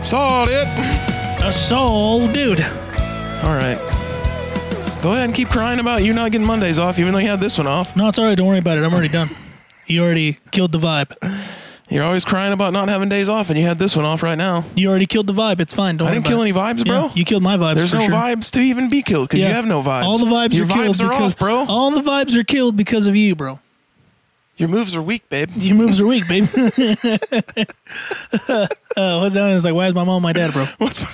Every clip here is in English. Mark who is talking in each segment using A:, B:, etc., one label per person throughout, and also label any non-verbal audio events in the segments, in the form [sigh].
A: Assault it.
B: A soul, dude.
A: All right. Go ahead and keep crying about you not getting Mondays off, even though you had this one off.
B: No, it's all right. Don't worry about it. I'm already
A: [laughs]
B: done. You already killed the vibe.
A: You're always crying about not having days off, and you had this one off right now.
B: You already killed the vibe. It's fine. Don't
A: I
B: worry
A: didn't kill any
B: about it.
A: vibes,
B: Yeah,
A: bro.
B: you killed my vibes.
A: There's
B: for
A: no
B: sure.
A: vibes to even be killed because you have no vibes.
B: All the vibes
A: Your
B: are killed.
A: vibes are
B: because-
A: off, bro.
B: All the vibes are killed because of you, bro.
A: Your moves are weak, babe.
B: Your moves are weak, baby. [laughs] uh, what's that one? It's like, why is my mom and my dad, bro?
A: What's [laughs]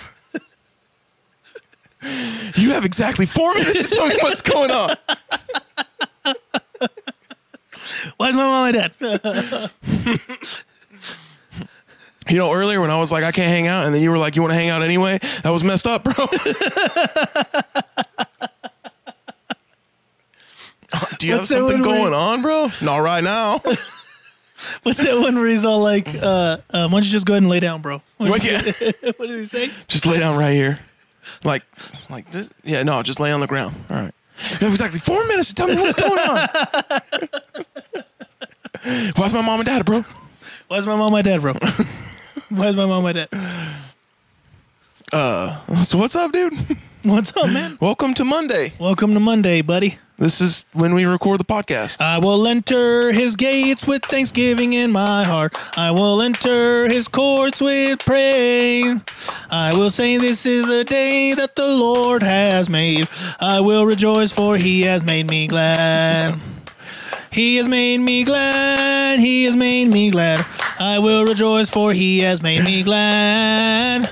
A: you have exactly four minutes to tell me what's going on.
B: Why is my mom and my dad? [laughs]
A: You know, earlier when I was like, I can't hang out, and then you were like, you want to hang out anyway? That was messed up, bro. [laughs] Do you have
B: What's that
A: something
B: one where
A: going
B: you-
A: on, bro? Not right now. [laughs]
B: what's that one where he's all like, uh, uh, why don't you just go ahead and lay down, bro?
A: [laughs] What- yeah.
B: [laughs] what did he say?
A: just lay down right here. Like, like this. Yeah, no, just lay on the ground. All right. You have exactly four minutes to tell me what's going on. [laughs] Why's my mom and dad, bro?
B: Why is my mom and my
A: [laughs]
B: dad, bro? why is my mom and my dad?
A: So what's up, dude? [laughs]
B: What's up, man?
A: Welcome to Monday.
B: Welcome to Monday, buddy.
A: This is when we record the podcast.
B: I will enter his gates with thanksgiving in my heart. I will enter his courts with praise. I will say, This is a day that the Lord has made. I will rejoice, for he has made me glad. He has made me glad. He has made me glad. I will rejoice, for he has made me glad.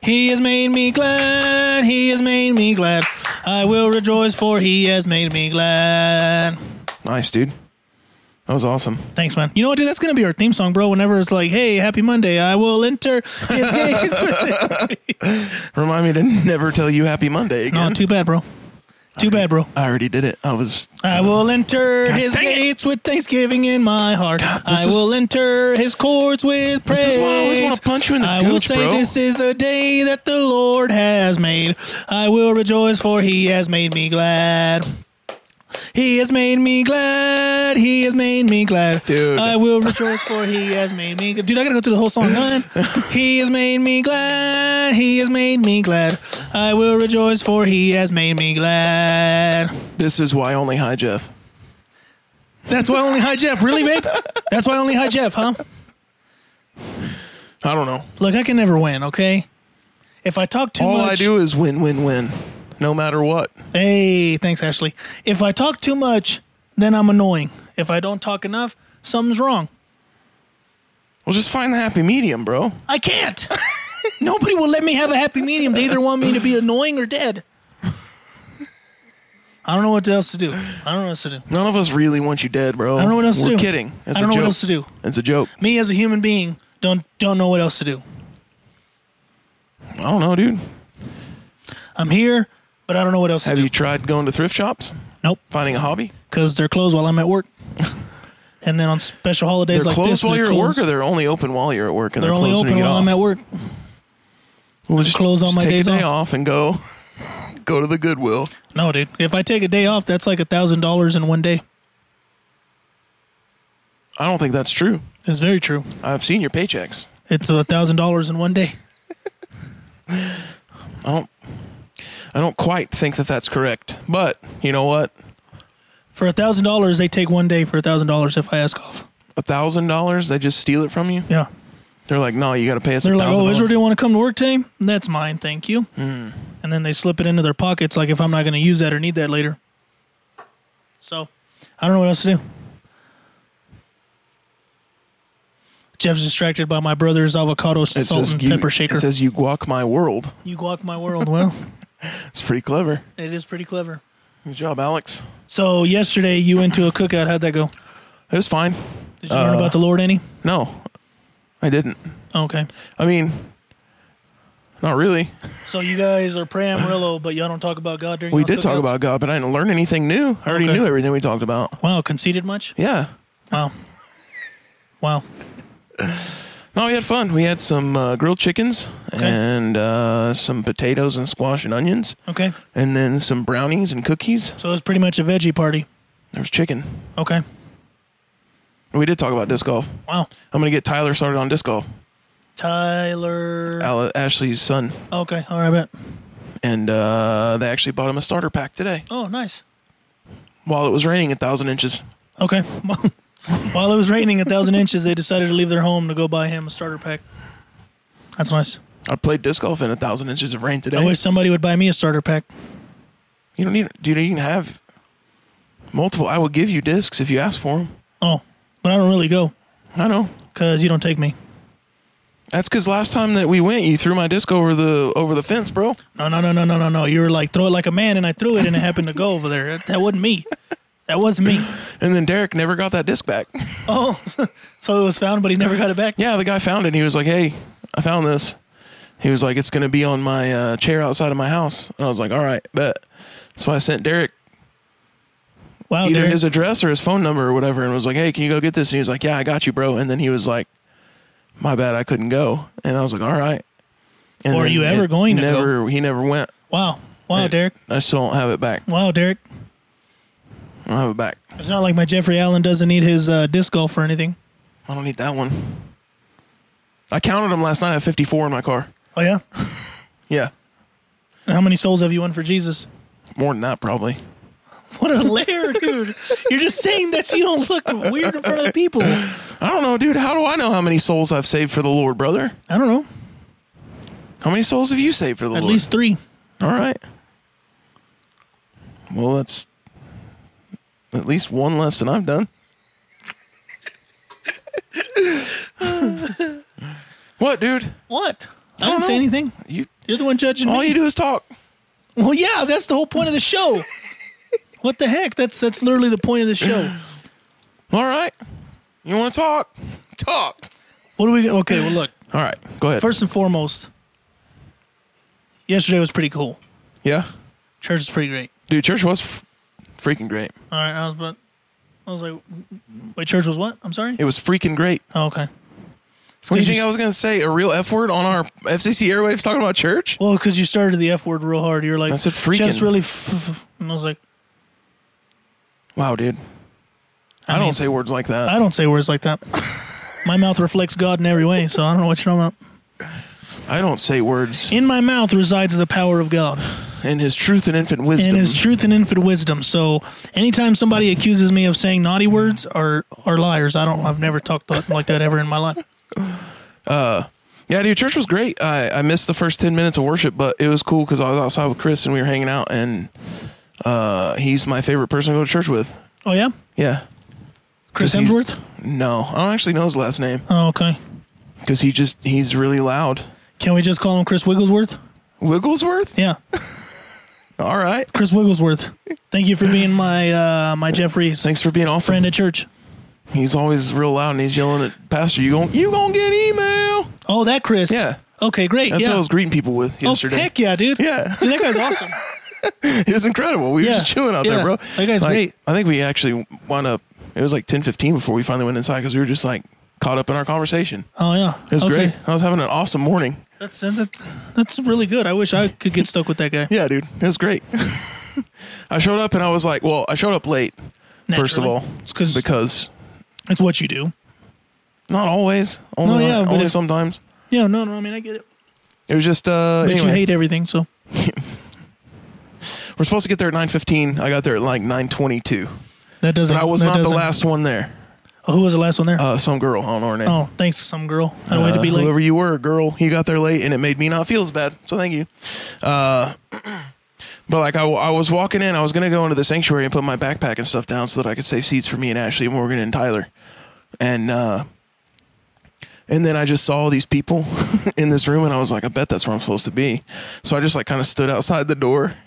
B: He has made me glad. He has made me glad. I will rejoice, for he has made me glad.
A: Nice, dude. That was awesome.
B: Thanks, man. You know what, dude? That's gonna be our theme song, bro. Whenever it's like, "Hey, Happy Monday," I will enter his
A: [laughs]
B: gates. with-
A: Remind me to never tell you Happy Monday again.
B: no, too bad, bro. Too bad, bro.
A: I already did it. I was.
B: I will enter his
A: Uh, dang it.
B: gates with thanksgiving in my heart.
A: this
B: I will enter his courts with praise.
A: is why I always wanna punch you in the
B: I will
A: gooch,
B: say
A: bro.
B: this is the day that the Lord has made. I will rejoice for he has made me glad. He has made me glad. He has made me glad.
A: Dude.
B: I will rejoice for he has made me glad. Dude, I gotta go through the whole song, man. he has made me glad. He has made me glad. I will rejoice for he has made me glad.
A: This is why only hi Jeff.
B: That's why only high Jeff, really, babe? [laughs] That's why only high Jeff, huh?
A: I don't know.
B: Look, I can never win, okay? If I talk too
A: All
B: much,
A: I do is win, win, win, no matter what.
B: Hey, thanks, Ashley. If I talk too much, then I'm annoying. If I don't talk enough, something's wrong.
A: Well, just find the happy medium, bro. [laughs]
B: I can't. Nobody will let me have a happy medium. They either want me to be annoying or dead. I don't know what else to do. I don't know what else to do.
A: None of us really want you dead, bro. I
B: don't know what else to
A: We're
B: do.
A: kidding. It's
B: I don't
A: a
B: know what
A: joke.
B: else to do.
A: It's a joke.
B: Me as a human being don't don't know what else to do.
A: I don't know, dude.
B: I'm here, but I don't know what else
A: Have
B: to
A: you tried going to thrift shops?
B: do. Nope.
A: Finding a hobby?
B: because they're closed while I'm at work. and then on special holidays
A: They're
B: like
A: closed
B: this,
A: while
B: they're
A: you're at work,
B: closed.
A: or they're only open while you're at work, and
B: they're,
A: they're,
B: only
A: closed when
B: open
A: you get
B: while
A: off.
B: I'm at work.
A: Well, just
B: closed on
A: just
B: my
A: take
B: days
A: a day
B: off.
A: off. and go, go to the Goodwill.
B: No, dude. If I take a day off, that's like a thousand dollars in one day.
A: I don't think that's true.
B: It's very true.
A: I've seen your paychecks.
B: It's a thousand dollars in one day.
A: I don't, I don't quite think that that's correct. But you know what?
B: For a thousand dollars, they take one day for a thousand dollars if I ask off.
A: A thousand dollars, they just steal it from you.
B: Yeah.
A: They're like, no, you got to pay us.
B: They're
A: a
B: like,
A: thousand
B: oh, Israel
A: dollars." Hmm.
B: didn't want to come to work today? That's mine. Thank you. And then they slip it into their pockets like if I'm not going to use that or need that later. So I don't know what else to do. Jeff's distracted by my brother's avocado
A: It
B: salt
A: says
B: and
A: you-
B: pepper shaker.
A: It says you guac my world.
B: you guac my world. Well, [laughs]
A: It's pretty clever.
B: it is pretty clever.
A: Good job, Alex.
B: So yesterday you went to a cookout. How'd that go?
A: It was fine.
B: Did you
A: Uh,
B: learn about the Lord any?
A: No, I didn't.
B: Okay.
A: I mean, not really.
B: So you guys are praying Amarillo, but y'all don't talk about God during
A: We
B: y'all's
A: did talk
B: cookouts?
A: about God, but I didn't learn anything new. I already
B: Okay.
A: knew everything we talked about.
B: Wow, conceited much?
A: Yeah.
B: Wow. Wow.
A: No, we had fun. We had some uh, grilled chickens and uh, some potatoes and squash and onions,
B: Okay.
A: and then some brownies and cookies.
B: So it was pretty much a veggie party.
A: There was chicken.
B: Okay.
A: We did talk about disc golf.
B: Wow.
A: I'm gonna get Tyler started on disc golf.
B: Tyler.
A: Al- Ashley's son,
B: Okay, all right, bet.
A: and uh, they actually bought him a starter pack today
B: Oh, nice.
A: while it was raining a thousand inches.
B: Okay. [laughs] While it was raining a thousand inches, they decided to leave their home to go buy him a starter pack. That's nice.
A: I played disc golf in a thousand inches of rain today.
B: I wish somebody would buy me a starter pack.
A: you don't need, dude. You can have multiple. I will give you discs if you ask for them.
B: Oh, but I don't really go
A: I know.
B: because you don't take me.
A: That's because last time that we went, you threw my disc over the over the fence, bro.
B: No, no, no, no, no, no, no. You were like, throw it like a man, and I threw it, and it happened to go over there. That, that wasn't me. That
A: [laughs]
B: wasn't me.
A: And then Derek never got that disc back. [laughs]
B: Oh, so it was found, but he never got it back.
A: yeah, the guy found it. and He was like, "Hey, I found this." He was like, "It's gonna be on my uh, chair outside of my house." And I was like, "All right, bet." So I sent Derek
B: Wow,
A: either
B: Oh, Derek.
A: his address or his phone number or whatever, and was like, "Hey, can you go get this?" And he was like, "Yeah, I got you, bro." And then he was like, "My bad, I couldn't go." And I was like, "All right." And
B: Were
A: then
B: you ever
A: it
B: going to go?
A: never, He never went.
B: wow, wow, Derek.
A: I still don't have it back.
B: Wow, Derek.
A: I don't have it back.
B: It's not like my Jeffrey Allen doesn't need his uh, disc golf or anything.
A: I don't need that one. I counted them last night at 54 in my car.
B: Oh yeah.
A: Yeah,
B: How many souls have you won for Jesus? [laughs]
A: more than that probably.
B: What a lair, dude. You're just saying that so you don't look weird in front of the people. I
A: I don't know, dude. How do I know how many souls I've saved for the Lord, brother?
B: don't know.
A: How many souls have you saved for the
B: At
A: Lord?
B: least three.
A: All right. Well, that's at least one less than I've done. [laughs] what, dude?
B: What? I
A: don't
B: didn't say
A: know.
B: anything.
A: You
B: You're the one judging
A: all
B: me.
A: you do is talk.
B: Well, yeah, that's the whole point of the [laughs] show. what the heck? That's that's literally the point of the show.
A: All right. You want to talk? Talk.
B: What do we? Okay, well, look.
A: All right. Go ahead.
B: First and foremost, yesterday was pretty cool.
A: yeah.
B: Church was pretty great.
A: Dude, church was f- freaking great.
B: All right, I was but I was like, wait, church was what? I'm sorry.
A: It was freaking great.
B: Oh, okay. It's
A: What do
B: 'cause
A: you think
B: s-
A: I was going to say? A real F word on our FCC airwaves talking about church?
B: Well, because you started the F word real hard. You're like,
A: I said freaking.
B: Jeff's really. F- f-" and I was like,
A: Wow, dude. I,
B: mean-
A: don't say words like that.
B: I don't say words like that. [laughs] my mouth reflects God in every way, so I don't know what you're talking about.
A: I don't say words.
B: In my mouth resides the power of God
A: And his truth and infant wisdom.
B: and His truth and infinite wisdom. So, anytime somebody accuses me of saying naughty words or or liars, I don't. I've never talked th- like that ever in my life.
A: Yeah, dude, church was great. I, I missed the first 10 minutes of worship, but it was cool because I was outside with Chris and we were hanging out, and uh, he's my favorite person to go to church with.
B: Oh yeah,
A: Yeah.
B: Chris
A: 'Cause he's-
B: Hemsworth.
A: No, I don't actually know his last name
B: Oh okay.
A: because he just, he's really loud.
B: Can we just call him Chris Wigglesworth?
A: Wigglesworth?
B: Yeah,
A: All right.
B: Chris Wigglesworth. Thank you for being my uh, my Jeffrey's
A: Thanks for being awesome.
B: friend at church.
A: He's always real loud and he's yelling at Pastor, you gon' you gonna get email.
B: Oh, that Chris.
A: Yeah.
B: Okay, great.
A: That's
B: yeah.
A: what I was greeting people with yesterday.
B: Oh, heck yeah, dude.
A: Yeah.
B: Dude, that guy's awesome.
A: [laughs] It was incredible. We
B: Yeah.
A: were just chilling out
B: Yeah.
A: there, bro.
B: That guy's
A: Like,
B: great.
A: I think we actually wound up, it was like ten fifteen before we finally went inside because we were just like caught up in our conversation.
B: Oh yeah.
A: It was
B: okay.
A: great. I was having an awesome morning.
B: That's, that's that's really good. I wish I could get stuck with that guy.
A: Yeah, dude. It was
B: [laughs]
A: great. I showed up and I was like, well, I showed up late, first of
B: Naturally.
A: all,
B: It's 'cause-
A: because
B: That's what you do.
A: not always, only,
B: yeah, but
A: only
B: if-
A: sometimes.
B: Yeah. No. No. I mean, I get it.
A: It was just, uh,
B: But
A: anyway,
B: you hate everything, so
A: we're supposed to get there at 9.15. I got there at like 9.22.
B: that doesn't.
A: But I was
B: that
A: not the
B: doesn't-
A: last one there.
B: Oh, who was the last one there?
A: Uh, some girl, I don't know her name.
B: oh, thanks, some girl. I waited to
A: Uh,
B: be late.
A: Whoever you were, girl, you got there late, and it made me not feel as bad. So thank you. Uh, [clears throat] but like I, I was walking in, I was gonna go into the sanctuary and put my backpack and stuff down so that I could save seats for me and Ashley, Morgan, and Tyler, and uh, and then I just saw all these people [laughs] in this room, and I was like, I bet that's where I'm supposed to be. So I just like kind of stood outside the door. [laughs]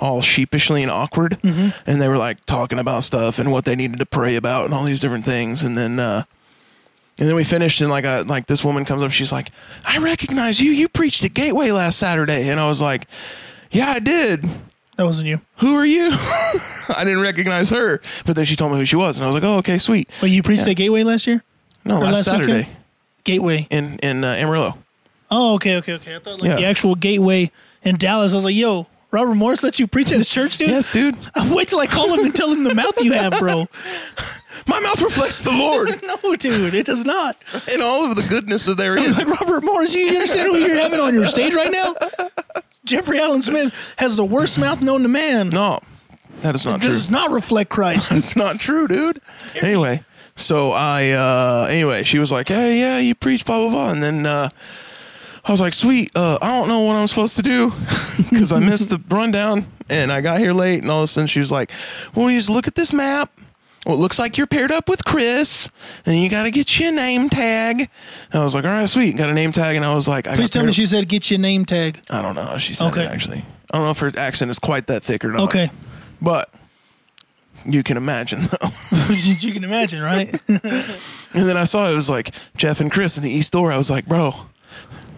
A: All sheepishly and awkward,
B: Mm-hmm.
A: and they were like talking about stuff and what they needed to pray about and all these different things. And then uh, and then we finished, and like a, like this woman comes up, she's like, "I recognize you. You preached at Gateway last Saturday," and I was like, "Yeah, I did.
B: That wasn't you.
A: Who are you?" [laughs] I didn't recognize her, but then she told me who she was, and I was like, "Oh, okay, sweet."
B: But you preached at Gateway last year.
A: No,
B: Or
A: last,
B: last
A: Saturday
B: weekend? Gateway.
A: in in uh, Amarillo.
B: Oh, okay, okay, okay. I thought like
A: Yeah.
B: the actual Gateway in Dallas. I was like, yo, Robert Morris let you preach at his church, dude.
A: Yes, dude. [laughs]
B: Wait till I call him and tell him the mouth you have, bro.
A: My mouth reflects the Lord
B: [laughs] no, dude, it does not.
A: and all of the goodness of therein.
B: But Robert Morris, you understand who you're having on your stage right now? Jeffrey Allen Smith has the worst mouth known to man.
A: No, that is not true.
B: does not reflect
A: [laughs]
B: Christ.
A: It's not true, dude. Anyway, so I uh anyway, she was like, Hey, yeah, you preach, blah blah blah and then uh I was like, sweet, uh, I don't know what I'm supposed to do [laughs] because I missed the rundown and I got here late. And all of a sudden, she was like, Well, you just look at this map. Well, it looks like you're paired up with Chris and you got to get your name tag. And I was like, All right, sweet. Got a name tag. And I was like, I
B: Please
A: got
B: tell
A: paired
B: me
A: up-
B: she said get your name tag.
A: I don't know. how She said
B: Okay.
A: it actually. I don't know if her accent is quite that thick or not.
B: Okay.
A: But you can imagine, though. [laughs]
B: you can imagine, right?
A: And then I saw it was like Jeff and Chris in the East Door. I was like, bro,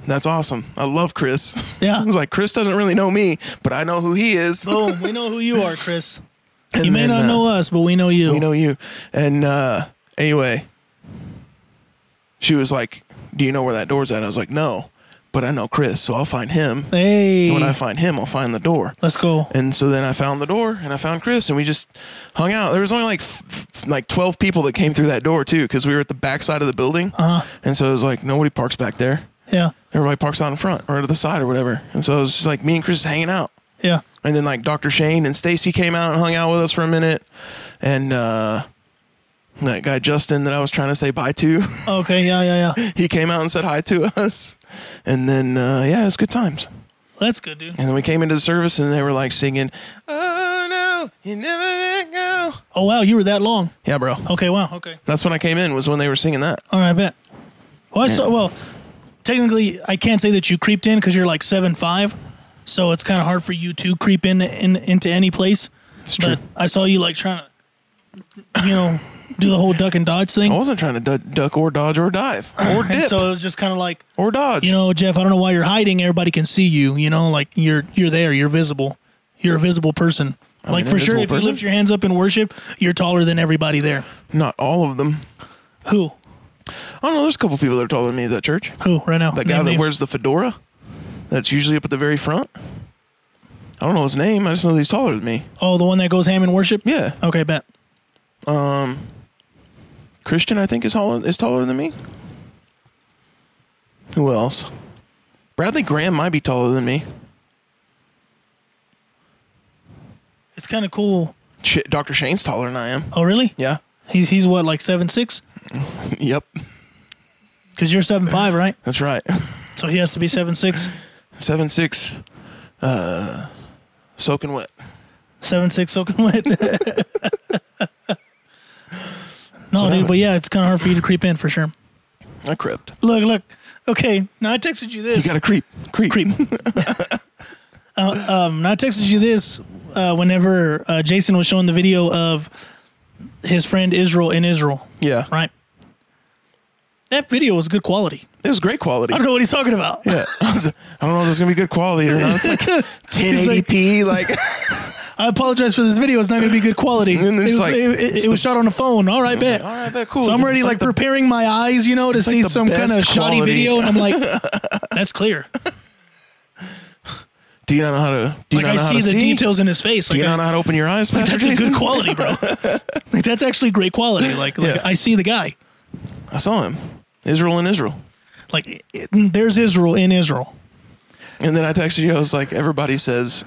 A: that's awesome. I love Chris. [laughs]
B: Yeah. Oh.
A: I was like, Chris doesn't really know me, but I know who he is.
B: Boom. We know who you are, Chris.
A: And
B: You may
A: then,
B: not
A: uh,
B: know us, but we know you.
A: We know you. And uh, anyway, she was like, do you know where that door's at? I was like, no, but I know Chris, so I'll find him.
B: hey.
A: When I find him, I'll find the door.
B: let's go.
A: And so then I found the door and I found Chris and we just hung out. There was only like f- f- like 12 people that came through that door too because we were at the back side of the building.
B: Uh-huh.
A: And so it was like nobody parks back there.
B: Yeah.
A: Everybody parks out in front or to the side or whatever. And so it was just like me and Chris hanging out.
B: Yeah.
A: And then like Dr. Shane and Stacy came out and hung out with us for a minute. And uh that guy Justin that I was trying to say bye to, [laughs]
B: Okay. Yeah. Yeah. Yeah.
A: he came out and said hi to us. And then uh yeah, it was good times.
B: That's good, dude.
A: And then we came into the service and they were like singing, "Oh no, you never let go."
B: Oh wow, you were that long.
A: Yeah, bro.
B: Okay. Wow. Okay.
A: That's when I came in was when they were singing that.
B: All right. I bet. Well, I saw, well, technically, I can't say that you creeped in because you're like seven five, so it's kind of hard for you to creep in, in into any place.
A: It's true.
B: But I saw you like trying to, you know, do the whole duck and dodge thing.
A: I wasn't trying to du- duck or dodge or dive
B: [clears throat]
A: or
B: and
A: Oh, dip
B: so it was just kind of like,
A: or dodge.
B: you know, Jeff, I don't know why you're hiding. Everybody can see you. You know, like you're you're there. You're visible. You're a visible person. like
A: an
B: for sure,
A: invisible
B: if you lift
A: person?
B: your hands up in worship, you're taller than everybody there.
A: Not all of them.
B: Who?
A: I don't know. There's a couple people that are taller than me at that church.
B: Who? Right now?
A: That guy
B: Name
A: that
B: names.
A: wears the fedora, that's usually up at the very front. I don't know his name. I just know that he's taller than me.
B: Oh, the one that goes ham in worship.
A: Yeah,
B: Okay, bet.
A: Christian, I think is taller is taller than me. Who else? Bradley Graham might be taller than me.
B: It's kind of cool.
A: Sh- Dr. Shane's taller than I am.
B: Oh, really?
A: Yeah. [laughs]
B: He's he's what like seven six?
A: Yep.
B: Because you're seven five, right?
A: That's right. [laughs]
B: So he has to be seven six.
A: Seven six, uh, soaking wet.
B: Seven six
A: [laughs]
B: soaking wet. [laughs] no, dude,
A: happened.
B: but yeah, it's kind of hard for you to creep in for sure.
A: I crept.
B: Look, look. Okay, now I texted you
A: You
B: this.
A: got to creep, creep,
B: creep. [laughs] uh, um, now I texted you this uh, whenever uh, Jason was showing the video of his friend Israel in Israel,
A: Yeah,
B: right? That video was good quality.
A: it was great quality.
B: I don't know what he's talking about.
A: yeah, [laughs] I, was- I don't know if it's gonna be good quality or not. It's
B: [laughs]
A: like 1080p. Like, [laughs]
B: I apologize for this video. It's not going to be good quality.
A: And then
B: it
A: there's
B: was,
A: like-
B: it, it- it was shot on a phone. All right, bet.
A: all right, bet, cool.
B: So I'm already
A: It's
B: like,
A: like the-
B: preparing my eyes, you know, to see
A: the
B: some kind of
A: best
B: shoddy
A: quality.
B: video, and
A: [laughs]
B: I'm like, that's clear.
A: do you not know how to? Do you
B: Like
A: not know
B: I
A: how
B: see
A: to
B: the
A: see?
B: details in his face.
A: Do
B: Like
A: you
B: I-
A: not know how to open your eyes, Pastor
B: that's a
A: Jason?
B: good quality, bro. [laughs] like that's actually great quality. Like, like
A: Yeah.
B: I see the guy.
A: I saw him. Israel in Israel.
B: Like it- it- there's Israel in Israel.
A: And then I texted you. I was like, everybody says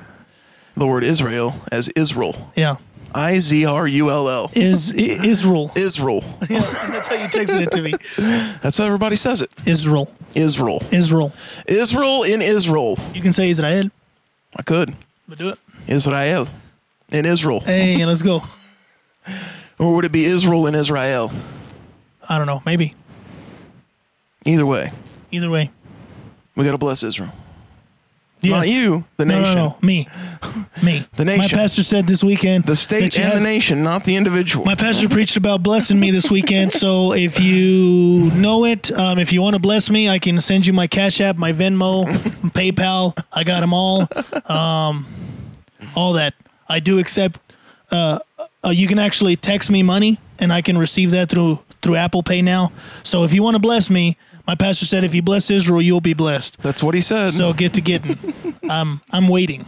A: the word Israel as Israel.
B: Yeah,
A: I Z R U L L.
B: is I- Israel.
A: Israel.
B: [laughs] yeah, that's how you texted it to me.
A: That's how everybody says it.
B: [laughs] Israel,
A: Israel.
B: Israel.
A: Israel in Israel.
B: You can say Israel,
A: I could.
B: but do it.
A: Israel. In Israel.
B: Hey, let's go.
A: Or would it be Israel in Israel?
B: I don't know. Maybe
A: Either way,
B: either way.
A: we got to bless Israel.
B: Yes.
A: Not you, the
B: No,
A: nation.
B: no, no. [laughs] Me. Me.
A: The
B: My
A: nation.
B: pastor said this weekend.
A: The state
B: that you
A: and the
B: have-
A: nation, not the individual.
B: My pastor preached about blessing me this weekend. So if you know it, um, if you want to bless me, I can send you my Cash App, my Venmo, PayPal. I got them all. Um, all that. I do accept. Uh, uh, you can actually text me money, and I can receive that through through Apple Pay now. So if you want to bless me, my pastor said, if you bless Israel, you'll be blessed.
A: That's what he said.
B: So get to getting. um, I'm waiting,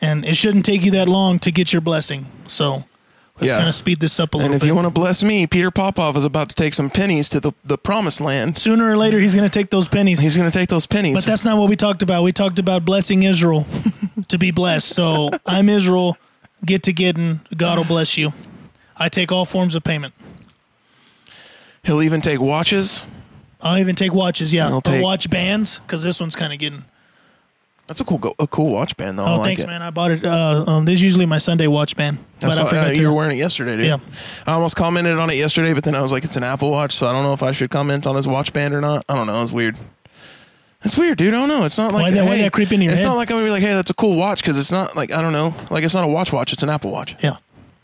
B: and it shouldn't take you that long to get your blessing. So Let's
A: Yeah.
B: kind of speed this up a little
A: And if
B: bit.
A: you want to bless me, Peter Popoff is about to take some pennies to the, the promised land.
B: Sooner or later, he's going to take those pennies.
A: He's going to take those pennies.
B: But that's not what we talked about. We talked about blessing Israel to be
A: [laughs]
B: blessed. So I'm Israel. Get to getting. God will bless you. I take all forms of payment.
A: He'll even take watches.
B: I'll even take watches. Yeah,
A: I'll
B: but
A: take-
B: watch bands because this one's kind of getting.
A: That's a cool go- a cool watch band though. I
B: Oh,
A: like
B: thanks,
A: it.
B: man. I bought it. Uh, um, this is usually my Sunday watch band,
A: That's
B: but I
A: all-
B: forgot
A: uh,
B: to.
A: you were wearing it yesterday, dude.
B: Yeah.
A: I almost commented on it yesterday, but then I was like, it's an Apple Watch, so I don't know if I should comment on his watch band or not. I don't know. It's weird. It's weird, dude. I don't know. It's not like
B: Why'd that- why'd
A: hey,
B: that creep into your
A: It's
B: head?
A: not like I'm gonna be like, hey, that's a cool watch because it's not like I don't know, like it's not a watch watch. It's an Apple Watch,
B: Yeah.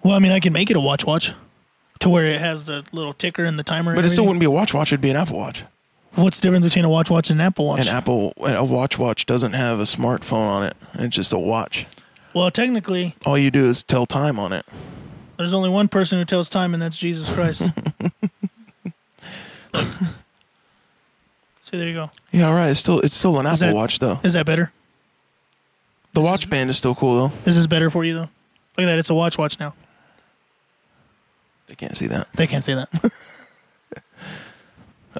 B: Well, I mean, I can make it a watch watch, to where it has the little ticker and the timer.
A: but
B: and
A: it still
B: everything.
A: wouldn't be a watch watch. It'd be an Apple Watch.
B: What's the difference between a watch watch and an Apple Watch?
A: An Apple a watch watch doesn't have a smartphone on it. It's just a watch.
B: well, technically,
A: All you do is tell time on it.
B: There's only one person who tells time, and that's
A: [laughs]
B: Jesus Christ. See, there you go.
A: Yeah, all right. It's still it's still an Apple
B: that-
A: Watch though.
B: Is that better?
A: The watch band is still cool though.
B: Is this better for you, though? Look at that. It's a watch watch now.
A: They can't see that.
B: They can't say that.
A: [laughs]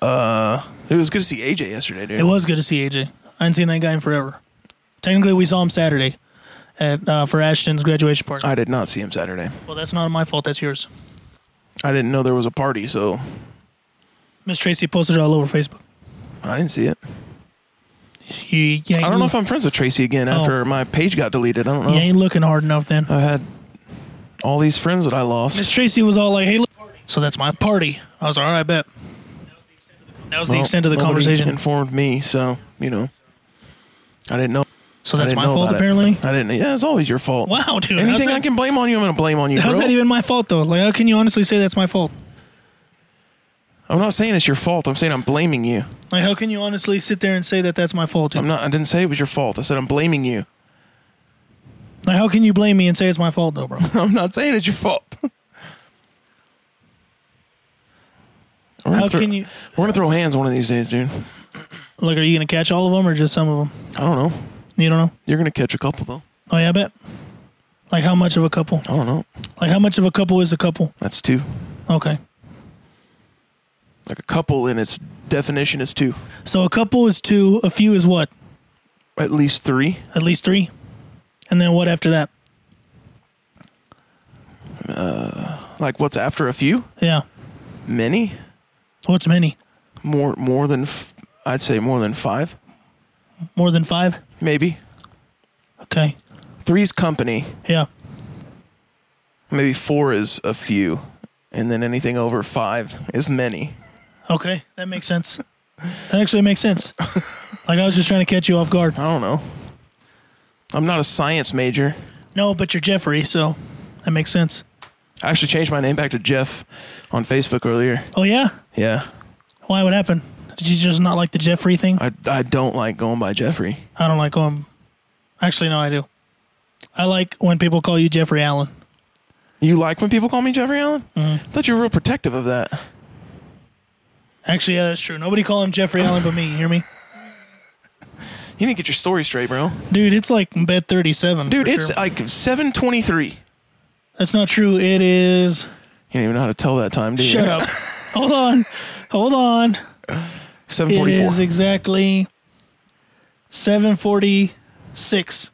A: It was good to see AJ yesterday, dude.
B: it was good to see AJ. I hadn't seen that guy in forever. Technically, we saw him Saturday at uh, for Ashton's graduation party.
A: I did not see him Saturday.
B: well, that's not my fault. That's yours.
A: I didn't know there was a party, so
B: Miss Tracy posted it all over Facebook.
A: I didn't see it.
B: You, you ain't,
A: I don't know if I'm friends with Tracy again
B: Oh.
A: after my page got deleted. I don't know.
B: you ain't looking hard enough then.
A: I had all these friends that I lost.
B: Miss Tracy was all like, "Hey, look. so that's my party." I was like, "All right, bet." That was the
A: Well,
B: extent of the
A: nobody
B: conversation.
A: informed me, so you know, I didn't know.
B: So
A: I
B: that's
A: didn't
B: my
A: know
B: fault,
A: about it.
B: apparently.
A: I didn't. Yeah, it's always your fault.
B: Wow, dude. how's
A: Anything
B: that,
A: I can blame on you, I'm gonna blame on you.
B: How's
A: bro.
B: that even my fault, though? Like, how can you honestly say that's my fault?
A: I'm not saying it's your fault. I'm saying I'm blaming you.
B: Like, how can you honestly sit there and say that that's my fault? Dude?
A: I'm not. I didn't say it was your fault. I said I'm blaming you. [laughs]
B: Like, how can you blame me and say it's my fault, though, bro?
A: [laughs] I'm not saying it's your fault. [laughs] We're gonna
B: How
A: throw-
B: can you-
A: We're gonna throw hands one of these days, dude.
B: like, are you going to catch all of them or just some of them?
A: I don't know.
B: You don't know?
A: You're gonna catch a couple though.
B: Oh, yeah, I bet. Like, how much of a couple?
A: I don't know.
B: Like, how much of a couple is a couple?
A: That's two.
B: Okay.
A: Like a couple in its definition is two.
B: So a couple is two, a few is what?
A: At least three.
B: At least three? And then what after that?
A: Like what's after a few?
B: Yeah.
A: Many.
B: What's many?
A: More. More than. F- I'd say more than five.
B: More than five?
A: Maybe.
B: Okay.
A: Three's company.
B: Yeah.
A: Maybe four is a few, and then anything over five is many.
B: Okay. That makes sense. That actually makes sense. like, I was just trying to catch you off guard.
A: I don't know. I'm not a science major.
B: No, but you're Jeffrey, so that makes sense.
A: I actually changed my name back to Jeff on Facebook earlier.
B: Oh yeah,
A: Yeah.
B: why would happen? Did you just not like the Jeffrey thing? I,
A: I, I don't like going by Jeffrey.
B: don't like um. Actually, no, I do. I like when people call you Jeffrey Allen.
A: You like when people call me Jeffrey Allen?
B: Mm-hmm.
A: I thought you were real protective of that.
B: Actually, yeah, that's true. Nobody call him Jeffrey Allen but me. You hear me,
A: You didn't get your story straight, bro.
B: dude? It's like bed thirty-seven,
A: Dude,
B: for
A: it's
B: sure.
A: like 723. You
B: that's not true. It is.
A: don't even know how to tell that time, do you?
B: Shut up. Hold on. Hold on. It
A: 744.
B: is exactly seven forty-six.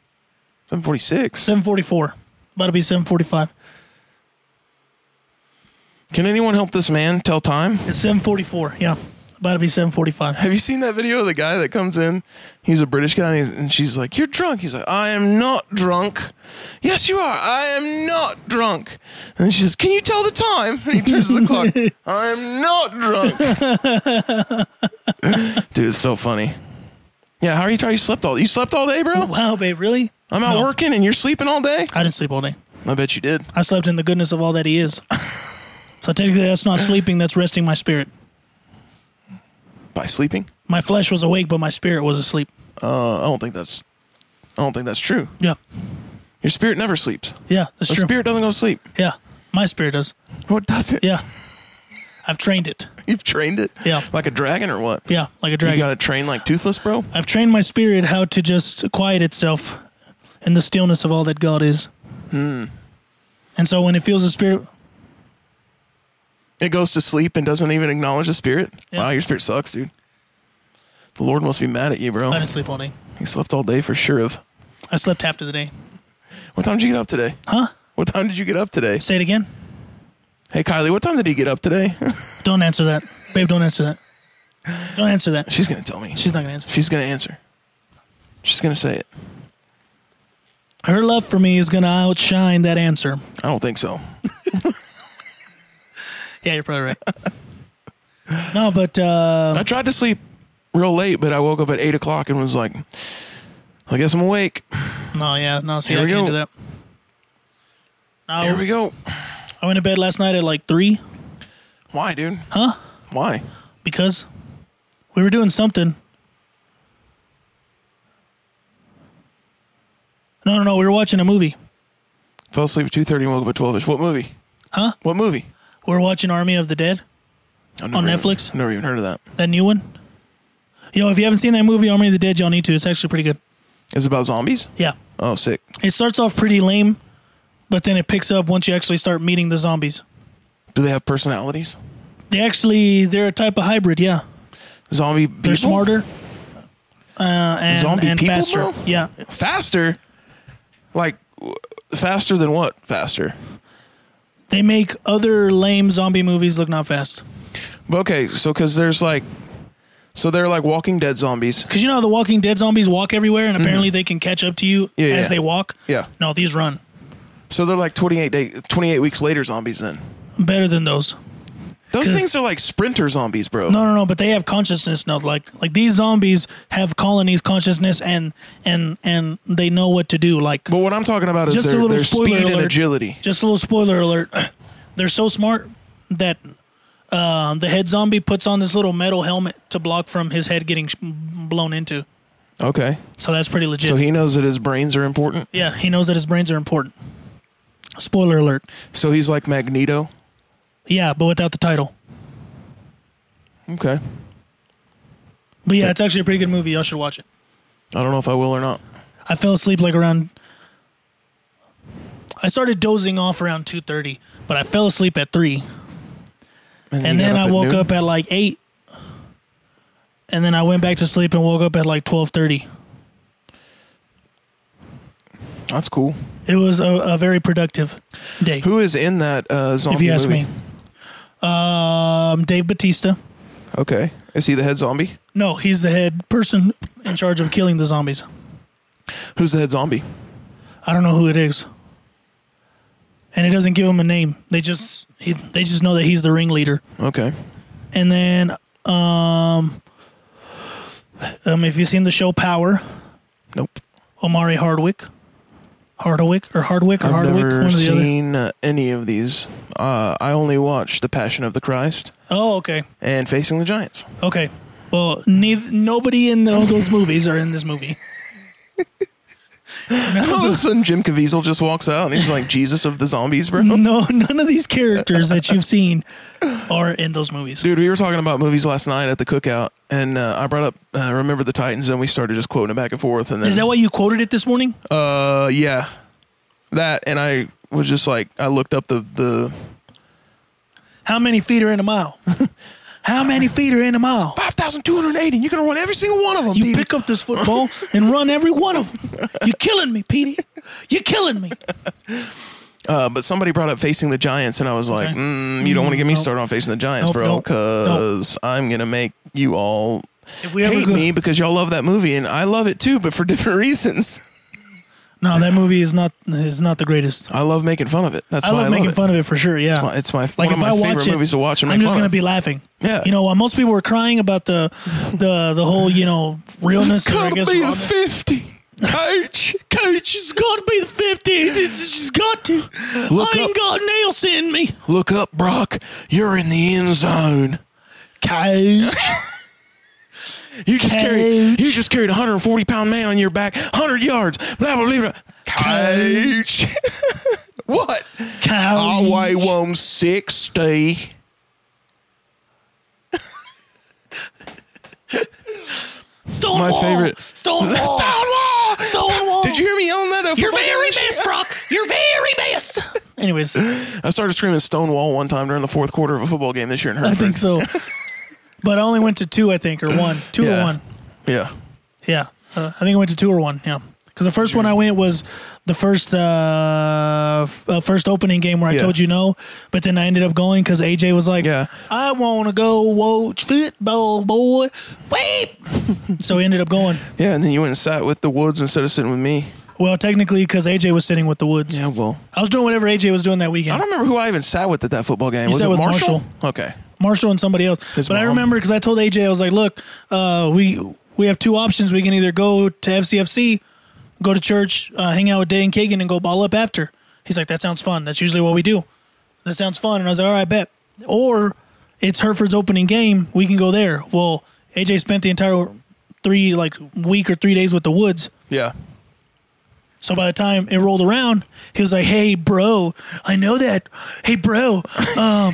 A: 746.
B: Seven forty-four. About to be seven forty-five.
A: Can anyone help this man tell time?
B: It's seven forty-four. Yeah, about to be seven forty-five. [laughs]
A: Have you seen that video of the guy that comes in? He's a British guy, and, he's, and she's like, "You're drunk." He's like, "I am not drunk." Yes, you are. I am not drunk. And she says, "Can you tell the time?" [laughs] And he turns to the clock. I am not
B: [laughs]
A: drunk.
B: [laughs]
A: Dude, it's so funny. Yeah, how are you tired? You slept all. You slept all day, bro.
B: Wow, babe, really?
A: I'm out
B: No.
A: working, and you're sleeping all day.
B: I didn't sleep all day.
A: I bet you did.
B: I slept in the goodness of all that He is. [laughs] so technically, that's not sleeping. That's resting my spirit.
A: By sleeping?
B: My flesh was awake, but my spirit was asleep.
A: Uh, I don't think that's. I don't think that's true.
B: Yeah,
A: Your spirit never sleeps.
B: yeah, that's
A: The
B: true.
A: spirit doesn't go to sleep.
B: Yeah, my spirit does.
A: What does it?
B: Yeah, I've trained it.
A: [laughs] You've trained it?
B: Yeah.
A: Like a dragon or what?
B: Yeah, like a dragon.
A: You got to train like Toothless, bro?
B: I've trained my spirit how to
A: Hmm.
B: just quiet itself in the stillness of all that God is. And so when it feels the spirit,
A: It goes to sleep and doesn't even acknowledge the spirit.
B: Yeah.
A: Wow, your spirit sucks, dude. The Lord must be mad at you,
B: I
A: bro.
B: didn't sleep all day.
A: He slept all day for sure. Of
B: I slept half of the day.
A: what time did you get up today?
B: Huh?
A: What time did you get up today?
B: Say it again.
A: Hey, Kylie, what time did he get up today? [laughs]
B: Don't answer that, babe. Don't answer that. Don't answer that.
A: She's gonna tell me.
B: She's not gonna answer.
A: She's gonna answer. She's gonna say it.
B: Her love for me is gonna outshine that answer.
A: I don't think so.
B: Yeah, you're probably right. [laughs] no, but uh,
A: I tried to sleep real late, but I woke up at eight o'clock and was like, I guess I'm awake.
B: no, yeah, no. See,
A: Here
B: I
A: we
B: can't do
A: go.
B: that. No,
A: Here we go.
B: I went to bed last night at like three,
A: Why, dude?
B: huh?
A: Why?
B: Because we were doing something. No, no, no. We were watching a movie.
A: Fell asleep at two thirty and woke up at twelve ish. What movie?
B: Huh?
A: What movie?
B: We were watching Army of the Dead.
A: I've
B: On
A: never
B: Netflix?
A: Even, never even heard of that.
B: That new one? Yo, if you haven't seen that movie, Army of the Dead, y'all need to. It's actually pretty good.
A: It's about zombies.
B: Yeah.
A: Oh, sick.
B: It starts off pretty lame, but then it picks up once you actually start meeting the zombies.
A: Do they have personalities?
B: They actually, they're a type of hybrid, yeah.
A: Zombie.
B: They're
A: people?
B: smarter. Uh, and,
A: Zombie
B: and
A: people,
B: faster.
A: bro?
B: Yeah.
A: Faster. Like w- faster than what? Faster.
B: They make other lame zombie movies look not fast.
A: But okay, so because there's like, so they're like Walking Dead zombies.
B: Because you know how the Walking Dead zombies walk everywhere and apparently they can catch up to you
A: Mm-hmm. Yeah,
B: as
A: yeah.
B: they walk?
A: Yeah.
B: No, these run.
A: So they're like 28 day, 28 weeks later zombies. Then
B: Better than those.
A: those
B: 'Cause-
A: things are like sprinter zombies, bro.
B: No, no, no. But they have consciousness now. Like, like these zombies have colonies consciousness, and and and they know what to do. Like,
A: But what I'm talking about is
B: Just a
A: their,
B: little
A: their
B: spoiler
A: speed and
B: alert.
A: agility.
B: just a little spoiler alert. [clears throat] They're so smart that um, the head zombie puts on this little metal helmet to block from his head getting sh- blown into.
A: Okay,
B: So that's pretty legit.
A: so he knows that his brains are important.
B: yeah, he knows that his brains are important. Spoiler alert.
A: So he's like Magneto.
B: Yeah, but without the title.
A: Okay,
B: But yeah, it's actually a pretty good movie. Y'all should watch it.
A: I don't know if I will or not.
B: I fell asleep like around. I started dozing off around two thirty, but I fell asleep at three, and
A: you
B: then
A: got
B: I
A: at
B: woke
A: noon?
B: up at like eight, and then I went back to sleep and woke up at like twelve thirty.
A: That's cool.
B: It was a, a very productive day,
A: Who is in that uh, zombie?
B: if you ask
A: movie?
B: me. Um, Dave Batista.
A: Okay, is he the head zombie?
B: No, he's the head person in charge of killing the zombies.
A: Who's the head zombie?
B: I don't know who it is, and it doesn't give him a name. They just he, they just know that he's the ringleader.
A: Okay,
B: and then um, um if you've seen the show Power,
A: nope.
B: Omari Hardwick, Hardwick or Hardwick or
A: I've
B: Hardwick,
A: never
B: one or the other.
A: seen uh, any of these. Uh, I only watched The Passion of the Christ
B: Oh, okay,
A: and Facing the
B: [laughs]
A: Giants.
B: okay. Well, neith- nobody in all those movies are in this movie.
A: All of a sudden, Jim Caviezel just walks out and he's
B: [laughs]
A: like Jesus of the zombies, bro.
B: No, none of these characters that you've seen are in those movies.
A: Dude, we were talking about movies last night at the cookout, and uh, I brought up uh, Remember the Titans, and we started just quoting it back and forth. And then,
B: Is that why you quoted it this morning?
A: uh, yeah, that, and I was just like, I looked up the the
B: How many feet are in a mile? [laughs] How many feet are in a mile?
A: five thousand two hundred eighty. You're gonna run every single one of them.
B: You
A: dude.
B: pick up this football and run every one of them. You're killing me, Petey. You're killing me.
A: uh, but somebody brought up Facing the Giants, and I was like,
B: Okay.
A: mm, you don't want to get me
B: Nope.
A: started on Facing the Giants,
B: Nope,
A: bro,
B: nope,
A: because I'm gonna make you all
B: If we
A: hate
B: go-
A: me because y'all love that movie, and I love it too, but for [laughs] different reasons.
B: No, that movie is not is not the greatest.
A: I love making fun of it. That's
B: I
A: why
B: love
A: I
B: making
A: love it.
B: fun of it for sure. Yeah,
A: my- it's my-
B: like
A: one of
B: if
A: my
B: I
A: favorite
B: watch it,
A: movies to watch and
B: I'm
A: make
B: just
A: fun
B: gonna
A: of.
B: be laughing.
A: Yeah.
B: you know, while most people were crying about the the the whole you know realness.
A: It's
B: or I
A: gotta
B: guess
A: be the
B: rawness.
A: 50. Coach, coach, it's gotta be the 50.
B: She's got to.
A: Look
B: I ain't
A: up.
B: got nails in me.
A: Look up, Brock. You're in the end zone.
B: Coach.
A: [laughs] You just carried
B: Coach.
A: you just carried a 140 pound man on your back, 100 yards. Blah blah blah. blah. Coach, what?
B: Coach.
A: Oh, I weigh 160.
B: Stonewall.
A: My favorite. [laughs]
B: Stonewall.
A: Stonewall.
B: Oh. Stonewall.
A: Did you hear me yelling that? at
B: You're
A: football
B: very
A: game?
B: best, Brock. You're very best. Anyways, I
A: I started screaming Stonewall one time during the fourth quarter of a football game this year in Hereford. [laughs]
B: think so. but I only went to two, I think, or one. Two or
A: Yeah.
B: one.
A: Yeah.
B: Yeah. Uh, I think I went to two or one. Yeah. Because the first one I went was the first uh, f- uh first opening game where I
A: Yeah.
B: told you no, but then I ended up going because AJ was like,
A: Yeah.
B: I want to go watch football, boy." Wait. [laughs] so he ended up going.
A: Yeah, and then you went and sat with the woods instead of sitting with me.
B: Well, technically, because AJ was sitting with the woods,
A: Yeah, well.
B: I was doing whatever AJ was doing that weekend.
A: I don't remember who I even sat with at that football game.
B: You
A: was
B: sat
A: it
B: with
A: Marshall?
B: Marshall.
A: Okay.
B: Marshall and somebody else.
A: His
B: but I
A: mom.
B: remember because I told AJ I was like, "Look, uh, we we have two options. We can either go to FCFC, go to church, uh, hang out with Day and Kagan, and go ball up after." He's like, "That sounds fun. That's usually what we do. That sounds fun." And I was like, "All right, bet." Or it's Hereford's opening game. We can go there. Well, AJ spent the entire three like week or three days with the Woods.
A: Yeah.
B: So by the time it rolled around, he was like, "Hey, bro, I know that. Hey, bro, um, [laughs] I-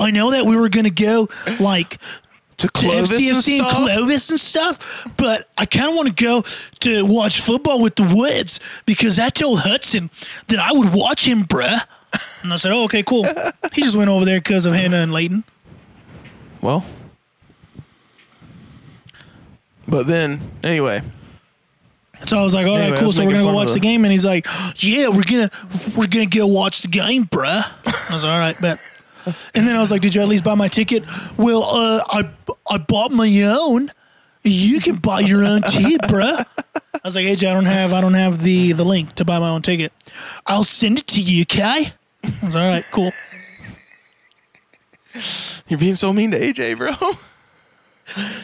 B: I know that we were gonna go like
A: To
B: to
A: Clovis and
B: FCFC and
A: stuff?
B: Clovis and stuff, but I kind of want to go to watch football with the Woods because I told Hudson that I would watch him, bruh." And I said, "Oh, okay, cool." he just went over there because of Hannah and Layton.
A: Well. But then, anyway,
B: So I was like, "All right,
A: Anyway,
B: cool.
A: let's
B: So
A: make
B: we're
A: it
B: gonna go
A: fun of
B: watch the
A: the-
B: game." And he's like, "Yeah, we're gonna we're gonna go watch the game, bruh." I was like, "All right, bet." And then I was like, "Did you at least buy my ticket?" Well, uh, I I bought my own. You can buy your own too, bruh. I was like, "AJ, I don't have I don't have the the link to buy my own ticket. I'll send it to you, okay?" I was like, "All right, cool."
A: you're being so mean to AJ, [laughs] bro.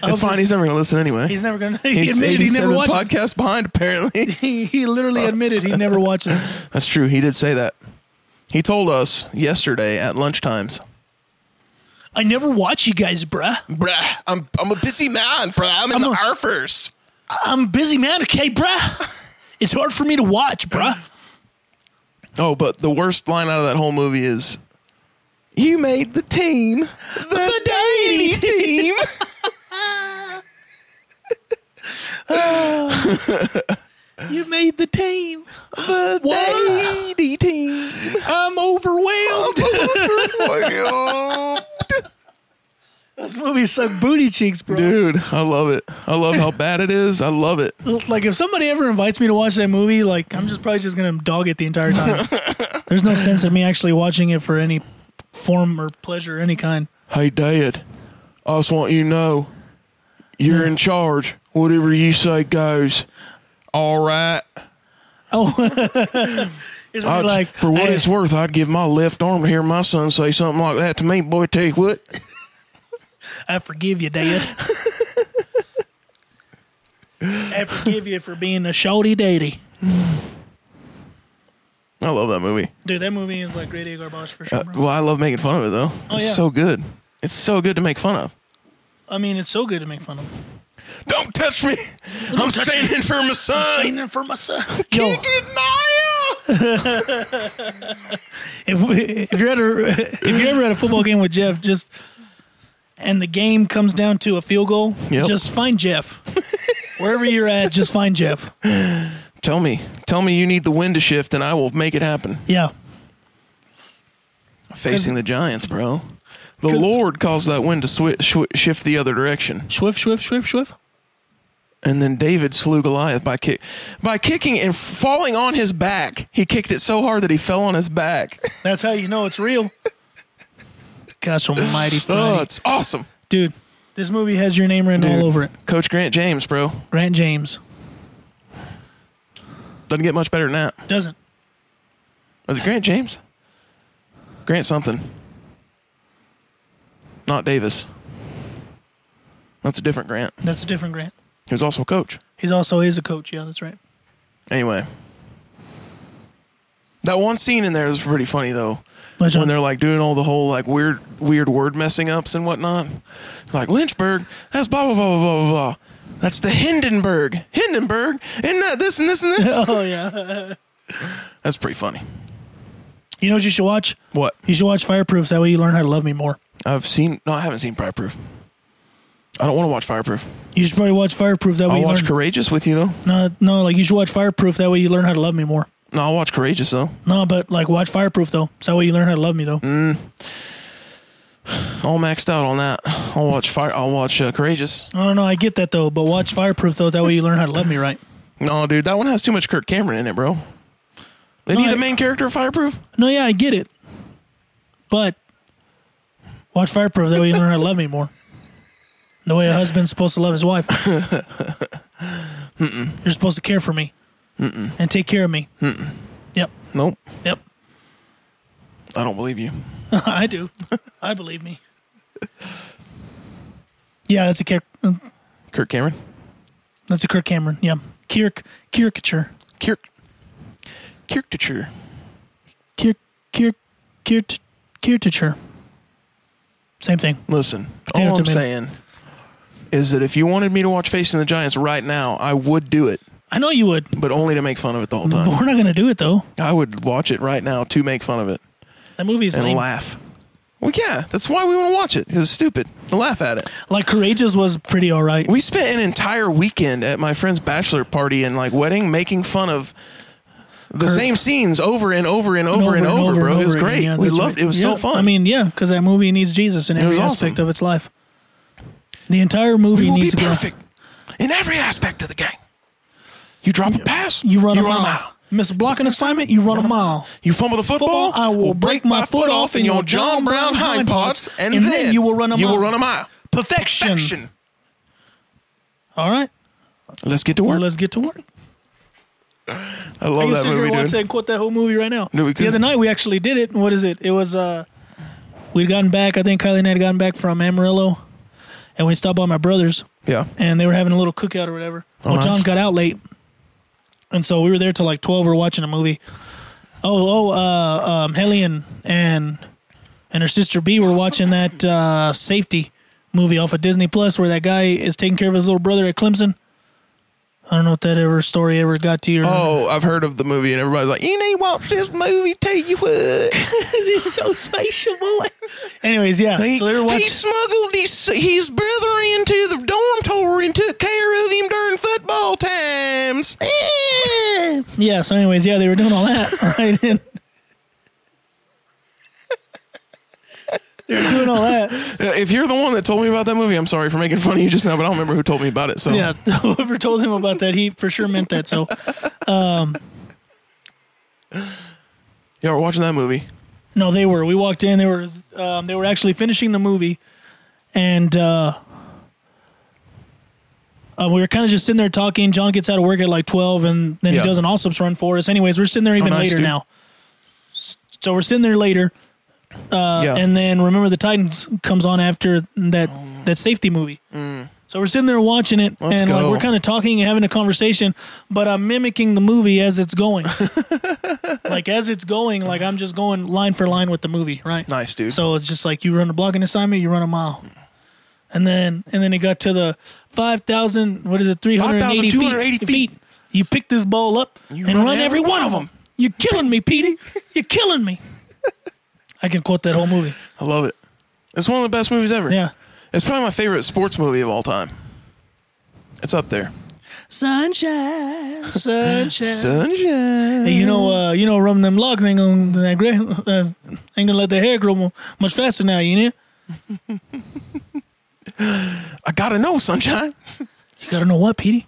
A: It's fine. He's never going to listen anyway.
B: he's never gonna. [laughs] He
A: He's
B: admitted he never
A: 87
B: watched. it.
A: podcasts behind, [laughs] apparently.
B: He, [laughs] he literally admitted he never watched it.
A: That's true. He did say that. He told us yesterday at lunchtimes.
B: I never watch you guys, bruh.
A: Bruh, I'm I'm a busy man, bruh. I'm in
B: I'm a-
A: arfers.
B: I'm a busy man, okay, bruh? It's hard for me to watch, bruh.
A: Oh, but the worst line out of that whole movie is You made the team. The, Danny team.
B: You made the team.
A: [laughs] the
B: What?
A: Danny team.
B: I'm overwhelmed. [laughs]
A: oh,
B: this movie sucked booty cheeks, bro.
A: Dude, I love it. I love how bad it is. I love it.
B: Like, if somebody ever invites me to watch that movie, like, I'm just probably just gonna dog it the entire [laughs] time. There's no sense of me actually watching it for any form or pleasure, or any kind.
A: Hey, Dad, I just want you to know you're in charge. Whatever you say goes. All right.
B: Oh. [laughs] It's
A: I'd-
B: like
A: for what
B: hey,
A: it's worth, I'd give my left arm to hear my son say something like that to me. Boy, tell you what.
B: I forgive you, [laughs] Dad. I forgive you for being a shawty daddy.
A: I love that movie.
B: Dude, that movie is like grade A garbage for sure.
A: Uh,
B: Bro.
A: well, I love making fun of it, though.
B: Oh,
A: it's
B: yeah.
A: so good. It's so good to make fun of.
B: I mean, it's so good to make fun of.
A: Don't touch me. I'm standing for my son.
B: for myself. [laughs] Yo, [laughs]
A: Naya.
B: if, if you're at a if you're ever at a football game with Jeff, just and the game comes down to a field goal,
A: Yep.
B: just find Jeff. Wherever you're at, just find Jeff.
A: Tell me. Tell me you need the wind to shift, and I will make it happen.
B: Yeah.
A: Facing the Giants, bro. The Lord caused that wind to swi- swi- shift the other direction.
B: Schwiff, schwiff, schwiff, schwiff.
A: And then David slew Goliath by kick by kicking and falling on his back. He kicked it so hard that he fell on his back.
B: That's how you know it's real. Gosh [sighs]
A: [laughs]
B: almighty
A: oh,
B: Friday.
A: it's awesome.
B: Dude, this movie has your name written
A: Dude.
B: all over it.
A: Coach Grant James, bro.
B: Grant James.
A: Doesn't get much better than that.
B: Doesn't.
A: Was it Grant James? Grant something. Not Davis. That's a different Grant.
B: That's a different Grant.
A: He was also a coach.
B: He's also is a coach. Yeah, that's right.
A: Anyway. That one scene in there is pretty funny though.
B: Which
A: When
B: one?
A: they're like doing all the whole like weird weird word messing ups and whatnot. Like Lynchburg, that's blah blah blah blah blah blah blah. That's the Hindenburg. Hindenburg and that this and this and this.
B: [laughs] Oh yeah.
A: that's pretty funny.
B: You know what you should watch?
A: What?
B: You should watch Fireproofs. That way you learn how to love me more.
A: I've seen no, I haven't seen Fireproof. I don't want to watch Fireproof.
B: You should probably watch Fireproof. That way
A: I'll
B: you
A: watch
B: learn.
A: Courageous with you though.
B: no, no, like you should watch Fireproof. That way you learn how to love me more.
A: No, I'll watch Courageous though.
B: No, but like watch Fireproof though. It's that way you learn how to love me though.
A: All maxed out on that. I'll watch Fire. I'll watch uh, Courageous.
B: I don't know. I get that though, but watch Fireproof though. That way you learn how to love me, right?
A: No, dude, that one has too much Kirk Cameron in it, bro. Isn't he
B: No,
A: the
B: I-
A: main character of Fireproof?
B: No, yeah, I get it, but watch Fireproof. That way you learn how to love me more. The way a husband's supposed to love his wife. You're supposed to care for me and take care of me. Yep,
A: Nope.
B: yep.
A: I don't believe you.
B: I do. I believe me. Yeah, that's a Kirk.
A: Kirk Cameron.
B: That's a Kirk Cameron. Yeah, Kirk caricature.
A: Kirk. Caricature.
B: Kier, Kier, Kier, Kierticher. Same thing.
A: Listen,
B: Potato,
A: all I'm
B: tomato.
A: saying is that if you wanted me to watch Facing the Giants right now, I would do it,
B: I know you would,
A: but only to make fun of it the whole
B: but
A: time.
B: we're not going to do it though.
A: I would watch it right now to make fun of it
B: That movie is
A: and
B: lame.
A: laugh. Well, yeah, that's why we want to watch it. 'cause it's stupid. to Laugh at it.
B: Like Courageous was pretty all right.
A: We spent an entire weekend at my friend's bachelor party and like wedding making fun of the
B: Kirk.
A: same scenes over and over and over and over, bro.
B: and
A: it was
B: over
A: great.
B: again. Yeah,
A: we
B: that's
A: loved
B: right.
A: it. was
B: Yeah,
A: so fun.
B: I mean, yeah, because that movie needs Jesus in every
A: was
B: aspect
A: awesome.
B: of its life. The entire movie
A: we will be
B: needs to
A: perfect in every aspect of the game. You drop a pass,
B: go. You run a
A: a
B: mile. Miss a blocking assignment, you run a mile.
A: You fumble the football,
B: Football, I will break my foot off in your John Brown hind parts,
A: and, then,
B: you will run a
A: you will
B: mile.
A: run a mile.
B: Perfection.
A: Perfection.
B: All right,
A: Let's get to
B: well,
A: work.
B: let's get to work.
A: I love
B: I can
A: that
B: sit here
A: movie,
B: and watch
A: dude.
B: that and quote that whole movie right now.
A: No, we
B: the other
A: couldn't.
B: night we actually did it. What is it? It was uh we'd gotten back, I think Kylie and I had gotten back from Amarillo and we stopped by my brother's
A: Yeah.
B: and they were having a little cookout or whatever. well
A: Oh, nice.
B: John got out late. And so we were there till like twelve, we were watching a movie. Oh, oh, uh um Hellion and and her sister B were watching that uh safety movie off of Disney Plus where that guy is taking care of his little brother at Clemson. I don't know if that ever story ever got to your
A: Oh, I've heard of the movie, and everybody's like, "You need to watch this movie." Tell you
B: [laughs]
A: what,
B: because he's so spatial. Anyways, yeah.
A: he,
B: so they were
A: he
B: watching.
A: smuggled his, his brother into the dormitory and took care of him during football times. Eh.
B: Yeah. So, anyways, yeah, they were doing all that, [laughs]
A: [laughs]
B: right? And they were doing all that.
A: Uh, If you're the one that told me about that movie, I'm sorry for making fun of you just now, but I don't remember who told me about it. So
B: Yeah. [laughs] Whoever told him about that, he for sure meant that. So,
A: yeah, we're watching that movie.
B: no, they were. We walked in. They were. Um, they were actually finishing the movie, and. uh uh, we were kind of just sitting there talking. John gets out of work at like twelve, and then
A: Yeah. Oh,
B: he does an all subs run for us. Anyways, we're sitting there even
A: nice,
B: later
A: dude.
B: now. S- So we're sitting there later,
A: yeah,
B: Uh, and then remember the Titans comes on after that that safety movie. So we're sitting there watching it,
A: Mm. Let's
B: and like
A: go.
B: we're kind of talking and having a conversation, but I'm mimicking the movie as it's
A: [laughs]
B: going. like as it's going, like I'm just going line for line with the movie, right?
A: nice dude.
B: So it's just like you run a blocking assignment, you run a mile, and then and then it got to the five thousand. What is it? Three hundred eighty feet,
A: 5,280
B: feet. You pick this ball up
A: You
B: and run, every one of them. You're killing me, Petey. You're killing [laughs] me. I can quote that whole movie.
A: I love it. It's one of the best movies ever.
B: Yeah.
A: it's probably my favorite sports movie of all time. It's up there.
B: Sunshine, sunshine.
A: Sunshine.
B: Hey, you know, uh, you know, rubbing them locks ain't gonna that great, uh, ain't gonna let their hair grow mo- much faster now, you know.
A: I gotta know, Sunshine.
B: You gotta know what, Petey.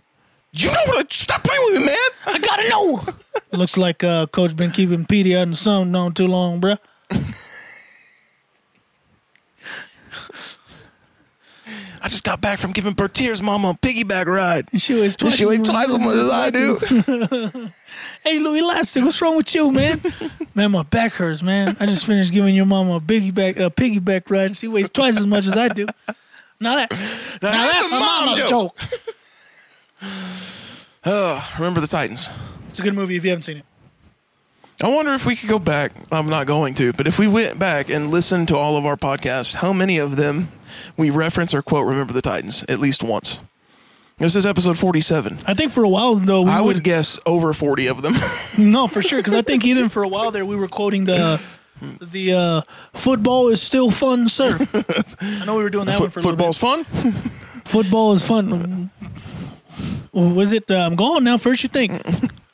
A: You know what? I- Stop playing with me, man.
B: I gotta know. Looks like uh, Coach been keeping Petey out in the sun not too long, bruh.
A: I just got back from giving Bertier's mama a piggyback ride.
B: She weighs
A: And
B: twice.
A: she weighed twice as much as I do.
B: Hey, Louis Elastic, what's wrong with you,
A: [laughs]
B: man? man, my back hurts, man. I just finished giving your mama a piggyback, a piggyback ride, and she weighs twice as much as I do. Now that,
A: Now,
B: now
A: that's
B: that's a mama
A: joke.
B: joke.
A: Oh, remember the Titans.
B: It's a good movie if you haven't seen it.
A: I wonder if we could go back. I'm not going to, but if we went back and listened to all of our podcasts, how many of them we reference or quote "Remember the Titans" at least once? This is episode 47.
B: I think for a while though, we
A: I would guess over 40
B: [laughs]
A: of them.
B: No, for sure. Because I think even for a while there, we were quoting the the uh, football is still
A: [laughs]
B: fun, sir. I know we were doing that one
A: Foot
B: for
A: football's
B: A
A: fun.
B: little bit. Football is fun. Was it? Uh, I'm gone um, now. First, you think.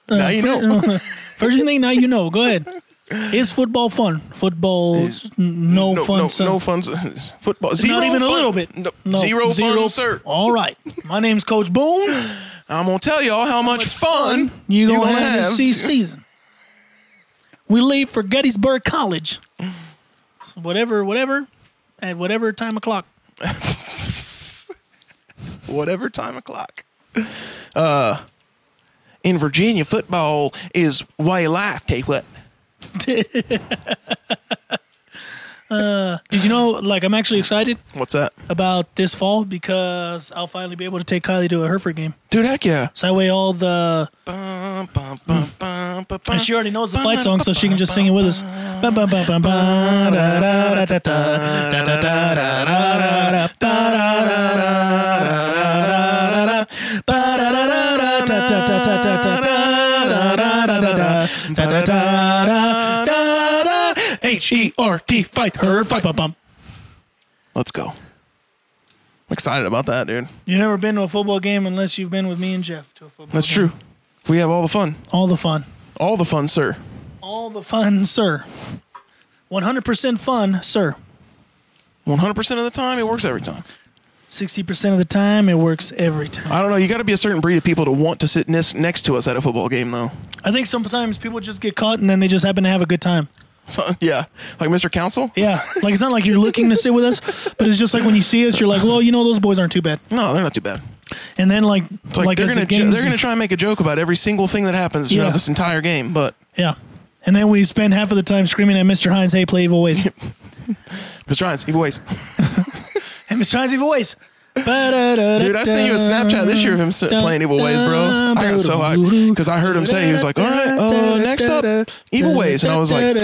A: now you know.
B: First, First thing now you know. Go ahead. Is football fun? Football
A: Is-
B: no,
A: [laughs]
B: fun.
A: no,
B: sir.
A: no fun. Football. Zero
B: Not even
A: fun.
B: a little bit.
A: No,
B: No,
A: zero,
B: zero-
A: fun, sir.
B: All right. My name's Coach Boone.
A: I'm gonna tell y'all how much fun
B: You gonna, have, this sea season. We leave for Gettysburg College. Whatever, whatever, at whatever time o'clock.
A: whatever time o'clock. Uh, in Virginia, football is way of life. Tell you what.
B: Did you know? Like, I'm actually excited
A: What's that,
B: about this fall because I'll finally be able to take Kylie to a Hereford game.
A: dude? Heck yeah.
B: So that way, all the
A: Bum, bum, bum, bum, bum, bum.
B: and she already knows the fight song, so she can just sing it with us. Bum, bum, bum, bum, ba, da, da, da, da, da, da, da, da, da, da, da, da, ba, da, da, da, da, da, da, da, ba, da, da, da, da, da, da, da, da, da, da, da, da, da, da, da, da, da, da, da, da, da.
A: H E R T fight her fight.
B: Bum, bum.
A: Let's go. I'm excited about that, dude.
B: You've never been to a football game unless you've been with me and Jeff to a football.
A: That's
B: game.
A: true. We have all the fun.
B: All the fun.
A: All the fun, sir.
B: All the fun, sir. 100% fun, sir.
A: 100% of the time, it works every time.
B: 60% of the time, it works every time.
A: I don't know. You got to be a certain breed of people to want to sit nes- next to us at a football game, though.
B: I think sometimes people just get caught and then they just happen to have a good time.
A: So, yeah. Like Mr. Council?
B: Yeah. Like, it's not like you're looking to sit with us, but it's just like when you see us, you're like, well, you know, those boys aren't too bad.
A: No, they're not too bad.
B: And then, like,
A: It's like,
B: like,
A: they're
B: as the
A: gonna
B: games,
A: they're gonna try and make a joke about every single thing that happens throughout
B: Yeah.
A: this entire game, but
B: [laughs] yeah. And then we spend half of the time screaming at Mr. Hines, hey, play evil
A: [laughs]
B: ways.
A: Mr. Hines, he waits.
B: hey, Mr. Hines, evil ways. Dude,
A: Dude, I sent you a Snapchat this year of him s- playing Evil Ways, bro. I got so hyped because I heard him say he was like, "All right, uh, next up, Evil Ways," and I was like,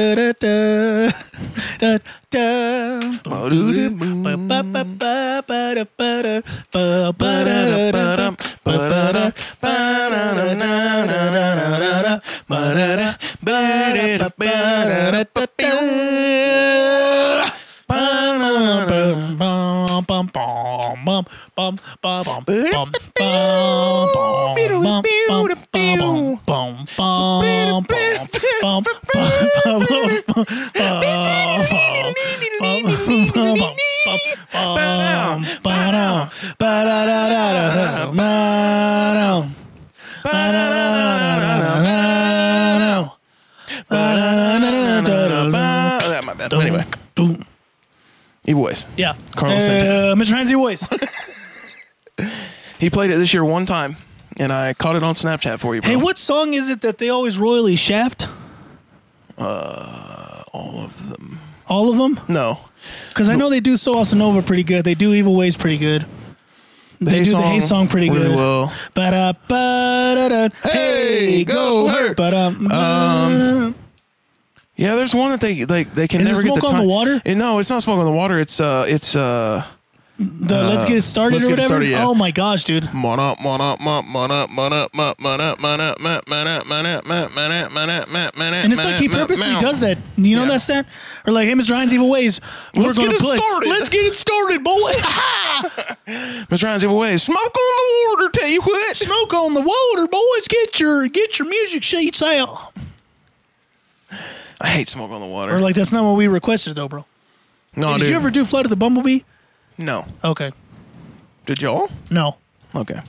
A: Ah, my bad. Anyway, Evil Ways.
B: Yeah.
A: Carlos
B: Uh, Mr. Heinz, your voice.
A: He played it this year one time, and I caught it on Snapchat for you, bro.
B: hey, what song is it that they always royally shaft? Uh, all of them. All of them?
A: No.
B: Because I know they do Solasa Nova pretty good. They do Evil Ways pretty good. They
A: Hey
B: do the Hey song pretty
A: really
B: good.
A: well.
B: Ba-da, ba-da-da.
A: Hey, go Hurt.
B: Ba-dum.
A: Yeah, there's one that they like they can
B: Is it
A: never get
B: Smoke
A: the
B: on the
A: time-
B: Water?
A: Eh, no, it's not smoke on the water. It's uh, it's uh,
B: the Let's Get It Started
A: Let's
B: or
A: Get It
B: whatever.
A: Started, yeah.
B: Oh my gosh, dude.
A: mon up, mon up, mon up, mon up, mon up, mon up, mon up, mon up, mon up, mon up, mon up, mon up, mon up, mon up, mon up, mon up,
B: And it's like he
A: mon up,
B: purposely
A: mon up.
B: does that. You know
A: Yeah.
B: that's that? Or like, hey, Mr. Heinz, Evil Ways. We're
A: Let's
B: gonna
A: get it
B: play.
A: started.
B: Let's get it started, boy.
A: [laughs] Mr. Ryan's give away. Smoke on the water. Tell you what.
B: Smoke on the water, boys. Get your get your music sheets out.
A: I hate smoke on the water.
B: Or like that's not what we requested though, bro.
A: no,
B: Did
A: Oh, dude.
B: you ever do Flight of the Bumblebee?
A: No.
B: Okay,
A: Did y'all?
B: no,
A: Okay.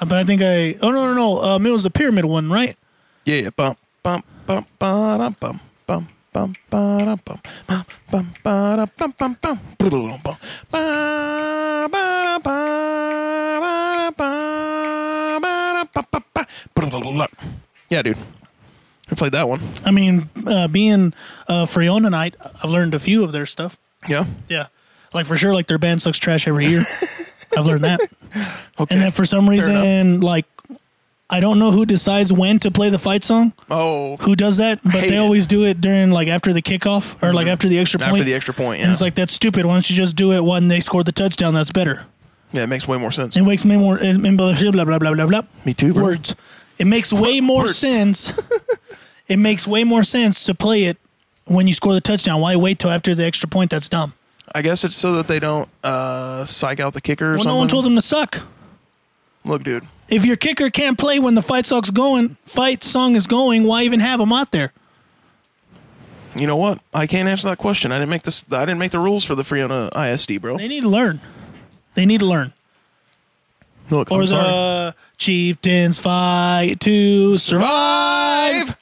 B: Uh, but I think I. Oh no no no. Um, it was the pyramid one, right?
A: Yeah, bum bum bum ba-dum, bum bum bum ba-dum, bum bum bum ba-dum, bum bum bum ba-dum, bum ba-dum, ba-dum, ba-dum, ba-dum, ba-dum, ba-dum, ba-dum. Yeah, dude. I played that one.
B: I mean, uh, being uh, Freonanite, I've learned a few of their stuff.
A: Yeah.
B: Yeah, like for sure, like their band sucks trash
A: [laughs]
B: every year. I've learned that,
A: Okay.
B: and then for some reason, like I don't know who decides when to play the fight song.
A: oh,
B: who does that, but
A: Hate
B: they
A: it. Mm-hmm.
B: always do it during like after the kickoff or like after the extra
A: After
B: point.
A: the extra point,
B: And
A: yeah.
B: it's like that's stupid. Why don't you just do it when they scored the touchdown? That's better.
A: yeah, it makes way more sense.
B: It makes me more it- it- blah blah blah blah blah blah.
A: Me too, bro.
B: Words. It makes way more
A: Words.
B: sense. [laughs] it makes way more sense to play it when you score the touchdown. Why wait till after the extra point? That's dumb.
A: I guess it's so that they don't uh, psych out the kicker or
B: Well,
A: something.
B: no one told them to suck.
A: Look, dude.
B: If your kicker can't play when the fight song's going, fight song is going, why even have him out there?
A: You know what? I can't answer that question. I didn't make this. I didn't make the rules for the Friona ISD, bro.
B: They need to learn. They need to learn.
A: Look,
B: Or
A: I'm sorry.
B: the chieftains fight to survive.
A: Five.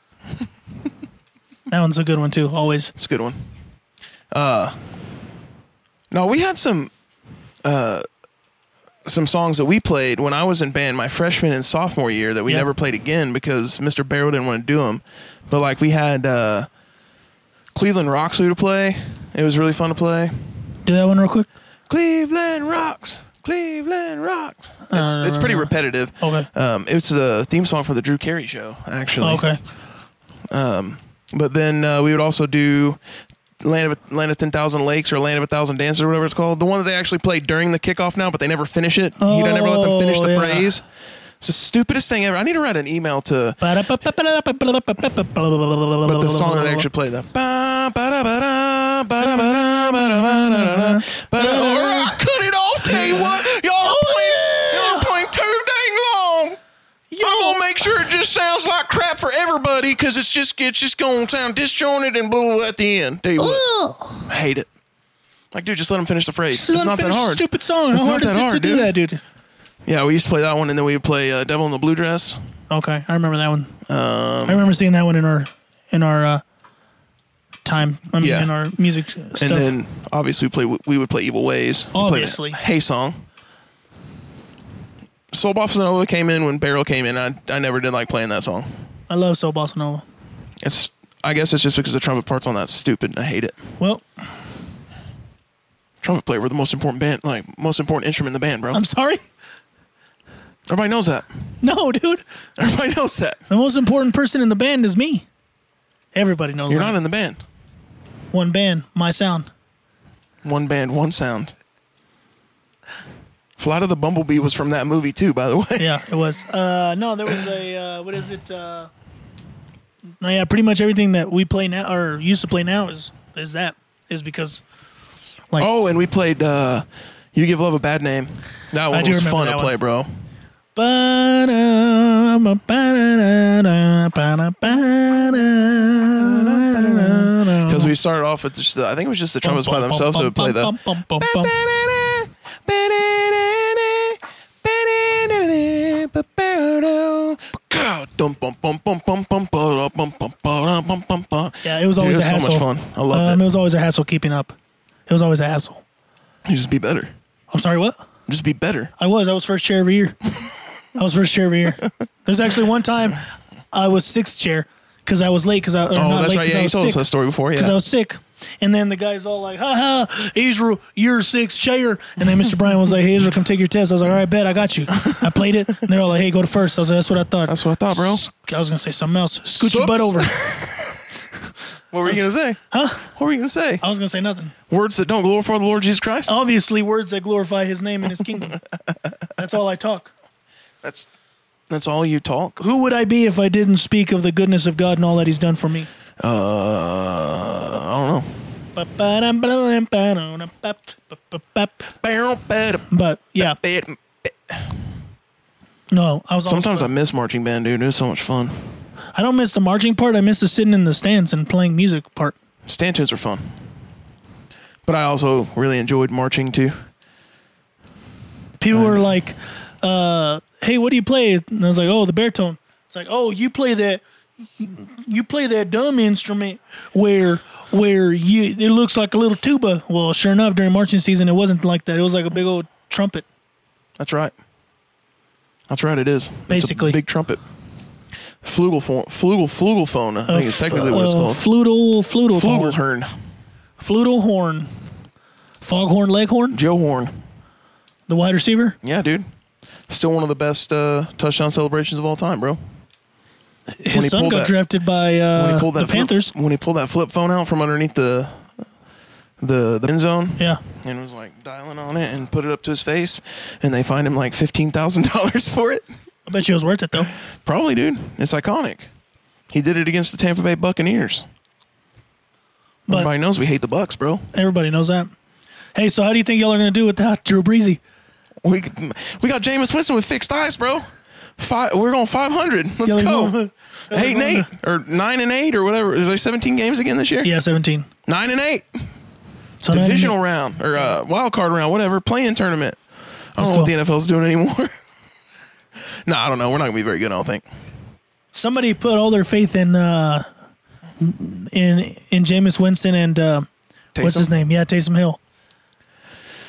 B: That one's a good one too. Always.
A: It's a good one. Uh, no, we had some uh, some songs that we played when I was in band my freshman and sophomore year that we
B: Yeah.
A: never played again because Mr. Barrow didn't want to do them. But like we had uh, Cleveland Rocks we to play. It was really fun to play.
B: Do that one real quick.
A: Cleveland Rocks. Cleveland Rocks. It's,
B: Uh,
A: it's pretty repetitive.
B: Okay. Oh,
A: Um, it's the theme song for the Drew Carey show, actually.
B: Okay.
A: But then uh, we would also do Land of Land of Ten Thousand Lakes or Land of a Thousand Dances or whatever it's called. The one that they actually play during the kickoff now, but they never finish it. you don't ever let them finish the
B: Oh, yeah.
A: phrase. It's the stupidest thing ever. I need to write an email to but
B: But
A: the song that they actually play the ba ba da ba da ba da ba da ba da ba da da da ba da Oh, or I couldn't all tell you what y'all are playing y'all are playing too dang long. I'm gonna make sure it just sounds like crap for everybody because it's just it's just gonna sound disjointed and blah at the end. Tell you what. I hate it. Like, dude, just let him finish the phrase.
B: Still
A: it's not that
B: unfinished
A: hard.
B: Stupid song.
A: It's
B: How
A: not
B: hard is
A: that
B: it to
A: hard,
B: do
A: dude.
B: that, dude?
A: Yeah, we used to play that one, and then we would play uh, "Devil in the Blue Dress."
B: Okay, I remember that one.
A: Um,
B: I remember seeing that one in our in our uh, time. I mean,
A: Yeah.
B: in our music stuff.
A: And then, obviously, we play we would play "Evil Ways." We played
B: Obviously.
A: the "Hey Song." Soul Bossa Nova came in when Barrel came in. I I never did like playing that song.
B: I love Soul Bossa Nova.
A: It's I guess it's just because the trumpet part's on that stupid. and I hate it.
B: Well,
A: Trumpet player were the most important band, like most important instrument in the band, bro.
B: I'm sorry. [laughs]
A: Everybody knows that. [laughs]
B: No, dude.
A: Everybody knows that.
B: The most important person in the band is me. Everybody knows
A: You're
B: that.
A: not in the band.
B: one band, my sound.
A: One band, one sound. Flight of the Bumblebee was from that movie too, by the
B: [laughs]
A: way.
B: Yeah, it was. Uh, no, there was a uh, what is it? Uh, no, yeah, pretty much everything that we play now or used to play now is is that is because
A: Oh, and we played uh You Give Love a Bad Name. That one
B: do
A: was
B: remember
A: fun
B: that
A: to
B: one.
A: play, bro. Because
B: because
A: we started off with just the, I think it was just the trumpets by themselves, so we play the
B: Yeah, it was always
A: Dude,
B: a
A: it was
B: hassle.
A: so much fun. I love
B: um,
A: it.
B: was always a hassle keeping up. It was always a hassle.
A: You just be better.
B: I'm sorry, what?
A: Just be better.
B: I was. I was first chair every year. I was first chair every year. There's actually one time I was sixth chair because I was late because I or
A: Oh,
B: not
A: that's
B: late
A: right.
B: 'cause
A: Yeah,
B: I
A: you
B: was
A: told us
B: sick
A: that story before.
B: because I
A: Yeah.
B: was sick. And then the guy's all like, ha ha, Israel, you're sixth chair. And then Mr. Bryan was like, hey, Israel, come take your test. I was like, all right, bet, I got you. I played it. And they're all like, hey, go to first. I was like, that's what I thought.
A: That's what I thought, bro.
B: S- I was going to say something else. Scoot
A: Sucks.
B: your butt over.
A: What were you going to say? Huh? What were you going to say?
B: I was going to say nothing.
A: Words that don't glorify the Lord Jesus
B: uh,
A: Christ?
B: Obviously, words that glorify his name and his kingdom. That's all I talk.
A: That's that's all you talk.
B: Who would I be if I didn't speak of the goodness of God and all that he's done for me?
A: Uh, I don't know.
B: But yeah, no, I was always-
A: Sometimes I miss marching band, dude. It was so much fun.
B: I don't miss the marching part. I miss the sitting in the stands and playing music part.
A: Stand tunes are fun, but I also really enjoyed marching too.
B: People were like, uh, "Hey, what do you play?" And I was like, "Oh, the baritone." It's like, "Oh, you play that, you play that dumb instrument where where you it looks like a little tuba." Well, sure enough, during marching season, it wasn't like that. It was like a big old trumpet.
A: That's right. That's right. It is It's a
B: Basically.
A: big trumpet. Flugelphone, flugel, flugelphone. I think it's technically what it's
B: Uh,
A: called.
B: Flutal, flutal, horn,
A: Flugelhorn,
B: flutal horn, foghorn, leghorn,
A: Joe Horn.
B: the wide receiver.
A: Yeah, dude. Still one of the best uh, touchdown celebrations of all time, bro.
B: His
A: he
B: son
A: pulled
B: got
A: that-
B: drafted by
A: when
B: uh,
A: he pulled that
B: the
A: flip-
B: Panthers.
A: when he pulled that flip phone out from underneath the the the end zone
B: Yeah.
A: and was like dialing on it and put it up to his face and they fined him like fifteen thousand dollars [laughs] for it.
B: I bet you it was worth it though.
A: Probably, dude. It's iconic. He did it against the Tampa Bay Buccaneers.
B: But
A: Everybody knows we hate the Bucks, bro.
B: everybody knows that. Hey, so how do you think y'all are gonna do without Drew Breezy?
A: We we got Jameis Winston with fixed eyes, bro. Five, we're going 500. Let's
B: Yeah, like,
A: go.
B: no.
A: Eight and eight, or nine and eight, or whatever. Is there 17 games again this year?
B: Yeah, 17.
A: Nine and eight.
B: So now-
A: Divisional round or uh, wild card round, whatever. Playing tournament. I don't know
B: go.
A: what the NFL's doing anymore. [laughs] no, I don't know. We're not gonna be very good. I don't think.
B: Somebody put all their faith in uh, in in Jameis Winston and uh, what's
A: Taysom?
B: his name? Yeah, Taysom Hill.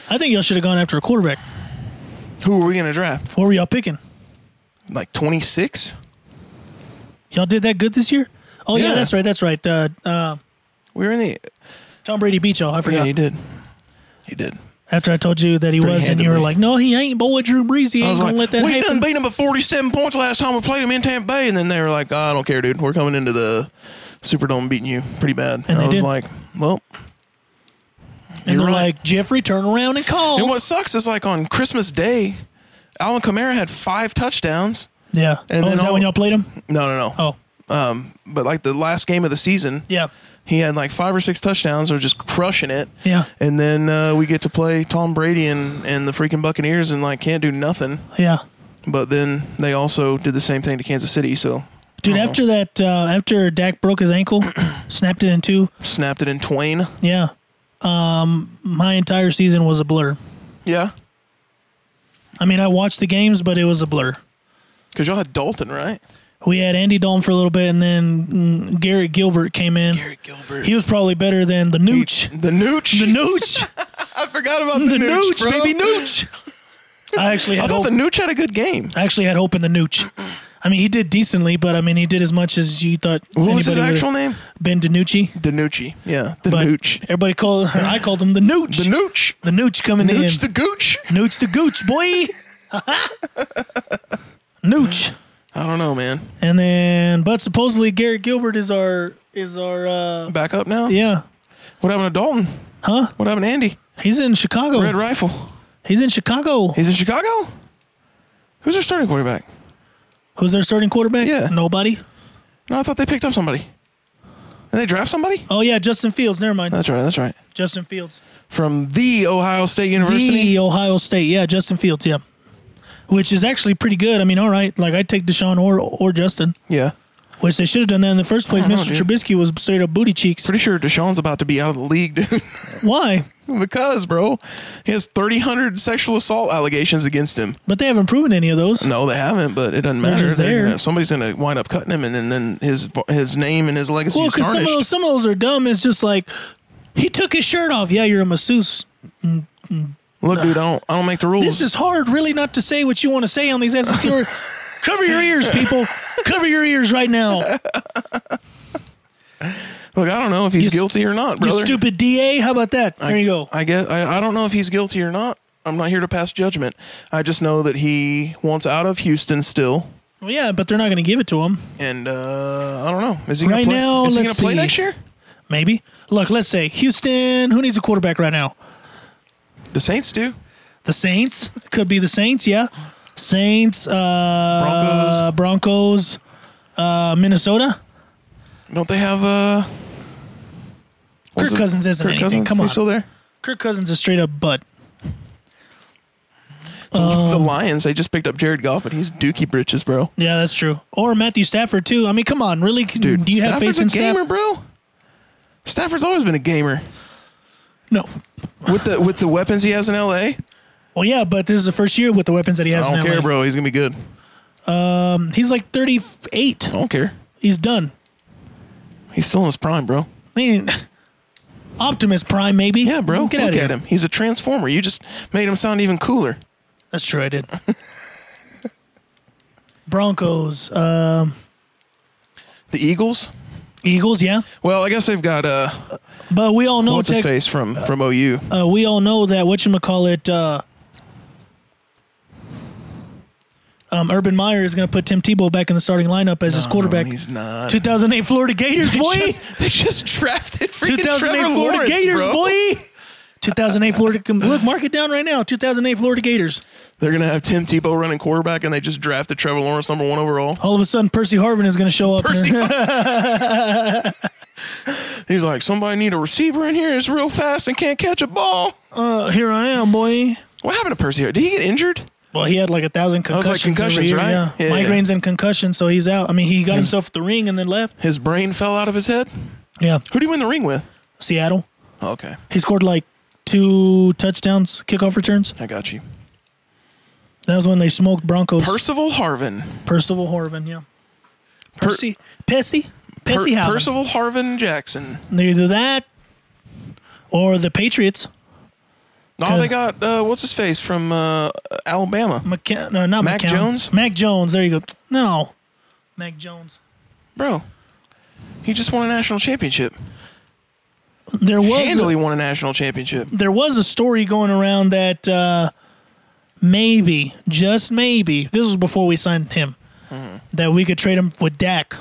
B: I think y'all should have gone after a quarterback.
A: Who are we gonna draft?
B: What were y'all picking?
A: Like 26?
B: Y'all did that good this year? Oh yeah,
A: Yeah.
B: that's right, that's right. Uh, uh,
A: We were in the.
B: Tom Brady beat y'all. I
A: Yeah,
B: forgot.
A: he did. He did.
B: After I told you that he
A: Pretty
B: was, and you were
A: handedly.
B: like, "No, he ain't, boy, Drew Brees, he
A: I
B: ain't
A: was
B: gonna
A: like,
B: let that
A: we
B: happen."
A: done beat them by 47 points last time we played them in Tampa Bay. And then they were like, "Ah, I don't care, dude. We're coming into the Superdome beating you pretty bad. And,
B: they
A: I was
B: did.
A: like, well.
B: and
A: you're
B: they're
A: right.
B: like, "Jeffrey, turn around and call."
A: And what sucks is like on Christmas Day, Alvin Kamara had five touchdowns.
B: yeah.
A: and
B: oh,
A: then
B: is that
A: all-
B: when y'all played him?
A: No, no, no.
B: Oh,
A: Um, but like the last game of the season,
B: yeah.
A: he had like five or six touchdowns or just crushing it.
B: Yeah.
A: And then uh, we get to play Tom Brady and, and the freaking Buccaneers and like can't do nothing.
B: Yeah.
A: But then they also did the same thing to Kansas City. So
B: Dude,
A: Uh-huh.
B: after that, uh, after Dak broke
A: [clears throat]
B: his ankle, snapped it in two.
A: snapped it in twain.
B: Yeah. Um, my entire season was a blur.
A: Yeah.
B: I mean, I watched the games, but it was a blur.
A: Because y'all had Dalton, right?
B: We had Andy Dalton for a little bit, and then mm, Garrett Gilbert came in.
A: Eric Gilbert.
B: He was probably better than the Nooch.
A: the Nooch.
B: The
A: [laughs]
B: Nooch.
A: I forgot about the,
B: The
A: Nooch,
B: Nooch,
A: bro.
B: baby Nooch. I actually
A: I
B: had
A: thought
B: hope.
A: the Nooch had a good game.
B: I actually had hope in the Nooch. I mean, he did decently, but I mean, he did as much as you thought.
A: What was his
B: anybody
A: actual
B: would've-
A: name?
B: Ben DiNucci.
A: Danucci. Yeah. The
B: But
A: Nooch.
B: Everybody called. I called him the Nooch.
A: The Nooch.
B: The Nooch coming in.
A: Nooch the Gooch.
B: Nooch the Gooch, boy. [laughs] Nooch.
A: I don't know, man.
B: And then but supposedly Garrett Gilbert is our is our uh
A: Back up now?
B: yeah.
A: What happened to Dalton?
B: Huh?
A: What happened to Andy?
B: He's in Chicago.
A: Red Rifle.
B: He's in Chicago.
A: He's in Chicago? Who's their starting quarterback?
B: Who's their starting quarterback?
A: Yeah.
B: Nobody.
A: No, I thought they picked up somebody. And they draft somebody?
B: Oh yeah, Justin Fields. Never mind.
A: That's right. That's right.
B: Justin Fields.
A: From the Ohio State University.
B: The Ohio State. Yeah, Justin Fields, yeah. Which is actually pretty good. I mean, all right. Like I'd take Deshaun or or Justin.
A: yeah.
B: Which they should have done that in the first place.
A: I don't know,
B: Mr.
A: dude.
B: Trubisky was straight up booty cheeks.
A: Pretty sure Deshaun's about to be out of the league, dude. [laughs]
B: [laughs] Why?
A: because, bro, he has 3,000 sexual assault allegations against him.
B: But they haven't proven any of those.
A: No, they haven't, but it doesn't matter.
B: just there.
A: gonna- somebody's going to wind up cutting him, and, and then his his name and his legacy
B: Well,
A: is
B: because some of
A: tarnished.
B: those some of those are dumb. It's just like he took his shirt off. Yeah, you're a masseuse.
A: Look, dude, I don't, I don't make the rules.
B: This is hard, really, not to say what you want to say on these
A: [laughs]
B: FCC words. Cover your ears, people. Cover your ears right now.
A: Look, I don't know if he's
B: You st-
A: guilty or not,
B: You
A: brother.
B: stupid DA. How about that? there you go.
A: I guess I, I don't know if he's guilty or not. I'm not here to pass judgment. I just know that he wants out of Houston still,
B: well, yeah, but they're not going to give it to him.
A: and uh, I don't know. Is he gonna
B: Right
A: play,
B: now,
A: Is he
B: let's
A: gonna play
B: see.
A: next year?
B: Maybe. Look, let's say Houston. Who needs a quarterback right now?
A: The Saints do.
B: The Saints could be the Saints. Yeah, Saints. Uh, Broncos. Uh, Minnesota.
A: Don't they have uh?
B: Kirk
A: what's it-
B: Cousins isn't
A: Kirk
B: anything.
A: Cousins?
B: Come on.
A: he's still there.
B: Kirk Cousins is straight up butt. Um,
A: the Lions. They just picked up Jared Goff, but he's dookie britches, bro.
B: Yeah, that's true. Or Matthew Stafford too. I mean, come on, really? Can-
A: Dude,
B: do you have
A: Stafford's
B: faith in
A: a gamer,
B: Stafford?
A: bro? Stafford's always been a gamer
B: No.
A: with the with the weapons he has in L.A.
B: Well, yeah, but this is the first year with the weapons that he has.
A: I don't
B: in
A: care,
B: LA.
A: bro. He's gonna be good.
B: He's like thirty-eight.
A: I don't care.
B: He's done.
A: He's still in his prime, bro.
B: I mean, Optimus Prime, maybe.
A: Yeah, bro. Look
B: Get out of
A: at
B: here.
A: him. He's a transformer. You just made him sound even cooler.
B: That's true. I did. [laughs] Broncos, um,
A: The Eagles.
B: Eagles, yeah.
A: Well, I guess they've got uh,
B: But we all know
A: what's his
B: tech,
A: face from from OU.
B: uh, we all know that what you call it. Uh, um, Urban Meyer is going to put Tim Tebow back in the starting lineup as his quarterback.
A: No, he's not.
B: 2008 Florida
A: [laughs]
B: Gators,
A: They
B: boy.
A: just, they just drafted freaking
B: 2008
A: Trevor
B: Florida
A: Lawrence,
B: Gators,
A: bro.
B: boy. 2008 Florida. Look, mark it down right now. 2008 Florida Gators.
A: They're gonna have Tim Tebow running quarterback, and they just drafted Trevor Lawrence number one
B: [laughs]
A: overall.
B: All of a sudden, Percy Harvin is going to show up.
A: Percy. He's like, somebody need a receiver in here. It's real fast and can't catch a ball.
B: Uh, here I am, boy.
A: What happened to Percy? Did he get injured?
B: Well, he had like a thousand
A: was
B: concussions.
A: like, concussions,
B: every year,
A: right?
B: Yeah.
A: Yeah, yeah.
B: Migraines and concussions, so he's out. I mean, he got himself the ring and then left.
A: His brain fell out of his head.
B: Yeah,
A: Who do you win the ring with?
B: Seattle.
A: Okay,
B: He scored like two touchdowns, kickoff returns.
A: I got you.
B: That was when they smoked Broncos.
A: Percival Harvin.
B: Percival Horvin, yeah.
A: Per-
B: Percy, Pessy,
A: Per-
B: Pessy Howard.
A: Percival Harvin Jackson.
B: Either that or the Patriots.
A: Oh, they got uh, what's his face from uh, Alabama,
B: McCa- no, uh, not
A: Mac
B: McCown.
A: Jones?
B: Mac Jones. There you go. No, Mac Jones.
A: bro. He just won a national championship.
B: There was
A: Handily
B: a,
A: won a national championship.
B: there was a story going around that uh, maybe, just maybe, this was before we signed him,
A: Mm-hmm.
B: that we could trade him with Dak.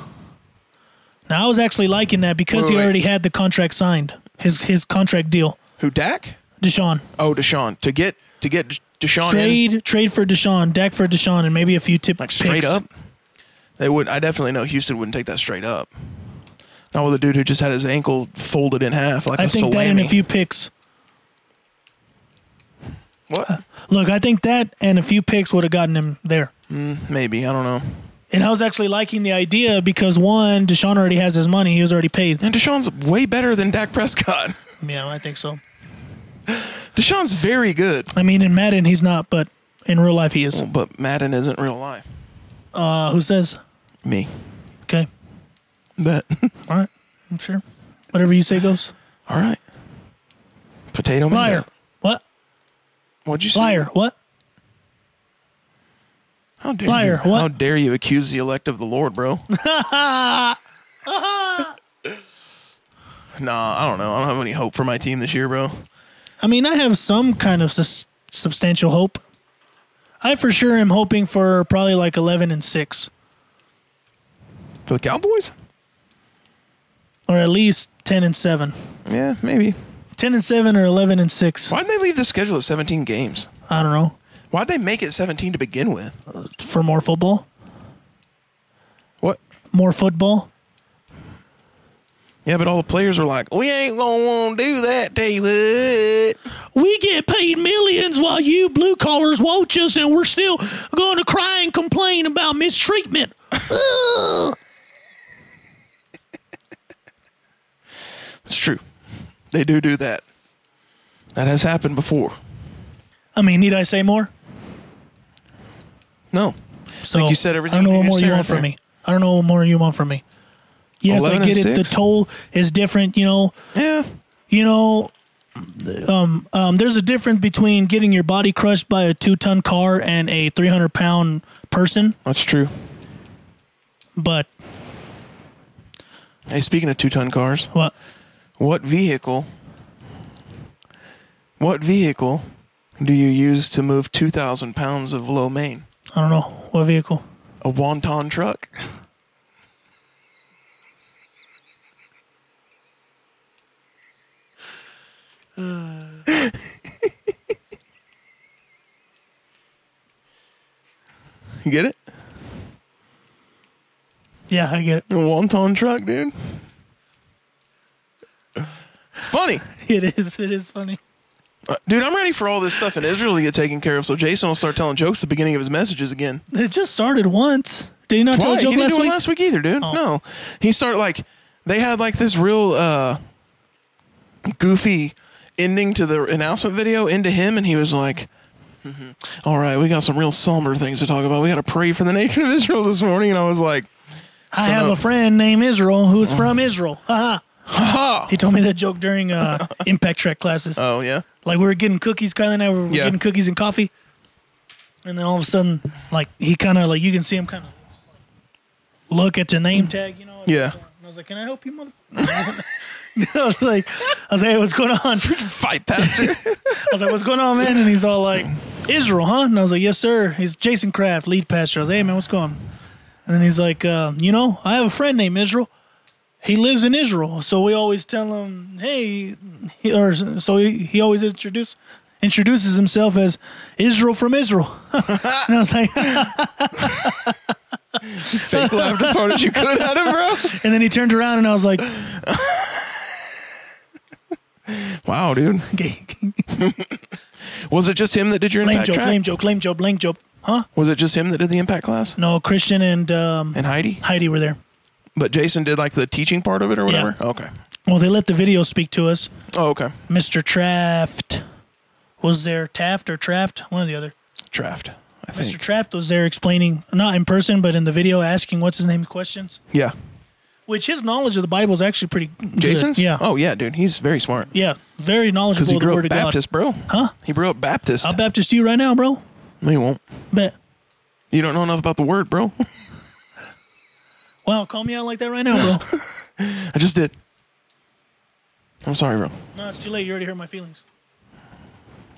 B: Now I was actually liking that because
A: Wait,
B: he
A: wait, wait.
B: already had the contract signed, his his contract deal.
A: Who Dak?
B: Deshaun.
A: Oh, Deshaun. To get to get Deshaun in
B: trade trade for Deshaun, Dak for Deshaun, and maybe a few tip
A: like straight
B: picks.
A: up, they would. I definitely know Houston wouldn't take that straight up. Not with a dude who just had his ankle folded in half like a
B: I think
A: salami.
B: that and a few picks.
A: what?
B: Look, I think that and a few picks would have gotten him there.
A: Maybe I don't know.
B: And I was actually liking the idea because one, Deshaun already has his money; he was already paid.
A: And Deshaun's way better than Dak Prescott. [laughs]
B: Yeah, I think so.
A: Deshaun's very good,
B: I mean, in Madden, he's not, but in real life, he is.
A: but Madden isn't real life.
B: Uh, who says?
A: Me,
B: Okay,
A: but
B: all right, I'm sure. Whatever you say goes.
A: [laughs] all right. Potato man.
B: Liar. What?
A: What'd you say?
B: Liar. What?
A: How dare
B: Liar.
A: You,
B: What?
A: How dare you accuse the elect of the Lord,
B: [laughs]
A: bro? nah, I don't know. I don't have any hope for my team this year, bro.
B: I mean, I have some kind of sus- substantial hope. I for sure am hoping for probably like 11 and 6,
A: For the Cowboys?
B: or at least 10 and 7.
A: Yeah, maybe.
B: 10 and 7 or 11 and 6.
A: Why'd they leave the schedule at 17 games?
B: I don't know.
A: Why'd they make it 17 to begin with?
B: For more football?
A: What?
B: More football?
A: Yeah, but all the players were like, we ain't gonna want to do that, David.
B: We get paid millions while you blue collars watch us, and we're still going to cry and complain about mistreatment.
A: It's true. They do do that. That has happened before.
B: I mean, need I say more?
A: No.
B: So
A: you said everything
B: I don't
A: you
B: know what
A: need to
B: more
A: say
B: you
A: right
B: want from
A: there.
B: me. I don't know what more you want from me. Yes,
A: 11
B: I
A: and
B: get it. The
A: six?
B: toll is different. You know,
A: Yeah.
B: you know, um, um, there's a difference between getting your body crushed by a two-ton car and a 300-pound person.
A: That's true.
B: But
A: Hey, speaking of two ton cars,
B: what?
A: what vehicle what vehicle do you use to move two thousand pounds of low main?
B: I don't know what vehicle.
A: A wonton truck? [laughs] you get it?
B: Yeah, I get
A: A wonton truck, dude. It's funny.
B: it. [laughs] It is. It is funny.
A: Uh, Dude, I'm ready for all this stuff in Israel to get taken care of, so Jason will start telling jokes at the beginning of his messages again.
B: It just started once. Did he not tell
A: Why?
B: a
A: He
B: joke
A: didn't do
B: last
A: it
B: week? Oh.
A: last week either, dude. No. He started like they had like this real uh goofy ending to the announcement video into him and he was like "Mhm. all right, we got some real somber things to talk about. We got to pray for the nation of Israel this morning. And I was like,
B: I
A: So- Oh.
B: have a friend named Israel who's from Israel. Ha ha. He told me that joke
A: [laughs]
B: during uh, Impact Trek classes.
A: oh, yeah.
B: Like we were getting cookies, Kylie and I were
A: Yeah.
B: getting cookies and coffee, and then all of a sudden, like he kind of like you can see him kind of look at the name tag, you know? and
A: Yeah.
B: I was like, "Can I help you, mother?" [laughs] I was like, "I was like, hey, what's going
A: [laughs]
B: on?"
A: Fight,
B: [laughs]
A: Pastor.
B: I was like, "What's going on, man?" And he's all like, "Israel, huh?" And I was like, "Yes, sir." He's Jason Kraft, lead pastor. I was, "Hey, man, what's going?" on? And then he's like, uh, "You know, I have a friend named Israel. He lives in Israel, so we always tell him, hey, he, or so he, he always introduce introduces himself as Israel from Israel." [laughs] and I was like, [laughs]
A: Fake laughed as hard as you could at him, bro.
B: and then he turned around and I was like,
A: Wow, dude.
B: okay.
A: Was it just him that did your
B: Lame
A: impact
B: joke,
A: track?
B: lame joke, lame joke, lame joke. Mm. Huh?
A: Was it just him that did the impact class?
B: No, Christian and um,
A: And Heidi?
B: Heidi were there.
A: But Jason did like the teaching part of it or whatever? Okay.
B: Well, they let the video speak to us.
A: Oh, okay.
B: Mr. Traft was there. Taft or Traft? One or the other.
A: Draft, I
B: Mr.
A: think.
B: Traft was there explaining, not in person, but in the video, asking what's his name questions.
A: Yeah.
B: Which his knowledge of the Bible is actually pretty. good.
A: Jason's?
B: Yeah.
A: Oh, yeah, dude. He's very smart.
B: Yeah. Very
A: Because
B: knowledgeable
A: he
B: of the
A: grew
B: Word
A: up
B: of God.
A: Baptist, bro.
B: Huh?
A: He grew up Baptist.
B: I'll Baptist you right now, bro.
A: no, you won't.
B: Bet.
A: You don't know enough about the word, bro. [laughs]
B: Wow, call me out like that right now,
A: [laughs]
B: bro.
A: I just did. I'm sorry, bro.
B: no, it's too late. You already hurt my feelings.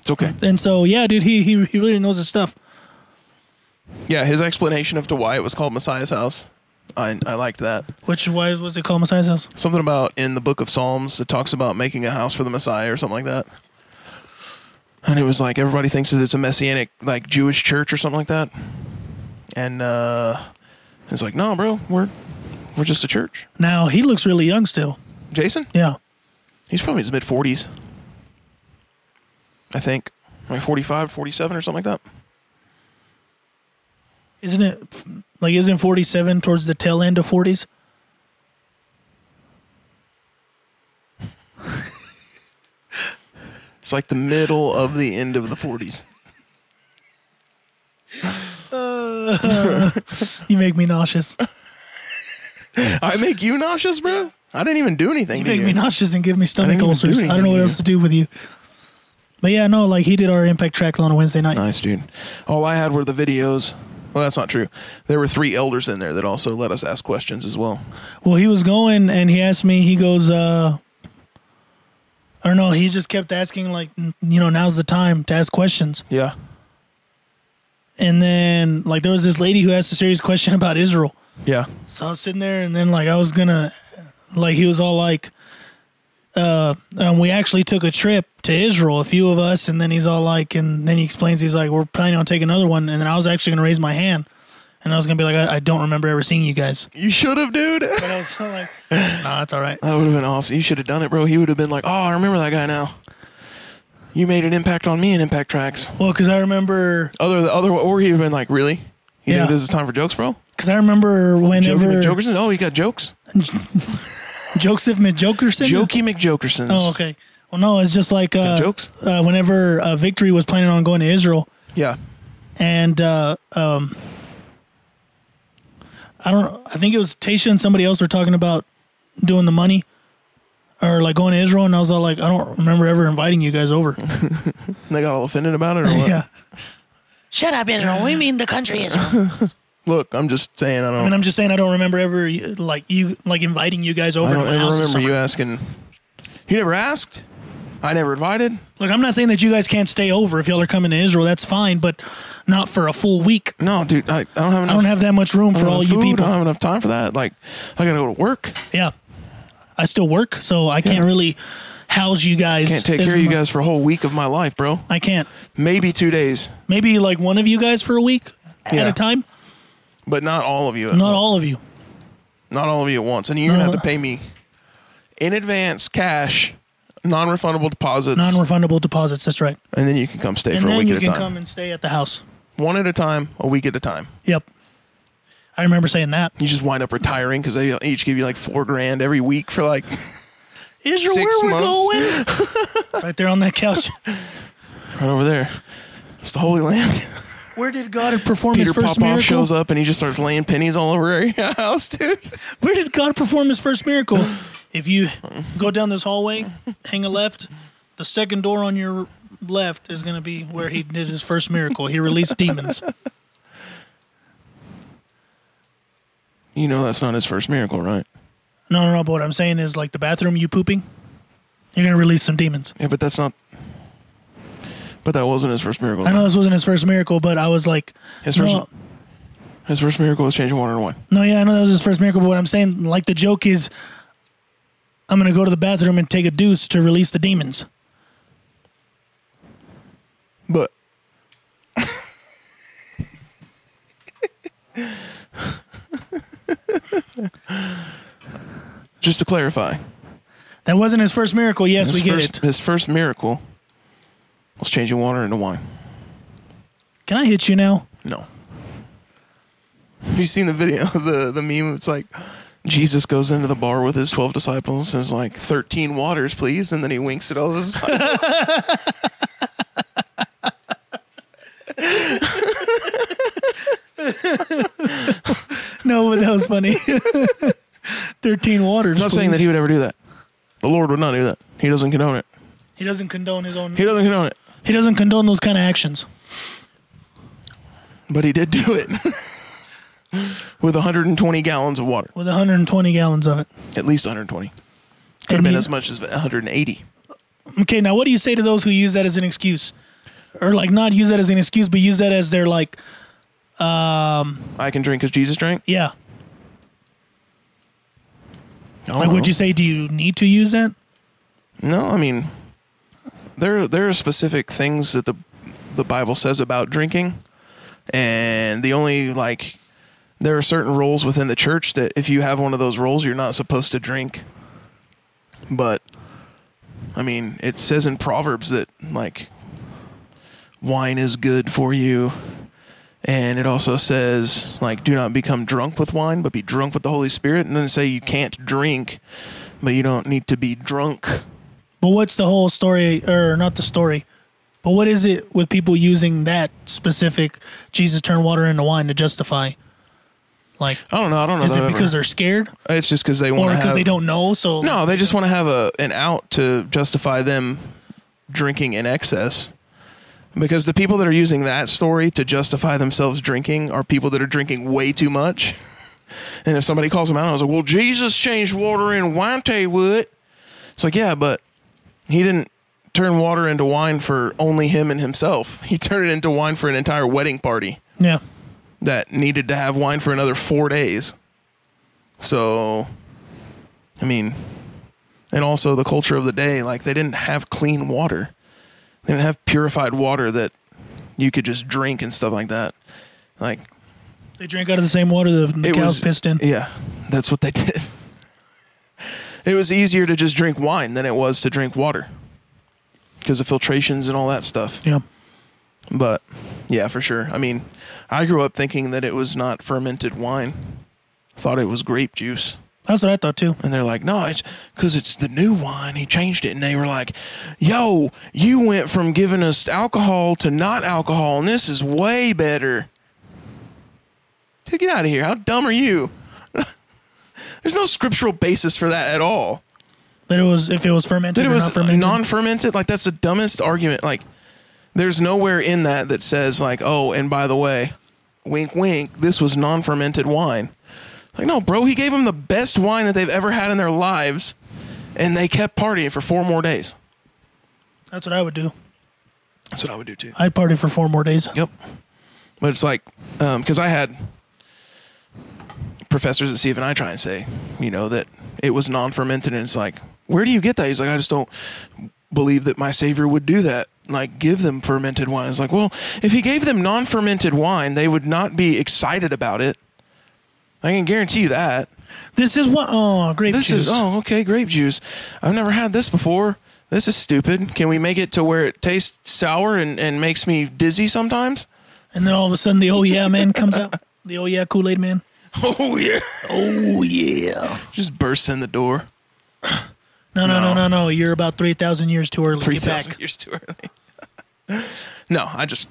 A: It's okay.
B: And so, yeah, dude, he he, he really knows his stuff.
A: Yeah, his explanation of to why it was called Messiah's house. I I liked that.
B: Which why was it called Messiah's house?
A: Something about in the book of Psalms it talks about making a house for the Messiah or something like that. And it was like everybody thinks that it's a messianic like Jewish church or something like that. And uh it's like, no, bro, we're we're just a church.
B: Now he looks really young still.
A: Jason?
B: Yeah.
A: He's probably in his mid forties. I think. Like 45, 47 or something like that.
B: Isn't it like isn't 47 towards the tail end of 40s?
A: It's like the middle of the end of the forties.
B: You make me nauseous.
A: [laughs] I make you nauseous, bro? I didn't even do anything
B: You
A: to
B: make
A: you.
B: me nauseous and give me stomach
A: even do
B: ulcers. I don't know
A: anything
B: what
A: to
B: else
A: you.
B: to do with you. But yeah, no, like he did our impact track on a Wednesday night.
A: Nice, dude. All I had were the videos. Well, that's not true. There were three elders in there that also let us ask questions as well.
B: Well, he was going and he asked me, he goes, uh, or no, he just kept asking, like, n- you know, now's the time to ask questions.
A: Yeah.
B: And then, like, there was this lady who asked a serious question about Israel.
A: Yeah.
B: So I was sitting there, and then like I was gonna, like he was all like, uh, and we actually took a trip to Israel, a few of us, and then he's all like, and then he explains, he's like, we're planning on taking another one, and then I was actually gonna raise my hand, and I was gonna be like, I, I don't remember ever seeing you guys,
A: You should have, dude. [laughs]
B: but I was kinda like, [laughs] nah, that's all right.
A: That would have been awesome. You should have done it, bro. He would have been like, "Oh, I remember that guy now. You made an impact on me in Impact Tracks."
B: Well, because I remember,
A: Other, the other, or he'd have been like, "Really? You
B: Yeah.
A: think this is time for jokes, bro?
B: because I remember
A: Jokey
B: whenever
A: McJokerson? Oh, you got jokes.
B: [laughs] Joseph McJokerson.
A: Jokey McJokersons.
B: Oh, okay. Well, no, it's just like uh,
A: jokes?
B: Uh, whenever uh, Victory was planning on going to Israel.
A: Yeah.
B: and uh, um, I don't. I think it was Tasha and somebody else were talking about doing the money or like going to Israel, and I was all like, I don't remember ever inviting you guys over.
A: And they got all offended about
B: [laughs]
A: it, or what?
B: yeah,
C: Shut up, Israel. We mean the country Israel.
A: Look, I'm just saying, I don't.
B: I mean, I'm just saying I don't remember ever like you like inviting you guys over.
A: I
B: to
A: don't
B: my
A: ever
B: house this
A: remember you
B: summer.
A: asking. You never asked. I never invited.
B: Look, I'm not saying that you guys can't stay over if y'all are coming to Israel. That's fine, but not for a full week.
A: No, dude, I, I don't have enough.
B: I don't have that much room
A: I
B: for
A: don't
B: all
A: have
B: you
A: food,
B: people.
A: I don't have enough time for that. Like, I gotta go to work.
B: yeah, I still work, so I can't
A: Yeah.
B: really house you guys.
A: Can't take
B: as
A: care of you
B: mu-
A: guys for a whole week of my life, bro.
B: I can't.
A: Maybe two days,
B: maybe like one of you guys for a week at
A: Yeah.
B: a time.
A: but not all of you. At
B: Not all of you.
A: Not all of you at once, and you're gonna
B: Not
A: have to
B: all-
A: pay me in advance, cash, non-refundable deposits,
B: Non-refundable deposits. That's right.
A: and then you can come stay
B: And
A: for a
B: then
A: week
B: you
A: at a
B: can
A: time.
B: come and stay at the house.
A: One at a time, a week at a time.
B: Yep. I remember saying that.
A: You just wind up retiring because they each give you like four grand every week for like [laughs]
B: Israel,
A: Six
B: where we're
A: months. [laughs]
B: going? right there on that couch.
A: right over there. It's the Holy Land. [laughs]
B: Where did God perform
A: Peter
B: his first
A: Popoff
B: miracle?
A: shows up and he just starts laying pennies all over our [laughs] house, dude.
B: Where did God perform his first
A: [laughs]
B: miracle? If you go down this hallway, hang a left, the second door on your left is going to be where he did his first miracle. He released demons.
A: You know that's not his first miracle, right?
B: No, no, no. But what I'm saying is, like the bathroom, you pooping, you're going to release some demons.
A: Yeah, but that's not. But that wasn't his first miracle.
B: I know this wasn't his first miracle, but I was like,
A: His first-
B: no,
A: His first miracle was changing water to wine.
B: no, yeah, I know that was his first miracle. But what I'm saying, like, the joke is, I'm gonna go to the bathroom and take a deuce to release the demons.
A: But just to clarify,
B: That wasn't his first miracle. Yes,
A: his
B: we get
A: first,
B: it.
A: His first miracle Let's change your water into wine.
B: Can I hit you now? [laughs]
A: No. Have you seen the video, [laughs] the the meme? It's like Jesus goes into the bar with his twelve disciples and is like, 13 waters, please," and then he winks at all [laughs] his disciples.
B: No, but that was funny. [laughs] Thirteen waters.
A: I'm not saying that he would ever do that. The Lord would not do that. He doesn't condone it.
B: he doesn't condone his own.
A: He doesn't condone it.
B: He doesn't condone those kind of actions.
A: But he did do it [laughs] with 120 gallons of water,
B: With 120 gallons of it.
A: at least 120. Could have
B: And
A: been
B: you-
A: as much as 180.
B: Okay, now what do you say to those who use that as an excuse, or like not use that as an excuse, but use that as their like,
A: I can drink as Jesus drank.
B: yeah.
A: I don't
B: Like,
A: know.
B: would you say do you need to use that?
A: No, I mean, there there are specific things that the the Bible says about drinking, and the only like there are certain rules within the church that if you have one of those rules, you're not supposed to drink. But I mean, it says in Proverbs that like wine is good for you. And it also says, like, do not become drunk with wine, but be drunk with the Holy Spirit. And then it say you can't drink, but you don't need to be drunk
B: But what's the whole story, or not the story? But what is it with people using that specific Jesus turned water into wine to justify? Like,
A: I don't know. I don't know.
B: is
A: that
B: it
A: I've
B: because
A: ever-
B: they're scared,
A: It's just because they want
B: or
A: to
B: because
A: have.
B: they don't know? So
A: No, they just want to have a an out to justify them drinking in excess. Because the people that are using that story to justify themselves drinking are people that are drinking way too much. [laughs] And if somebody calls them out, I was like, "Well, Jesus changed water in wine to wood." It's like, yeah, but he didn't turn water into wine for only him and himself. He turned it into wine for an entire wedding party
B: yeah,
A: that needed to have wine for another four days. So, I mean, and also the culture of the day, like they didn't have clean water, they didn't have purified water that you could just drink and stuff like that. Like
B: they drink out of the same water the, the
A: it
B: cows
A: was
B: pissed in.
A: Yeah, that's what they [laughs] did. It was easier to just drink wine than it was to drink water because of filtrations and all that stuff.
B: yeah,
A: But yeah, for sure. I mean, I grew up thinking that it was not fermented wine. Thought it was grape juice.
B: that's what I thought too.
A: And they're like, no, it's because it's the new wine. He changed it. And they were like, yo, you went from giving us alcohol to not alcohol, and this is way better. Dude, get out of here. How dumb are you? [laughs] There's no scriptural basis for that at all.
B: But it was if it was fermented
A: That it
B: or
A: was
B: not fermented.
A: non-fermented. Like that's the dumbest argument. Like there's nowhere in that that says like, oh, and by the way, wink, wink, this was non-fermented wine. Like no, bro, he gave them the best wine that they've ever had in their lives, and they kept partying for four more days.
B: that's what I would do.
A: That's what I would do too.
B: I'd party for four more days.
A: Yep. But it's like, because I had professors at CFNI try and say, you know, that it was non fermented. And it's like, where do you get that? He's like, I just don't believe that my Savior would do that. Like, give them fermented wine. It's like, well, if he gave them non fermented wine, they would not be excited about it. I can guarantee you that.
B: This is what. Oh, grape
A: This
B: juice.
A: is, oh, okay, grape juice. I've never had this before. This is stupid. Can we make it to where it tastes sour and, and makes me dizzy sometimes?
B: And then all of a sudden, the oh yeah man comes out. The oh yeah Kool Aid man.
A: [laughs] Oh, yeah.
B: Oh yeah.
A: Just bursts in the door.
B: No, no, no,
A: No.
B: no, no. You're about three thousand years too early.
A: Three
B: Get back.
A: thousand years too early. [laughs] no, I just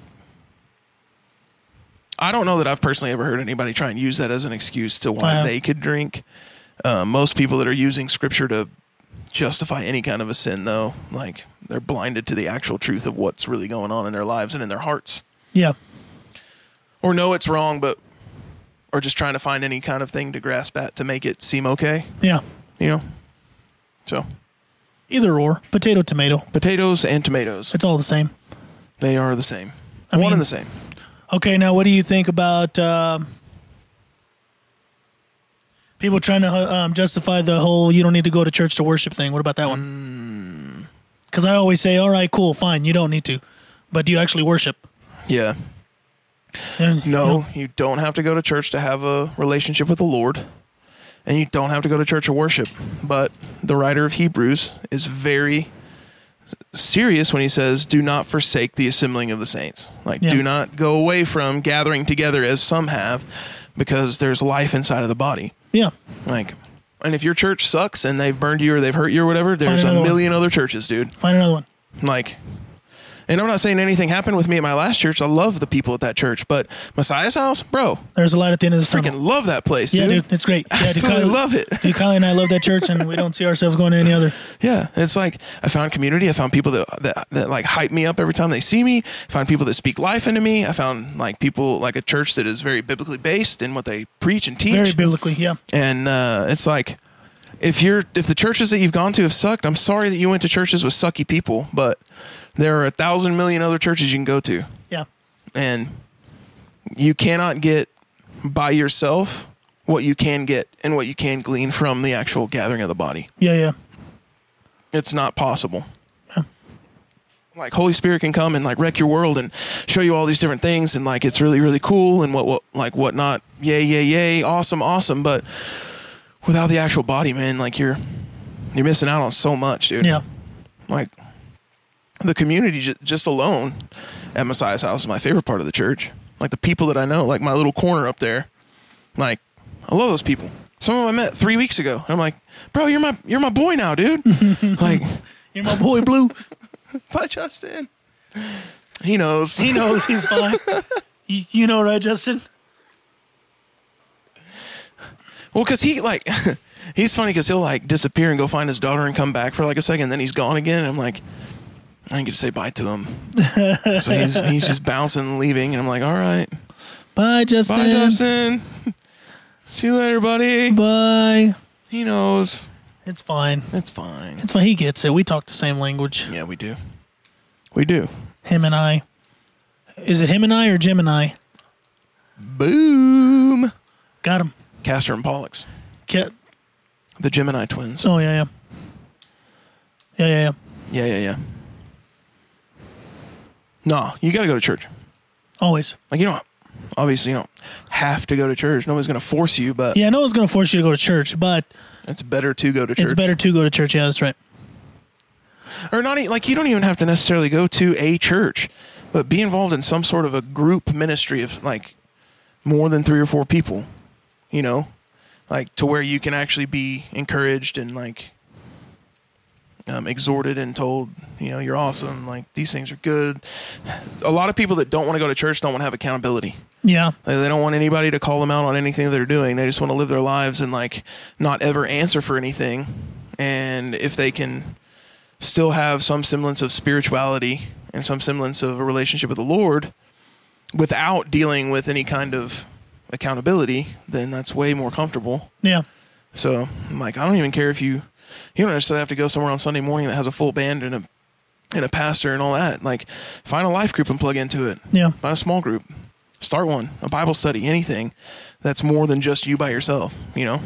A: I don't know that I've personally ever heard anybody try and use that as an excuse to why
B: Uh-huh.
A: they could drink. Uh, most people that are using scripture to justify any kind of a sin, though, like they're blinded to the actual truth of what's really going on in their lives and in their hearts,
B: Yeah.
A: or know it's wrong, but or just trying to find any kind of thing to grasp at to make it seem okay,
B: Yeah.
A: you know. So
B: Either or, potato, tomato.
A: potatoes and tomatoes.
B: It's all the same.
A: They are the same.
B: I
A: One
B: mean-
A: and the same.
B: Okay, now what do you think about um, people trying to uh, um, justify the whole "you don't need to go to church to worship" thing? What about that
A: Mm.
B: one? Because I always say, "All right, cool, fine, you don't need to," but do you actually worship?
A: Yeah.
B: And-
A: No, you don't have to go to church to have a relationship with the Lord, and you don't have to go to church to worship. But the writer of Hebrews is very serious when he says, "Do not forsake the assembling of the saints." Like,
B: Yeah.
A: do not go away from gathering together as some have, because there's life inside of the body.
B: Yeah.
A: Like, and if your church sucks and they've burned you or they've hurt you or whatever, there's a
B: another one.
A: million other churches, dude.
B: Find another one.
A: Like, and I'm not saying anything happened with me at my last church. I love the people at that church, but Messiah's house, bro,
B: There's a light at the end of this
A: freaking
B: tunnel.
A: love that place,
B: Uh-huh. Yeah,
A: dude.
B: dude, it's great. Yeah, dude,
A: Absolutely love it.
B: Dude, Kylie and I love that church, and we don't see ourselves going to any other.
A: Yeah, it's like I found community. I found people that, that that like hype me up every time they see me. I found people that speak life into me. I found like people like a church that is very biblically based in what they preach and teach.
B: Very biblically, yeah.
A: and uh, it's like if you're if the churches that you've gone to have sucked, I'm sorry that you went to churches with sucky people, but there are a thousand million other churches you can go to,
B: Yeah.
A: and you cannot get by yourself what you can get and what you can glean from the actual gathering of the body
B: Yeah, yeah.
A: it's not possible. Like Holy Spirit can come and like wreck your world and show you all these different things and like it's really really cool and what what like what not yay yay yay awesome awesome but without the actual body man like you're you're missing out on so much dude [laughs]
B: Yeah.
A: like the community j- just alone at Messiah's house is my favorite part of the church like the people that I know like my little corner up there like I love those people some of them I met three weeks ago I'm like bro you're my you're my boy now dude like
B: You're my boy, Blue.
A: Bye, Justin. He knows.
B: He knows he's fine. You, you know, right, Justin?
A: Well, because he like, [laughs] he's funny because he'll like disappear and go find his daughter and come back for like a second, then he's gone again. And I'm like, I didn't get to say bye to him, so he's he's just bouncing and leaving, and I'm like, all right,
B: Bye, Justin.
A: bye, Justin. [laughs] See you later, buddy.
B: Bye.
A: He knows.
B: It's fine.
A: It's fine.
B: It's fine. He gets it. We talk the same language.
A: Yeah, we do. We do.
B: Him and I. Is it him and I or Gemini?
A: Boom.
B: Got him.
A: Castor and Pollux,
B: Ca-
A: the Gemini twins.
B: Oh, yeah, yeah. Yeah, yeah,
A: Yeah,
B: yeah.
A: yeah, yeah. Nah, you got to go to church.
B: Always.
A: Like you don't obviously you don't have to go to church. Nobody's gonna force you, but
B: Yeah, no one's going to force you to go to church, but
A: it's better to go to church.
B: it's better to go to church. Yeah, that's right.
A: or not e- like you don't even have to necessarily go to a church, but be involved in some sort of a group ministry of like more than three or four people. You know, like to where you can actually be encouraged and like um, exhorted and told, you know, you're awesome. Like these things are good. A lot of people that don't want to go to church don't want to have accountability.
B: Yeah.
A: Like, they don't want anybody to call them out on anything they're doing. They just want to live their lives and like not ever answer for anything. And if they can still have some semblance of spirituality and some semblance of a relationship with the Lord without dealing with any kind of accountability, then that's way more comfortable.
B: Yeah.
A: So, I'm like, I don't even care if you you don't necessarily have to go somewhere on Sunday morning that has a full band and a and a pastor and all that. Like, find a life group and plug into it
B: Yeah.
A: find a small group start one a bible study anything that's more than just you by yourself you know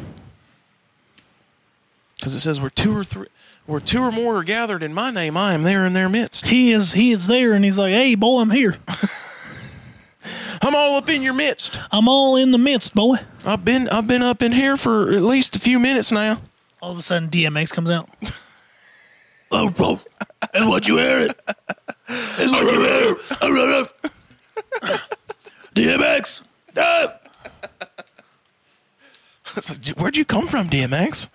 A: because it says we're two or three where two or more are gathered in my name i am there in their midst
B: He is he is there and he's like, "Hey, boy, I'm here.
A: i'm all up in your midst
B: I'm all in the midst, boy."
A: i've been i've been up in here for at least a few minutes now
B: All of a sudden DMX comes [laughs] out.
A: oh bro and what you hear it
B: It's what you [laughs] DMX.
A: where'd you come from dmx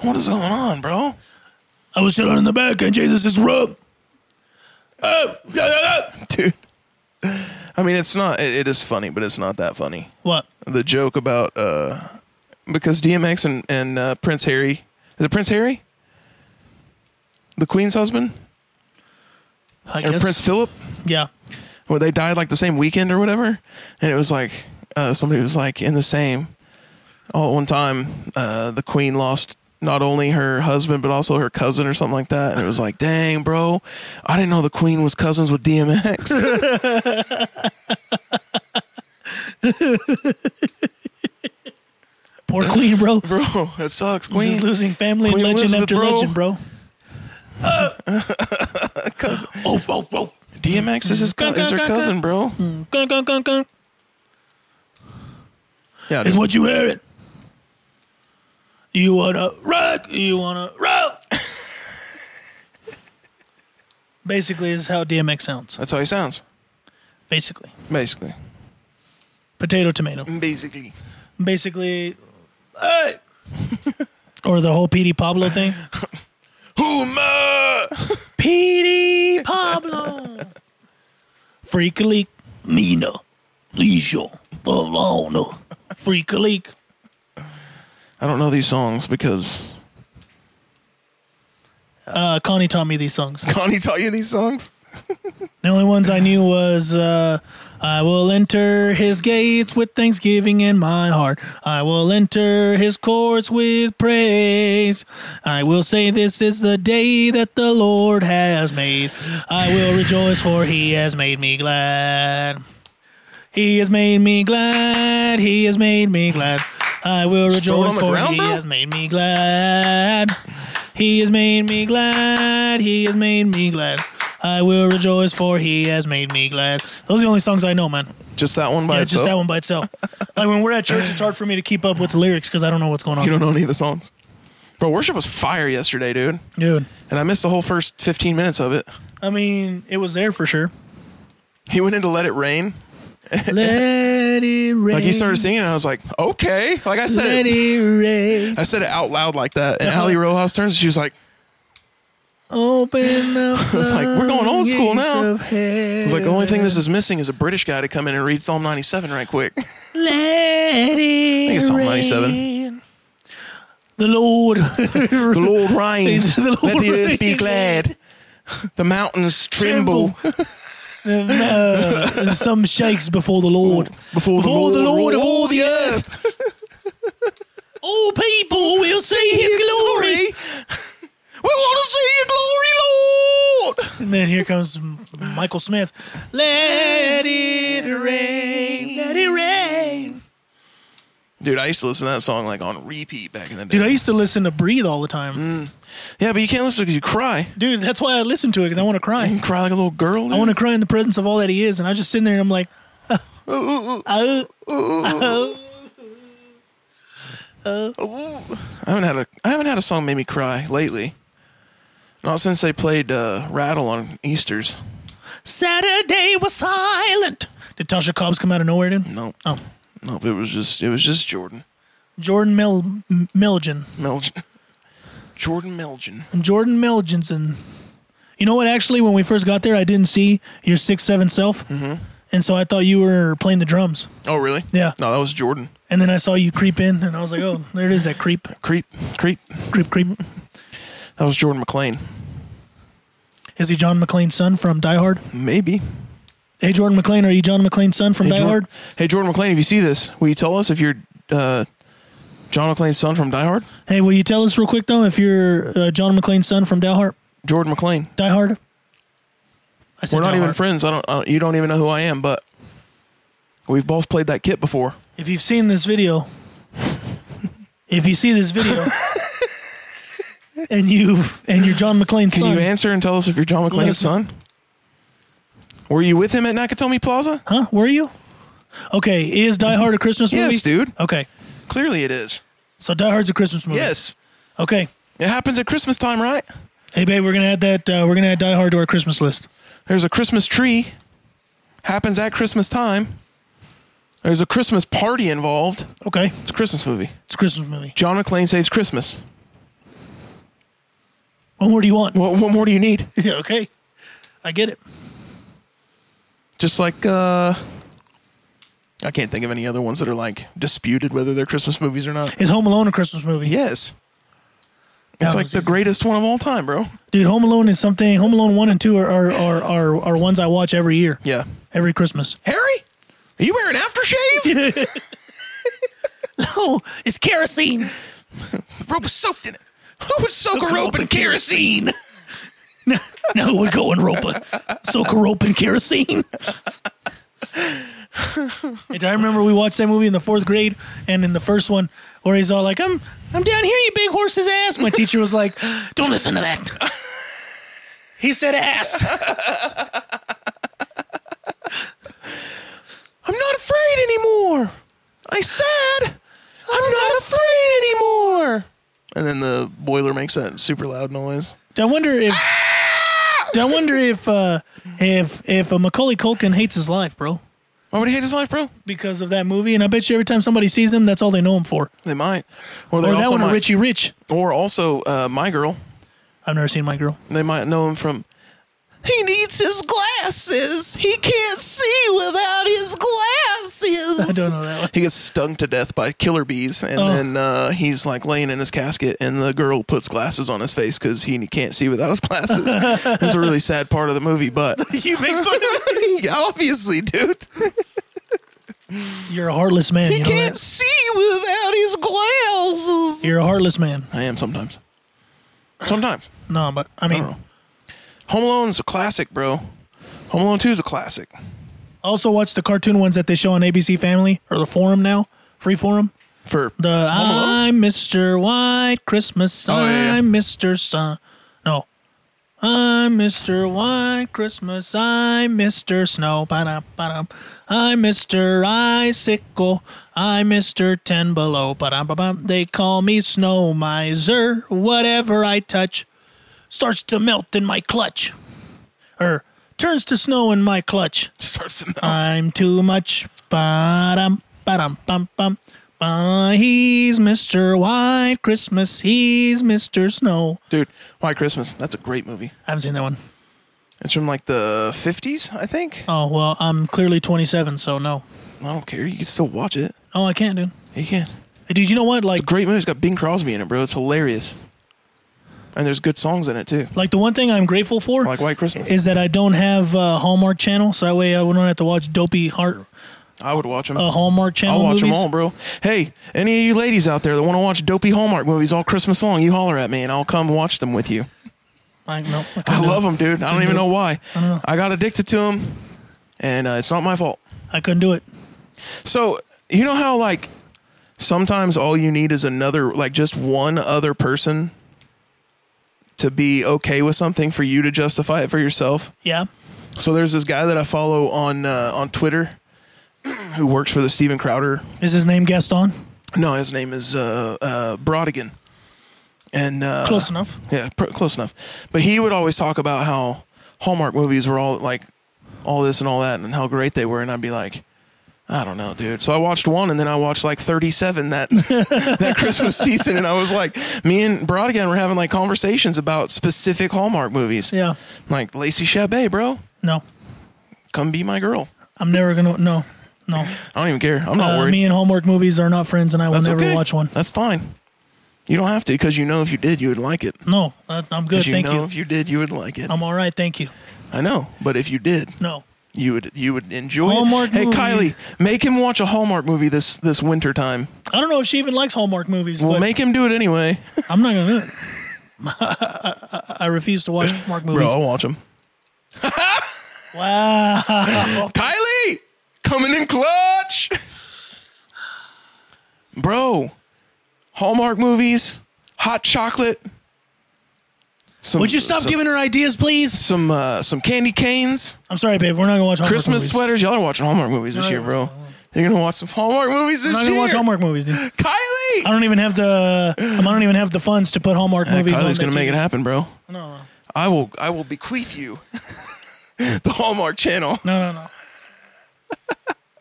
A: what is going on bro
B: I was sitting in the back and Jesus is rub.
A: dude i mean it's not it, it is funny but it's not that funny
B: What?
A: the joke about uh because DMX and and uh, Prince Harry is it Prince Harry, the Queen's husband
B: I
A: or Prince Philip,
B: yeah.
A: where they died like the same weekend or whatever, and it was like uh, somebody was like in the same all at one time. Uh, the Queen lost not only her husband but also her cousin or something like that, and it was like, dang, bro, I didn't know the Queen was cousins with DMX.
B: Poor Queen,
A: [laughs]
B: bro.
A: bro, that sucks,
B: Queen,
A: Queen.
B: Just losing family and
A: Queen
B: legend
A: Elizabeth,
B: after
A: bro.
B: legend, bro.
A: Oh, oh, oh. DMX is his co- is her cousin, bro.
B: Gun, gun, gun, gun.
A: Yeah,
B: It's
A: dude.
B: what you hear it. You wanna rock? You wanna rock? [laughs] Basically, is how DMX sounds.
A: That's how he sounds.
B: Basically,
A: Basically.
B: potato tomato.
A: Basically.
B: Basically, [laughs] or the whole PD Pablo
A: [laughs]
B: thing. [laughs]
A: Huma!
B: PD
C: Pablo.
B: freak a leak Mina Leisure Alone freak a leak.
A: I don't know these songs because [laughs]
B: Uh, Connie taught me these songs.
A: Connie taught you these songs?
B: The only ones I knew was uh, I will enter his gates with thanksgiving in my heart. I will enter his courts with praise. I will say this is the day that the Lord has made. I will rejoice for he has made me glad. He has made me glad. He has made me glad. I
A: Stole
B: will
A: it on
B: rejoice
A: the
B: for
A: ground,
B: he
A: bro?
B: has made me glad. He has made me glad. He has made me glad. I will rejoice for he has made me glad. Those are the only songs I know, man.
A: Just that one by
B: Yeah,
A: itself?
B: just that one by itself. like when we're at church, it's hard for me to keep up with the lyrics because I don't know what's going on.
A: You don't know any of the songs? Bro, worship was fire yesterday, dude.
B: Dude,
A: And I missed the whole first 15 minutes of it.
B: I mean, it was there for sure.
A: [laughs] He went in to let it rain.
B: Let it rain.
A: Like he started singing, and I was like, okay. Like I said,
B: Let
A: it,
B: it Uh-huh. rain.
A: I said it out loud like that. And Ali Rojas turns, and she was like, [laughs]
B: Open up. I
A: was like, we're going old school now. I was
B: It's
A: like, the only thing this is missing is a British guy to come in and read Psalm 97 right
B: [laughs]
A: quick.
B: Let it
A: it's Psalm 97.
B: rain. The Lord. [laughs]
A: The Lord reigns.
B: The Lord
A: Let the earth be
B: reigns.
A: glad. The mountains tremble.
B: Uh, some shakes before the Lord.
A: Before,
B: Before
A: the, Lord
B: of
A: roar
B: all the
A: earth.
B: All people will see His glory.
A: [laughs] We want to see your glory, Lord.
B: And then here comes M- Michael Smith. Let it rain. Let it rain.
A: Dude, I used to listen to that song like on repeat back in the day.
B: Dude, I used to listen to Breathe all the time.
A: yeah, but you can't listen because you cry.
B: Dude, that's why I listen to it because I want to
A: You
B: cry.
A: cry like a little girl.
B: I want to cry in the presence of all that He is. And I just sit there and I'm like, oh, oh,
A: I haven't had a I haven't had a song make me cry lately. Not since they played uh, Rattle on Easter's.
B: Saturday was silent. Did Tasha Cobbs come out of nowhere, dude?
A: No,
B: Oh,
A: no, it was just it was just Jordan
B: Jordan Mel- M- Melgen.
A: Melgen. Jordan Melgen.
B: Jordan Melgenson. You know what? Actually, when we first got there, I didn't see your six seven self,
A: Mm-hmm.
B: and so I thought you were playing the drums.
A: Oh, really?
B: Yeah.
A: No, that was Jordan.
B: And then I saw you creep in, and I was like,
A: [laughs]
B: "Oh, there it is, that creep,
A: Creep, creep.
B: creep, creep."
A: That was Jordan McLean.
B: Is he John McClane's son from Die Hard?
A: Maybe.
B: Hey, Jordan McClane, are you John McClane's son from
A: Hey,
B: Die
A: Jor-
B: Hard?
A: hey, Jordan McLean, if you see this, will you tell us if you're uh, John McLean's son from Die Hard?
B: Hey, will you tell us real quick though if you're uh, John McClane's son from Die Hard?
A: Jordan McLean.
B: Die Hard. I said
A: We're not
B: Die
A: even
B: Hard.
A: friends. I don't. I don't- you don't even know who I am, but we've both played that kit before.
B: If you've seen this video, if you see
A: [laughs]
B: this video, and you and you're John McClane's
A: Can
B: son,
A: you answer and tell us if you're John
B: Let
A: McClane's
B: us know.
A: son? Were you with him at Nakatomi Plaza?
B: Huh? Were you? Okay. Is Die Hard a Christmas movie?
A: Yes, dude.
B: Okay.
A: Clearly, it is.
B: So Die Hard's a Christmas movie.
A: Yes,
B: Okay.
A: it happens at Christmas time, right?
B: Hey, babe, we're gonna add that. Uh, we're gonna add Die Hard to our Christmas list.
A: There's a Christmas tree. Happens at Christmas time. There's a Christmas party involved.
B: Okay.
A: It's a Christmas movie.
B: It's a Christmas movie.
A: John McClane saves Christmas.
B: What more do you want? [laughs]
A: What, what more do you need?
B: Yeah, okay. I get it.
A: Just like uh, I can't think of any other ones that are like disputed whether they're Christmas movies or not.
B: Is Home Alone a Christmas movie?
A: Yes,
B: That
A: it's like
B: was
A: the
B: easy.
A: greatest one of all time, bro.
B: Dude, Home Alone is something. Home Alone one and two are are, are, are, are ones I watch every year.
A: Yeah, [laughs]
B: Every Christmas. [laughs]
A: Harry, are you wearing aftershave?
B: No, it's kerosene.
A: the rope was soaked in it. Who would soak a rope in kerosene?
B: [laughs] no, we're going ropa. Soak a rope in kerosene. and I remember we watched that movie in the fourth grade, and in the first one, where he's all like, "I'm, I'm down here, you big horse's ass." My teacher was like, [laughs] "Don't listen to that." he said ass.
A: I'm not afraid anymore. I said, I'm, not afraid anymore. And then the boiler makes that super loud noise.
B: I wonder if I wonder if uh, if if a Macaulay Culkin hates his life, bro,
A: Why would he hate his life, bro?
B: because of that movie. And I bet you every time somebody sees him, that's all they know him for.
A: They might. Or they
B: Or
A: also
B: that one, or
A: might.
B: Richie Rich.
A: Or also uh, my girl.
B: I've never seen my girl.
A: They might know him from. He needs his glasses. He can't see without his glasses.
B: I don't know that one.
A: He gets stung to death by killer bees, and
B: Oh.
A: then uh, he's like laying in his casket, and the girl puts glasses on his face because he can't see without his
B: [laughs]
A: glasses. That's a really sad part of the movie, but
B: [laughs]
A: [laughs]
B: you make fun of
A: obviously, dude,
B: [laughs] You're a heartless man.
A: he
B: you know
A: can't
B: that?
A: see without his glasses.
B: You're a heartless man.
A: I am sometimes. Sometimes.
B: No, but I
A: I
B: mean,
A: don't know. Home Alone's a classic, bro. Home Alone 2 is a classic.
B: I also watch the cartoon ones that they show on ABC Family or the Forum now, Free Forum.
A: For
B: The I'm Mr. White Christmas.
A: Oh, yeah, yeah.
B: I'm Mr. Sun. No. I'm Mr. White Christmas. I'm Mr. Snow. Ba-da, ba-da. I'm Mr. Icicle. I'm Mr. Ten Below. Ba-da, ba-ba. They call me Snow Miser. Whatever I touch starts to melt in my clutch. Or turns to snow in my clutch.
A: [laughs] starts to melt.
B: I'm too much. Ba-dum, ba-dum, bum, bum. Ba- he's Mr. White Christmas. He's Mr. Snow.
A: Dude, White Christmas. That's a great movie.
B: I haven't seen that one.
A: It's from like the 50s, I think.
B: Oh, well, I'm clearly 27, so no.
A: I don't care. You can still watch it.
B: Oh, I can't, dude.
A: You can.
B: Hey, Dude, you know what? Like,
A: It's a great movie. It's got Bing Crosby in it, bro. It's hilarious. And there's good songs in it, too.
B: like the one thing I'm grateful for
A: Like White Christmas.
B: is that I don't have a Hallmark channel, so that way I don't have to watch dopey heart
A: I would watch them.
B: uh, Hallmark channel
A: I'll watch
B: movies.
A: them all, bro. Hey, any of you ladies out there that want to watch dopey Hallmark movies all Christmas long, you holler at me and I'll come watch them with you.
B: Like, no, I,
A: I
B: couldn't do
A: love
B: it.
A: them, dude. I don't even know why.
B: don't know.
A: I got addicted to them, and uh, it's not my fault.
B: I couldn't do it.
A: So you know how like sometimes all you need is another, like just one other person to be okay with something for you to justify it for yourself.
B: Yeah.
A: So there's this guy that I follow on uh, on Twitter [clears throat] who works for the Steven Crowder
B: Is his name Gaston?
A: No, his name is uh, uh, Brodigan, and uh,
B: Close enough.
A: Yeah, pr- close enough. But he would always talk about how Hallmark movies were all like all this and all that, and how great they were. And I'd be like, I don't know, dude. So I watched one, and then I watched like thirty-seven that [laughs] that Christmas season, and I was like, me and Brodigan were having like conversations about specific Hallmark movies.
B: Yeah.
A: like Lacey Chabet, bro,
B: No.
A: come be my girl.
B: I'm never going to. No. No.
A: I don't even care. I'm not
B: Uh,
A: worried.
B: me and Hallmark movies are not friends, and I will
A: That's
B: never
A: okay. Uh,
B: watch one.
A: That's fine. You don't have to because you know if you did, you would like it.
B: No, uh, I'm good.
A: Because you
B: Thank
A: know
B: you.
A: if you did, you would like it.
B: I'm all right. Thank you.
A: I know, but if you did,
B: No,
A: you would you would enjoy
B: Hallmark
A: it. Hey,
B: movie.
A: Kylie, make him watch a Hallmark movie this this winter time.
B: I don't know if she even likes Hallmark movies,
A: We'll
B: but
A: make him do it
B: [laughs]
A: anyway.
B: I'm not gonna do it. [laughs] I refuse to watch Hallmark
A: Bro,
B: movies.
A: I'll watch him.
B: Wow.
A: Kylie, coming in clutch. [sighs] Bro, Hallmark movies, hot chocolate. Some,
B: Would you stop
A: some,
B: giving her ideas, please?
A: some uh, some candy canes?
B: I'm sorry, babe. We're not gonna watch Hallmark
A: Christmas
B: movies.
A: sweaters. Y'all are watching Hallmark movies this
B: No,
A: year,
B: I
A: bro. You're gonna watch some Hallmark movies this
B: I'm not
A: year.
B: gonna watch Hallmark movies, dude. I
A: Kylie.
B: don't even have the I don't even have the funds to put Hallmark movies. on
A: Uh, Kylie's
B: the
A: gonna make
B: TV.
A: it happen, bro.
B: No, no,
A: I will. I will bequeath you [laughs] the Hallmark Channel. [laughs]
B: no, no, no.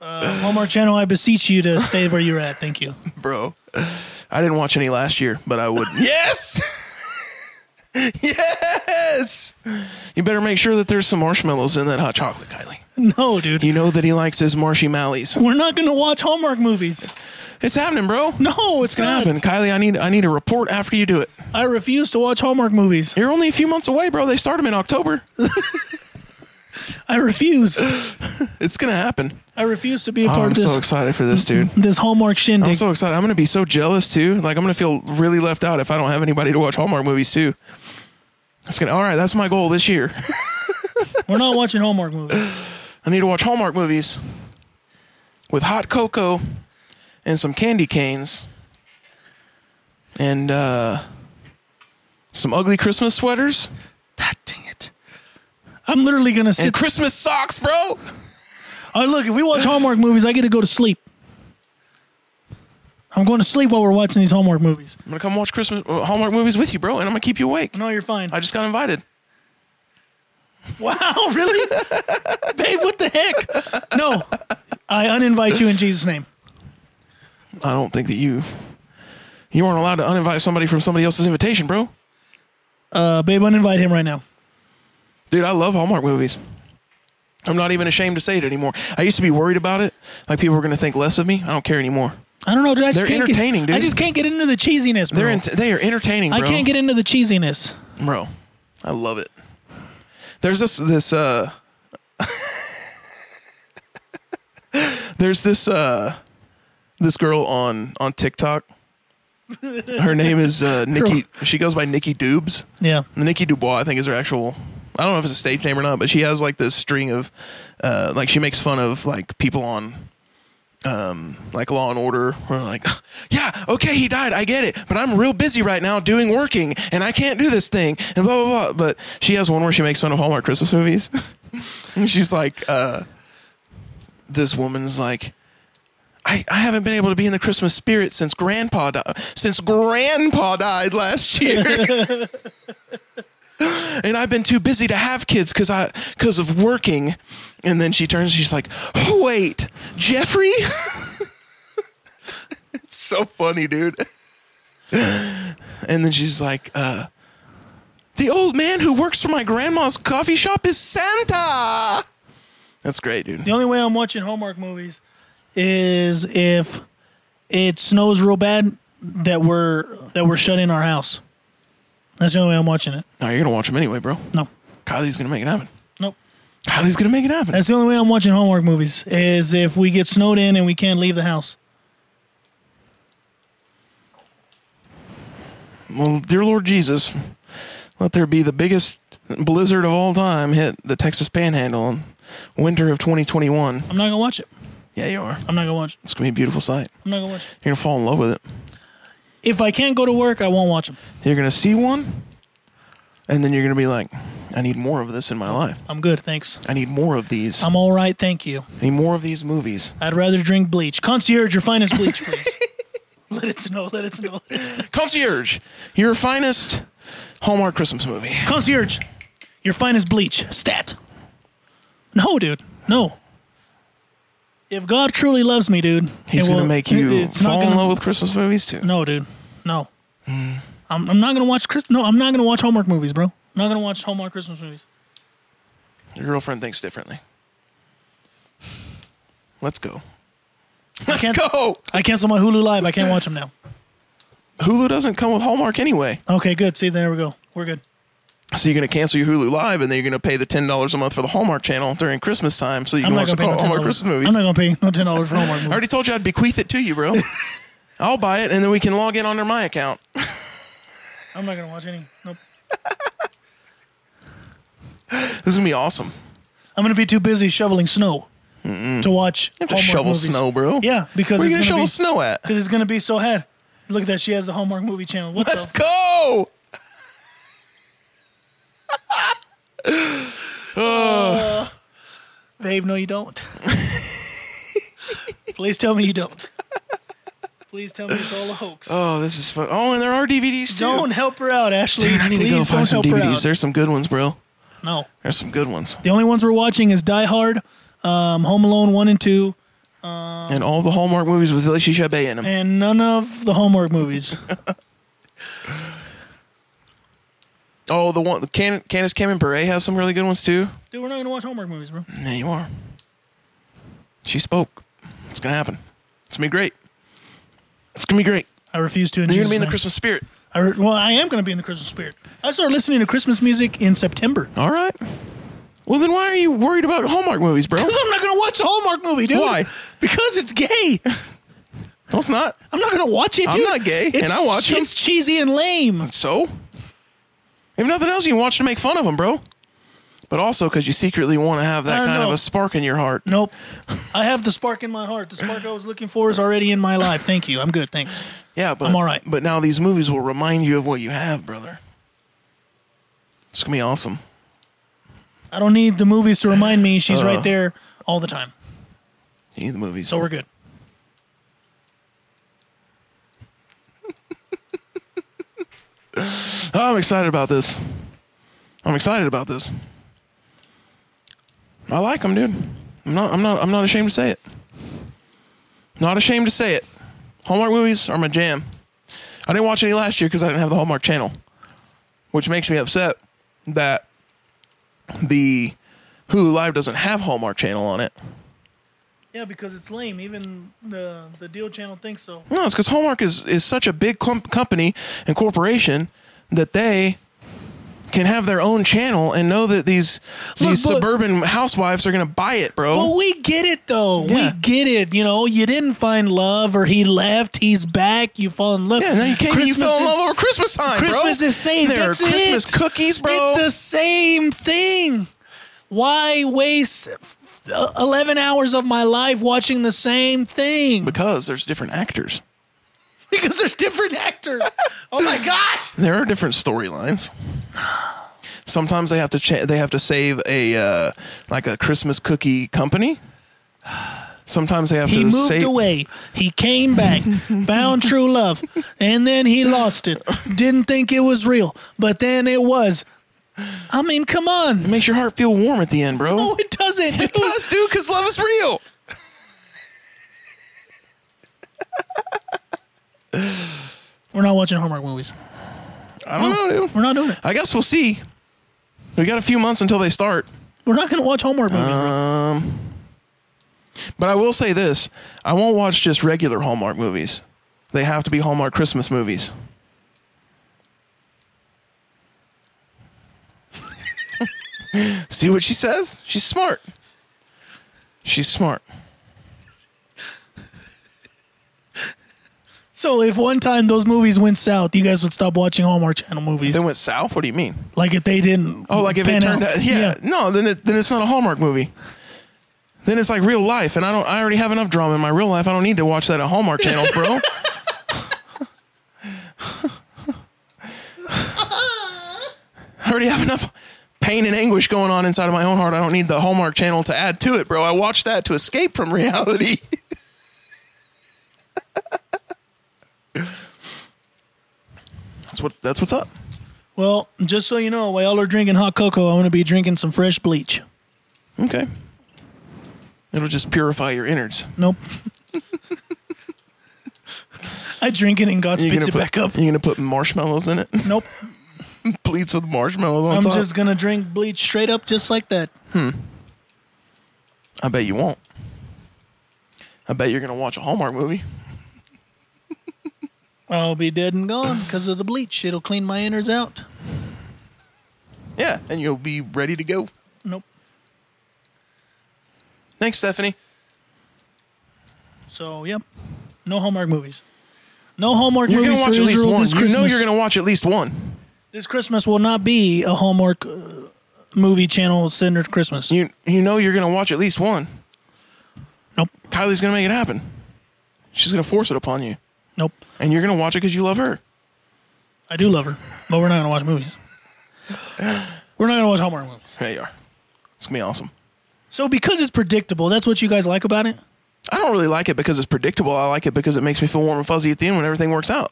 B: Uh, Hallmark Channel, I beseech you to stay where you're at. Thank you. [laughs]
A: bro. I didn't watch any last year, but I would. yes. [laughs] yes. You better make sure that there's some marshmallows in that hot chocolate, Kylie.
B: No, dude.
A: You know that he likes his marshy mallies.
B: We're not gonna watch Hallmark movies.
A: It's happening, bro.
B: No, it's,
A: It's gonna
B: not.
A: happen, Kylie. I need I need a report after you do it.
B: I refuse to watch Hallmark movies.
A: You're only a few months away, bro. They start them in October.
B: I refuse.
A: It's gonna happen.
B: I refuse to be a
A: Oh,
B: part
A: I'm
B: of this
A: so excited for this, dude.
B: this Hallmark
A: I'm
B: shindig.
A: so excited. I'm gonna be so jealous too. Like I'm gonna feel really left out if I don't have anybody to watch Hallmark movies too. That's gonna. All right, that's my goal this year. [laughs]
B: We're not watching Hallmark movies.
A: I need to watch Hallmark movies with hot cocoa and some candy canes and uh, some ugly Christmas sweaters
B: God dang it! I'm literally gonna
A: and
B: sit.
A: Christmas socks, bro.
B: oh, look! If we watch Hallmark movies, I get to go to sleep. I'm going to sleep while we're watching these Hallmark movies.
A: I'm gonna come watch Christmas uh, Hallmark movies with you, bro, and I'm gonna keep you awake.
B: No, you're fine.
A: I just got invited.
B: [laughs] Wow, really? Babe, what the heck? No, I uninvite you in Jesus' name.
A: I don't think that you you weren't allowed to uninvite somebody from somebody else's invitation, bro.
B: Uh, babe, uninvite him right now.
A: Dude, I love Hallmark movies. I'm not even ashamed to say it anymore. I used to be worried about it, like people were going to think less of me. I don't care anymore.
B: I don't know. dude, I just
A: They're
B: can't
A: entertaining,
B: get,
A: dude.
B: I just can't get into the cheesiness, bro.
A: They're ent- they are entertaining, bro.
B: I can't get into the cheesiness.
A: bro. I love it. There's this this uh [laughs] There's this uh this girl on on TikTok. Her name is
B: [laughs]
A: uh Nikki. She goes by Nikki Dubes.
B: Yeah.
A: Nikki Dubois, I think, is her actual. I don't know if it's a stage name or not, but she has like this string of, uh, like she makes fun of like people on, um, like Law and Order. Who are like, yeah, okay, he died, I get it, but I'm real busy right now doing working, and I can't do this thing, and blah blah blah. But she has one where she makes fun of Hallmark Christmas movies. [laughs] and she's like, uh, this woman's like. I, I haven't been able to be in the Christmas spirit since grandpa di- since grandpa died last year [laughs] and I've been too busy to have kids because I because of working. And then she turns, she's like, "Wait, Jeffrey." [laughs] it's so funny, dude. and then she's like, uh, "The old man who works for my grandma's coffee shop is Santa." That's great, dude.
B: The only way I'm watching Hallmark movies is if it snows real bad that we're that we're shut in our house. That's the only way I'm watching it.
A: No, you're gonna watch them anyway, bro.
B: No.
A: Kylie's gonna make it happen.
B: Nope.
A: Kylie's gonna make it happen.
B: That's the only way I'm watching Hallmark movies is if we get snowed in and we can't leave the house.
A: Well, dear Lord Jesus, let there be the biggest blizzard of all time hit the Texas Panhandle in winter of 2021.
B: I'm not gonna watch it.
A: Yeah, you are.
B: I'm not gonna watch it.
A: It's gonna be a beautiful sight.
B: I'm not gonna watch it.
A: You're gonna fall in love with it.
B: If I can't go to work, I won't watch them.
A: You're gonna see one, and then you're gonna be like, "I need more of this in my life.
B: I'm good, thanks.
A: I need more of these. I
B: I'm all right, thank you.
A: need more of these movies."
B: I'd rather drink bleach. Concierge, your finest bleach, please. let it snow. Let it snow. Let it snow.
A: Concierge, your finest Hallmark Christmas movie.
B: Concierge, your finest bleach. Stat. No, dude. No. If God truly loves me, dude,
A: He's
B: it
A: gonna
B: will-
A: make you
B: it's not
A: fall in
B: gonna-
A: love with Hmm. Christmas movies too.
B: No, dude. No. I'm, I'm not gonna watch Chris. No, I'm not gonna watch Hallmark movies, bro. I'm not gonna watch Hallmark Christmas movies.
A: Your girlfriend thinks differently. Let's go.
B: I can't,
A: Go.
B: I canceled my Hulu Live. I can't watch them now.
A: Hulu doesn't come with Hallmark anyway.
B: Okay, good. See, there we go. We're good.
A: So you're going to cancel your Hulu Live, and then you're going to pay the ten dollars a month for the Hallmark channel during Christmas time, so you
B: I'm
A: can
B: not
A: watch
B: gonna
A: the
B: pay no
A: Hallmark
B: ten dollars.
A: Christmas movies.
B: I'm not gonna pay no ten dollars for Hallmark
A: I
B: movies.
A: already told you I'd bequeath it to you,
B: [laughs]
A: bro. I'll buy it, and then we can log in under my account.
B: I'm not gonna watch any. Nope.
A: This is gonna be awesome.
B: I'm gonna be too busy shoveling snow to watch.
A: To
B: Hallmark
A: shovel
B: movies.
A: snow, bro.
B: Yeah, because
A: where are you gonna
B: it's gonna
A: shovel
B: be-
A: snow at?
B: [laughs] Because it's gonna be so hot. Look at that. She has the Hallmark movie channel. What
A: Let's
B: the?
A: go.
B: Babe, no, you don't.
A: [laughs]
B: Please tell me you don't. Please tell me it's all a hoax.
A: Oh, this is fun. Oh, and there are DVDs too.
B: don't help her out, Ashley.
A: Dude, I need
B: Please
A: to go
B: don't
A: find some
B: help her out.
A: DVDs. There's some good ones, bro.
B: No.
A: There's some good ones,
B: The only ones we're watching is Die Hard, um, Home Alone 1 and 2, Um.
A: and all the Hallmark movies with Lacey Chabet in them.
B: and none of the
A: [laughs]
B: Hallmark movies.
A: Oh, the one Can- Candace Cameron Bure has some really good ones too.
B: Dude, we're not going to watch Hallmark movies, bro.
A: Yeah, you are. She spoke. It's gonna happen. It's gonna be great. It's gonna be great.
B: I refuse to. In
A: You're
B: Jesus
A: gonna be in the
B: name.
A: Christmas spirit.
B: I re- well, I am going to be in the Christmas spirit. I started listening to Christmas music in September. [laughs]
A: All right. Well, then why are you worried about Hallmark movies, bro?
B: Because I'm not going to watch a Hallmark movie, dude.
A: Why?
B: Because it's gay.
A: [laughs] No, it's not.
B: I'm not going to watch it, dude.
A: I'm not gay,
B: It's-
A: and I watch 'em.
B: It's cheesy and lame.
A: So, if nothing else, you can watch to make fun of them, bro. But also because you secretly want to have that
B: I don't
A: kind of
B: know.
A: a spark in your heart.
B: Nope. I have the spark in my heart. The spark I was looking for is already in my life. Thank you. I'm good. Thanks.
A: Yeah, but
B: I'm all right.
A: But now these movies will remind you of what you have, brother. It's gonna be awesome.
B: I don't need the movies to remind me she's
A: Uh.
B: right there all the time.
A: You need the movies.
B: So we're good.
A: Oh, I'm excited about this. I'm excited about this. I like him, dude. I'm not. I'm not. I'm not ashamed to say it. Not ashamed to say it. Hallmark movies are my jam. I didn't watch any last year because I didn't have the Hallmark Channel, which makes me upset that the Hulu Live doesn't have Hallmark Channel on it.
B: Yeah, because it's lame. Even the the deal channel thinks so.
A: No, it's because Hallmark is, is such a big clump company and corporation that they can have their own channel and know that these these
B: but-
A: suburban housewives are gonna buy it, bro.
B: But we get it though.
A: Yeah.
B: We get it. You know, you didn't find love, or he left. He's back. You fall in love.
A: yeah, now you came and you fell in
B: is-
A: love over Christmas time,
B: Christmas
A: bro.
B: is safe.
A: There
B: That's
A: are Christmas
B: it.
A: cookies, bro.
B: It's the same thing. Why waste uh, eleven hours of my life watching the same thing?
A: because there's different actors.
B: Because there's
A: [laughs]
B: different actors. oh my gosh!
A: There are different storylines. Sometimes they have to cha- they have to save a uh, like a Christmas cookie company. Sometimes they have
B: He
A: to
B: moved
A: save
B: away. He came
A: [laughs]
B: back, found true love, and then he lost it. Didn't think it was real, but then it was. I mean, come on.
A: [laughs] makes your heart feel warm at the end, bro.
B: No, it
A: [laughs]
B: doesn't.
A: It does, dude, because love is real.
B: We're not watching Hallmark movies.
A: I don't know, dude.
B: We're not doing it.
A: I guess we'll see. We got a few months until they start.
B: We're not going to watch Hallmark movies.
A: Uh. But I will say this I won't watch just regular Hallmark movies, they have to be Hallmark Christmas movies. [laughs] see what she says? She's smart. She's smart.
B: so if one time those movies went south, you guys would stop watching Hallmark Channel movies.
A: They went south? What do you mean?
B: like if they didn't.
A: Oh, like if it
B: pan
A: turned out, yeah, No, then it, then it's not a Hallmark movie. Then it's like real life, and I don't. I already have enough drama in my real life. I don't need to watch that at Hallmark Channel, bro. I already have enough pain and anguish going on inside of my own heart. I don't need the Hallmark Channel to add to it, bro. I watch that to escape from reality. [laughs] that's what. That's what's up.
B: Well, just so you know, while y'all are drinking hot cocoa, I'm going to be drinking some fresh bleach.
A: Okay. It'll just purify your innards.
B: Nope. [laughs] I drink it and God
A: You're gonna
B: spits it
A: put, [laughs]
B: back up.
A: You're gonna put marshmallows in it. [laughs]
B: Nope.
A: Bleeds with marshmallows on
B: I'm
A: top.
B: just going to drink bleach straight up just like that.
A: I bet you won't. I bet you're gonna watch a Hallmark movie.
B: I'll be dead and gone because of the bleach. It'll clean my innards out.
A: Yeah, and you'll be ready to go.
B: Nope.
A: Thanks, Stephanie.
B: So, yep. No Hallmark movies. No Hallmark
A: You're
B: movies
A: gonna watch
B: for
A: at least
B: Israel
A: one.
B: this
A: You
B: Christmas.
A: know you're gonna watch at least one.
B: This Christmas will not be a Hallmark uh, movie channel centered Christmas.
A: You you know you're gonna watch at least one.
B: nope.
A: Kylie's gonna make it happen. She's gonna force it upon you,
B: Nope.
A: and you're gonna watch it because you love her.
B: I do love her, but we're not going to watch movies. We're not going to watch Hallmark movies.
A: There you are. It's gonna be awesome.
B: So, because it's predictable, that's what you guys like about it?
A: I don't really like it because it's predictable. I like it because it makes me feel warm and fuzzy at the end when everything works out.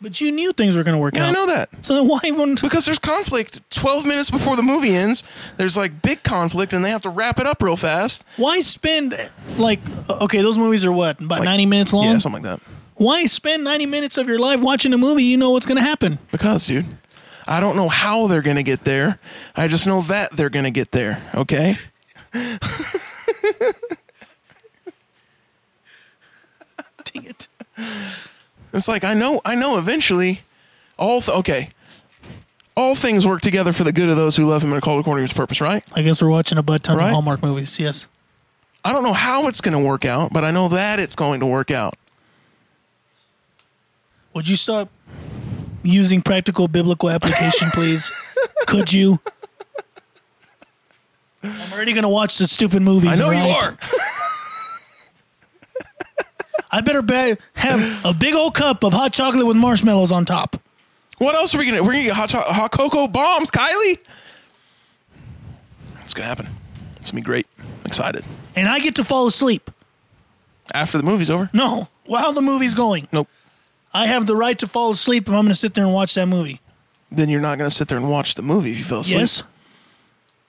B: But you knew things were going to work
A: Yeah,
B: out.
A: I know that.
B: So then why even?
A: Because there's conflict 12 minutes before the movie ends. There's like big conflict and they have to wrap it up real fast.
B: Why spend like uh, okay? Those movies are what about
A: Like-
B: ninety minutes long.
A: Yeah, something like that.
B: why spend ninety minutes of your life watching a movie? You know what's going to happen. [laughs]
A: Because, dude, I don't know how they're going to get there. I just know that they're going to get there, okay?
B: Dang it!
A: It's like I know I know eventually all th- okay. All things work together for the good of those who love him and are called according to his purpose, right?
B: I guess we're watching a butt ton
A: Right?
B: of Hallmark movies. Yes.
A: I don't know how it's going to work out, but I know that it's going to work out.
B: Would you stop using practical
A: [laughs]
B: biblical application, please? Could you? I'm already going to watch the stupid movies.
A: I know you
B: right?
A: are.
B: I better be- have a big old cup of hot chocolate with marshmallows on top.
A: What else are we gonna? We're gonna get hot, cho- hot cocoa bombs, Kylie. It's gonna happen. It's gonna be great. I'm excited.
B: and I get to fall asleep.
A: After the movie's over.
B: No, while the movie's going,
A: Nope.
B: I have the right to fall asleep if I'm going to sit there and watch that movie.
A: Then you're not gonna sit there and watch the movie if you fell asleep.
B: Yes.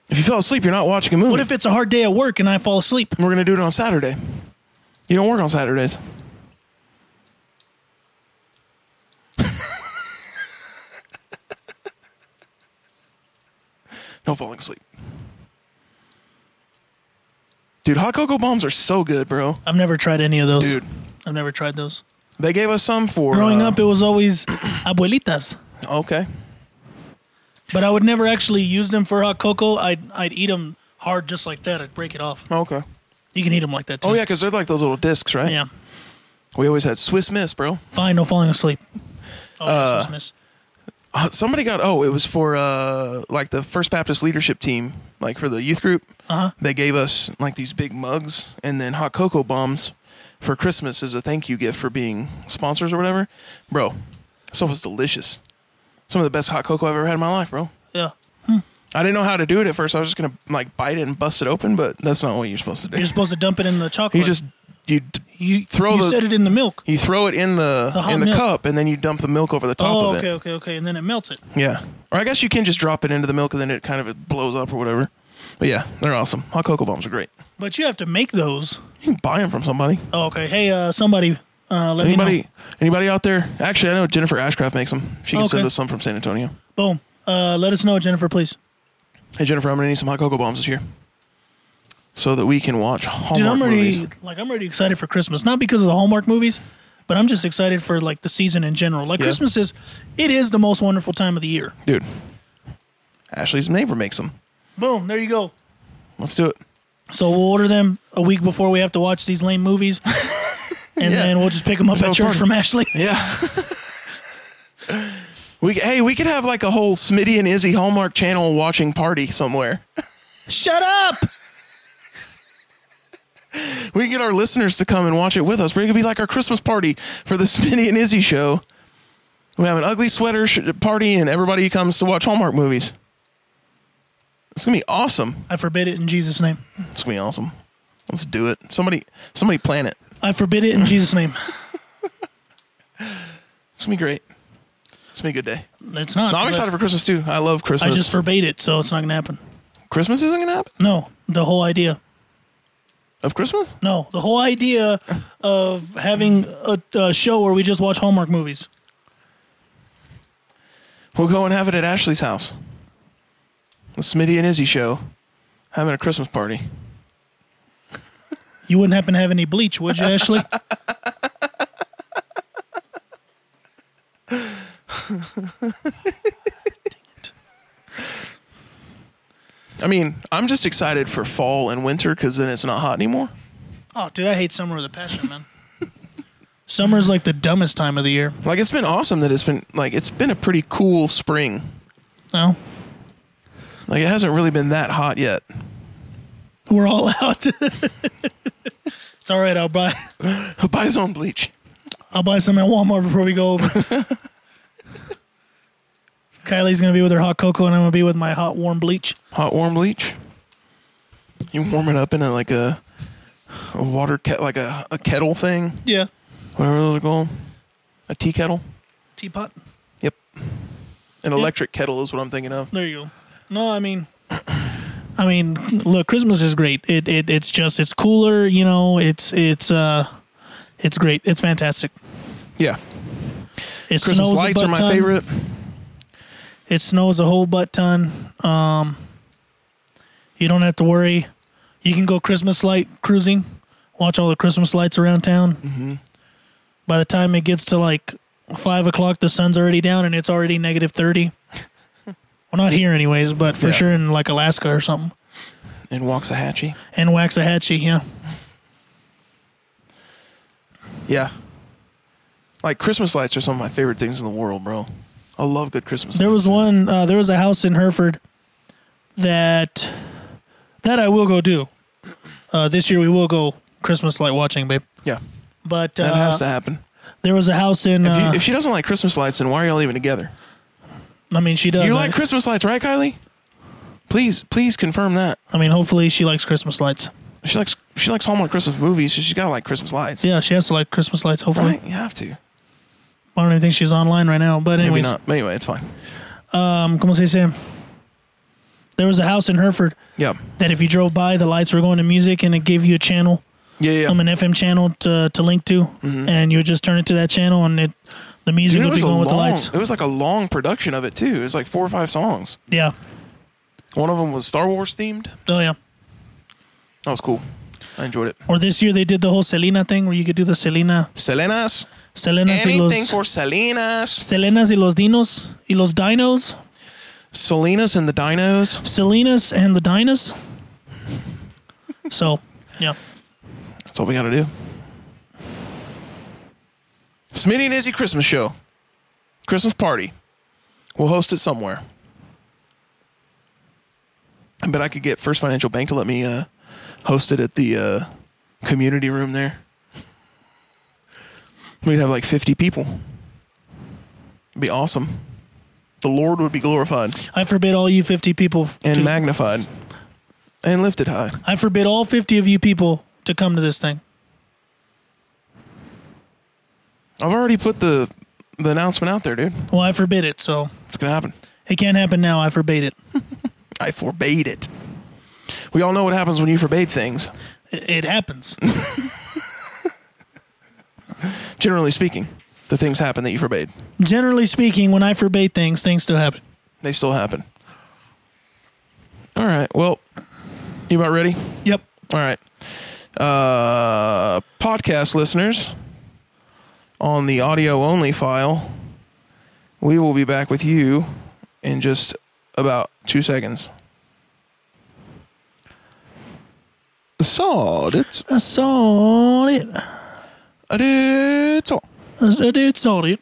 A: If you fell asleep, you're not watching a movie.
B: What if it's a hard day at work and I fall asleep?
A: We're gonna do it on Saturday. You don't work on Saturdays. [laughs] no falling asleep. Dude, hot cocoa bombs are so good, bro.
B: I've never tried any of those.
A: Dude.
B: I've never tried those.
A: They gave us some for
B: Growing
A: uh,
B: up, it was always [clears throat] abuelitas,
A: Okay.
B: but I would never actually use them for hot cocoa. I'd I'd eat them hard just like that. I'd break it off.
A: Okay.
B: You can eat them like that too.
A: Oh yeah, because they're like those little discs, right?
B: yeah.
A: We always had Swiss Miss, bro.
B: Fine, no falling asleep. Oh, yeah, so miss.
A: Uh, somebody got oh, it was for uh like the First Baptist leadership team, like for the youth group.
B: Uh-huh.
A: They gave us like these big mugs and then hot cocoa bombs for Christmas as a thank you gift for being sponsors or whatever. Bro, stuff was delicious. Some of the best hot cocoa I've ever had in my life, bro.
B: Yeah.
A: I didn't know how to do it at first. I was just gonna like bite it and bust it open, but that's not what you're supposed to do.
B: You're
A: You
B: supposed to dump it in
A: [laughs]
B: the chocolate.
A: just you d-
B: you
A: throw
B: you
A: the-
B: set it in the milk.
A: you throw it in the,
B: The hot
A: in the
B: milk.
A: cup and then you dump the milk over the top
B: Oh,
A: of it.
B: okay, okay, okay, and then it melts it.
A: Yeah. Or I guess you can just drop it into the milk and then it kind of blows up or whatever. But yeah, they're awesome. Hot cocoa bombs are great.
B: But you have to make those.
A: You can buy them from somebody.
B: Oh, okay. Hey, uh, somebody, uh, let me know.
A: Anybody anybody out there? Actually, I know Jennifer Ashcraft makes them. She can send
B: Okay.
A: us some from San Antonio.
B: Boom. Uh, let us know, Jennifer, please.
A: Hey Jennifer, I'm gonna need some hot cocoa bombs this year. So that we can watch Hallmark
B: Dude, I'm already
A: movies.
B: like I'm already excited for Christmas. Not because of the Hallmark movies, but I'm just excited for like the season in general. Like
A: Yeah.
B: Christmas is, it is the most wonderful time of the year.
A: Dude. Ashley's neighbor makes them.
B: Boom. There you go.
A: Let's do it.
B: So we'll order them a week before we have to watch these lame [laughs] movies, and then we'll just pick them up
A: No
B: at church
A: fun.
B: from Ashley.
A: Yeah. we hey, we could have like a whole Smitty and Izzy Hallmark channel watching party somewhere.
B: [laughs] Shut up.
A: We can get our listeners to come and watch it with us. We're gonna be like our Christmas party for the [laughs] Spinny and Izzy show. We have an ugly sweater sh- party, and everybody comes to watch Hallmark movies. It's gonna be awesome.
B: I forbid it in Jesus' name.
A: It's gonna be awesome. Let's do it. Somebody, somebody plan it.
B: I forbid it in Jesus' name.
A: It's gonna be great. It's gonna be a good day.
B: It's not.
A: No, I'm
B: but
A: excited for Christmas too. I love
B: I
A: Christmas.
B: just forbade it, so it's not gonna happen.
A: Christmas isn't gonna happen
B: No, the whole idea.
A: of Christmas.
B: No, the whole idea of having a, a show where we just watch Hallmark movies.
A: We'll go and have it at Ashley's house. The Smitty and Izzy show, having a Christmas party.
B: You wouldn't happen to have any bleach, would you, [laughs] Ashley?
A: I mean, I'm just excited for fall and winter because then it's not hot anymore.
B: oh, dude, I hate summer with a passion, man. Summer's like the dumbest time of the year.
A: Like it's been awesome that it's been like it's been a pretty cool spring.
B: No,
A: Like it hasn't really been that hot yet. [laughs]
B: we're all [laughs] out. it's all right. I'll buy.
A: Buy his own bleach.
B: I'll buy some at Walmart before we go [laughs] over. Kylie's gonna be with her hot cocoa, and I'm gonna be with my hot warm bleach.
A: Hot warm bleach. You warm it up in a like a, a water ket like a, a kettle thing,
B: Yeah,
A: whatever those are called. A tea kettle.
B: teapot.
A: Yep. An electric kettle is what I'm thinking of.
B: There you go. No, I mean, [clears throat] I mean, look, Christmas is great. It, it it's just it's cooler, you know. It's it's uh, it's great. It's fantastic.
A: Yeah.
B: It
A: Christmas
B: snows
A: lights
B: a
A: are
B: butt
A: my
B: ton.
A: favorite.
B: It snows a whole butt ton. Um, you don't have to worry. You can go Christmas light cruising. Watch all the Christmas lights around town. Mm-hmm. By the time it gets to like five o'clock, the sun's already down and it's already
A: [laughs]
B: negative thirty. well, not here, anyways, but for
A: Yeah.
B: sure in like Alaska or something.
A: And Waxahachie.
B: And Waxahachie, yeah.
A: Yeah. Like Christmas lights are some of my favorite things in the world, bro. I love good Christmas.
B: There was one. Uh, there was a house in Hereford that that I will go do. Uh, this year we will go Christmas light watching, babe.
A: yeah.
B: But
A: That
B: uh,
A: has to happen.
B: there was a house in.
A: If,
B: uh,
A: you, if she doesn't like Christmas lights, then why are y'all even together?
B: I mean, she does.
A: You
B: I,
A: like Christmas lights, right, Kylie? Please, please confirm that.
B: I mean, hopefully she likes Christmas lights.
A: She likes she likes Hallmark Christmas movies, so she's gotta like Christmas lights.
B: Yeah, she has to like Christmas lights. Hopefully,
A: Right? You have to.
B: I don't even think she's online right now. But
A: Maybe
B: anyways,
A: not. But anyway, it's fine.
B: um, como se dice? There was a house in Hereford
A: Yeah.
B: that if you drove by, the lights were going to music and it gave you a channel,
A: Yeah. Yeah.
B: um, an FM channel to, to link to, and you would just turn it to that channel and it the music
A: Mm-hmm. Dude, it was a
B: would be going with the
A: long.
B: lights.
A: It was like a long production of it too. It was like four or five songs.
B: Yeah.
A: One of them was Star Wars themed.
B: Oh yeah.
A: That was cool. I enjoyed it.
B: Or this year they did the whole Selena thing where you could do the Selena,
A: Selenas.
B: Selenas y
A: Anything
B: los
A: for Selenas.
B: Selenas y los Dinos y los Dinos,
A: Selenas and the Dinos.
B: Selenas and the Dinos. So, yeah.
A: That's what we gotta do. Smitty and Izzy Christmas show. Christmas party. We'll host it somewhere. I bet I could get First Financial Bank to let me uh, host it at the uh, community room there. We'd have like 50 people. It'd be awesome. The Lord would be glorified
B: I forbid all you 50 people
A: and
B: to,
A: magnified and lifted high.
B: I forbid all 50 of you people to come to this thing.
A: I've already put the the announcement out there, dude.
B: Well, I forbid it, so
A: It's gonna happen.
B: it can't happen now. I forbade it.
A: I forbade it. We all know what happens when you forbade things,
B: It, it happens.
A: generally speaking. The things happen that you forbade.
B: Generally speaking, when I forbade things, things still happen.
A: They still happen. All right. Well, you about ready?
B: Yep.
A: All right. Uh, podcast listeners, on the audio only file, we will be back with you in just about two seconds. So that's
B: I saw it.
A: that's all.
B: I did saw it.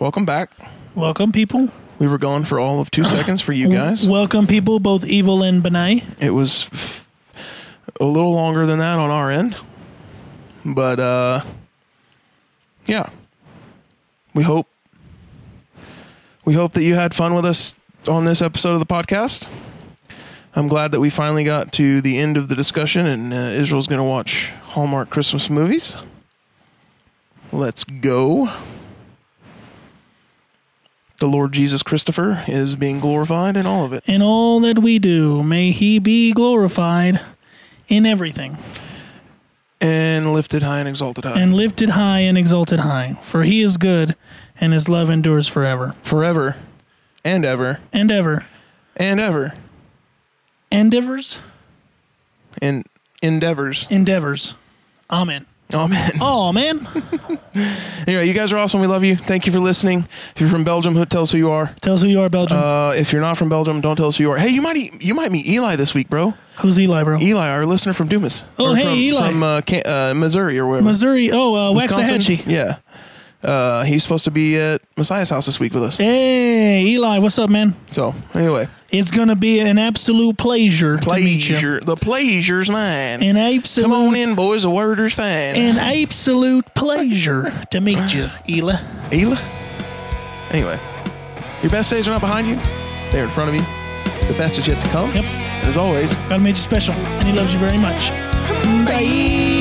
A: Welcome back.
B: Welcome, people.
A: We were gone for all of two seconds for
B: [coughs]
A: you guys.
B: Welcome, people, both evil and benign.
A: It was a little longer than that on our end. But uh yeah. We hope we hope that you had fun with us on this episode of the podcast. I'm glad that we finally got to the end of the discussion and uh, Israel's going to watch Hallmark Christmas movies. Let's go. The Lord Jesus Christopher is being glorified in all of it.
B: In all that we do, may he be glorified in everything,
A: and lifted high and exalted high
B: and lifted high and exalted high. For he is good, and his love endures forever
A: forever and ever
B: and ever.
A: and ever
B: Endeavors?
A: and endeavors.
B: Endeavors. Amen.
A: Amen.
B: Oh,
A: [laughs]
B: man.
A: Anyway, you guys are awesome. We love you. Thank you for listening. If you're from Belgium, who tell us who you are.
B: Tell us who you are, Belgium.
A: Uh, if you're not from Belgium, don't tell us who you are. Hey, you might e- you might meet Eli this week, bro.
B: Who's Eli, bro?
A: Eli, our listener from Dumas.
B: Oh,
A: Or
B: hey,
A: from,
B: Eli.
A: from uh, Ca- uh, Missouri or wherever.
B: Missouri. Oh, uh,
A: Wisconsin?
B: Waxahachie.
A: Yeah. Uh, he's supposed to be at Messiah's house this week with us.
B: Hey, Eli, what's up, man?
A: So anyway,
B: It's going to be an absolute pleasure, to meet you.
A: pleasure. The pleasure's mine.
B: An absolute,
A: Come on in, boys. The order's fine.
B: An absolute pleasure to meet you,
A: [laughs]
B: Eli.
A: Ayla? Anyway, your best days are not behind you, they're in front of you. The best is yet to come.
B: Yep.
A: And as always,
B: God made you special, and He loves you very much. Bye.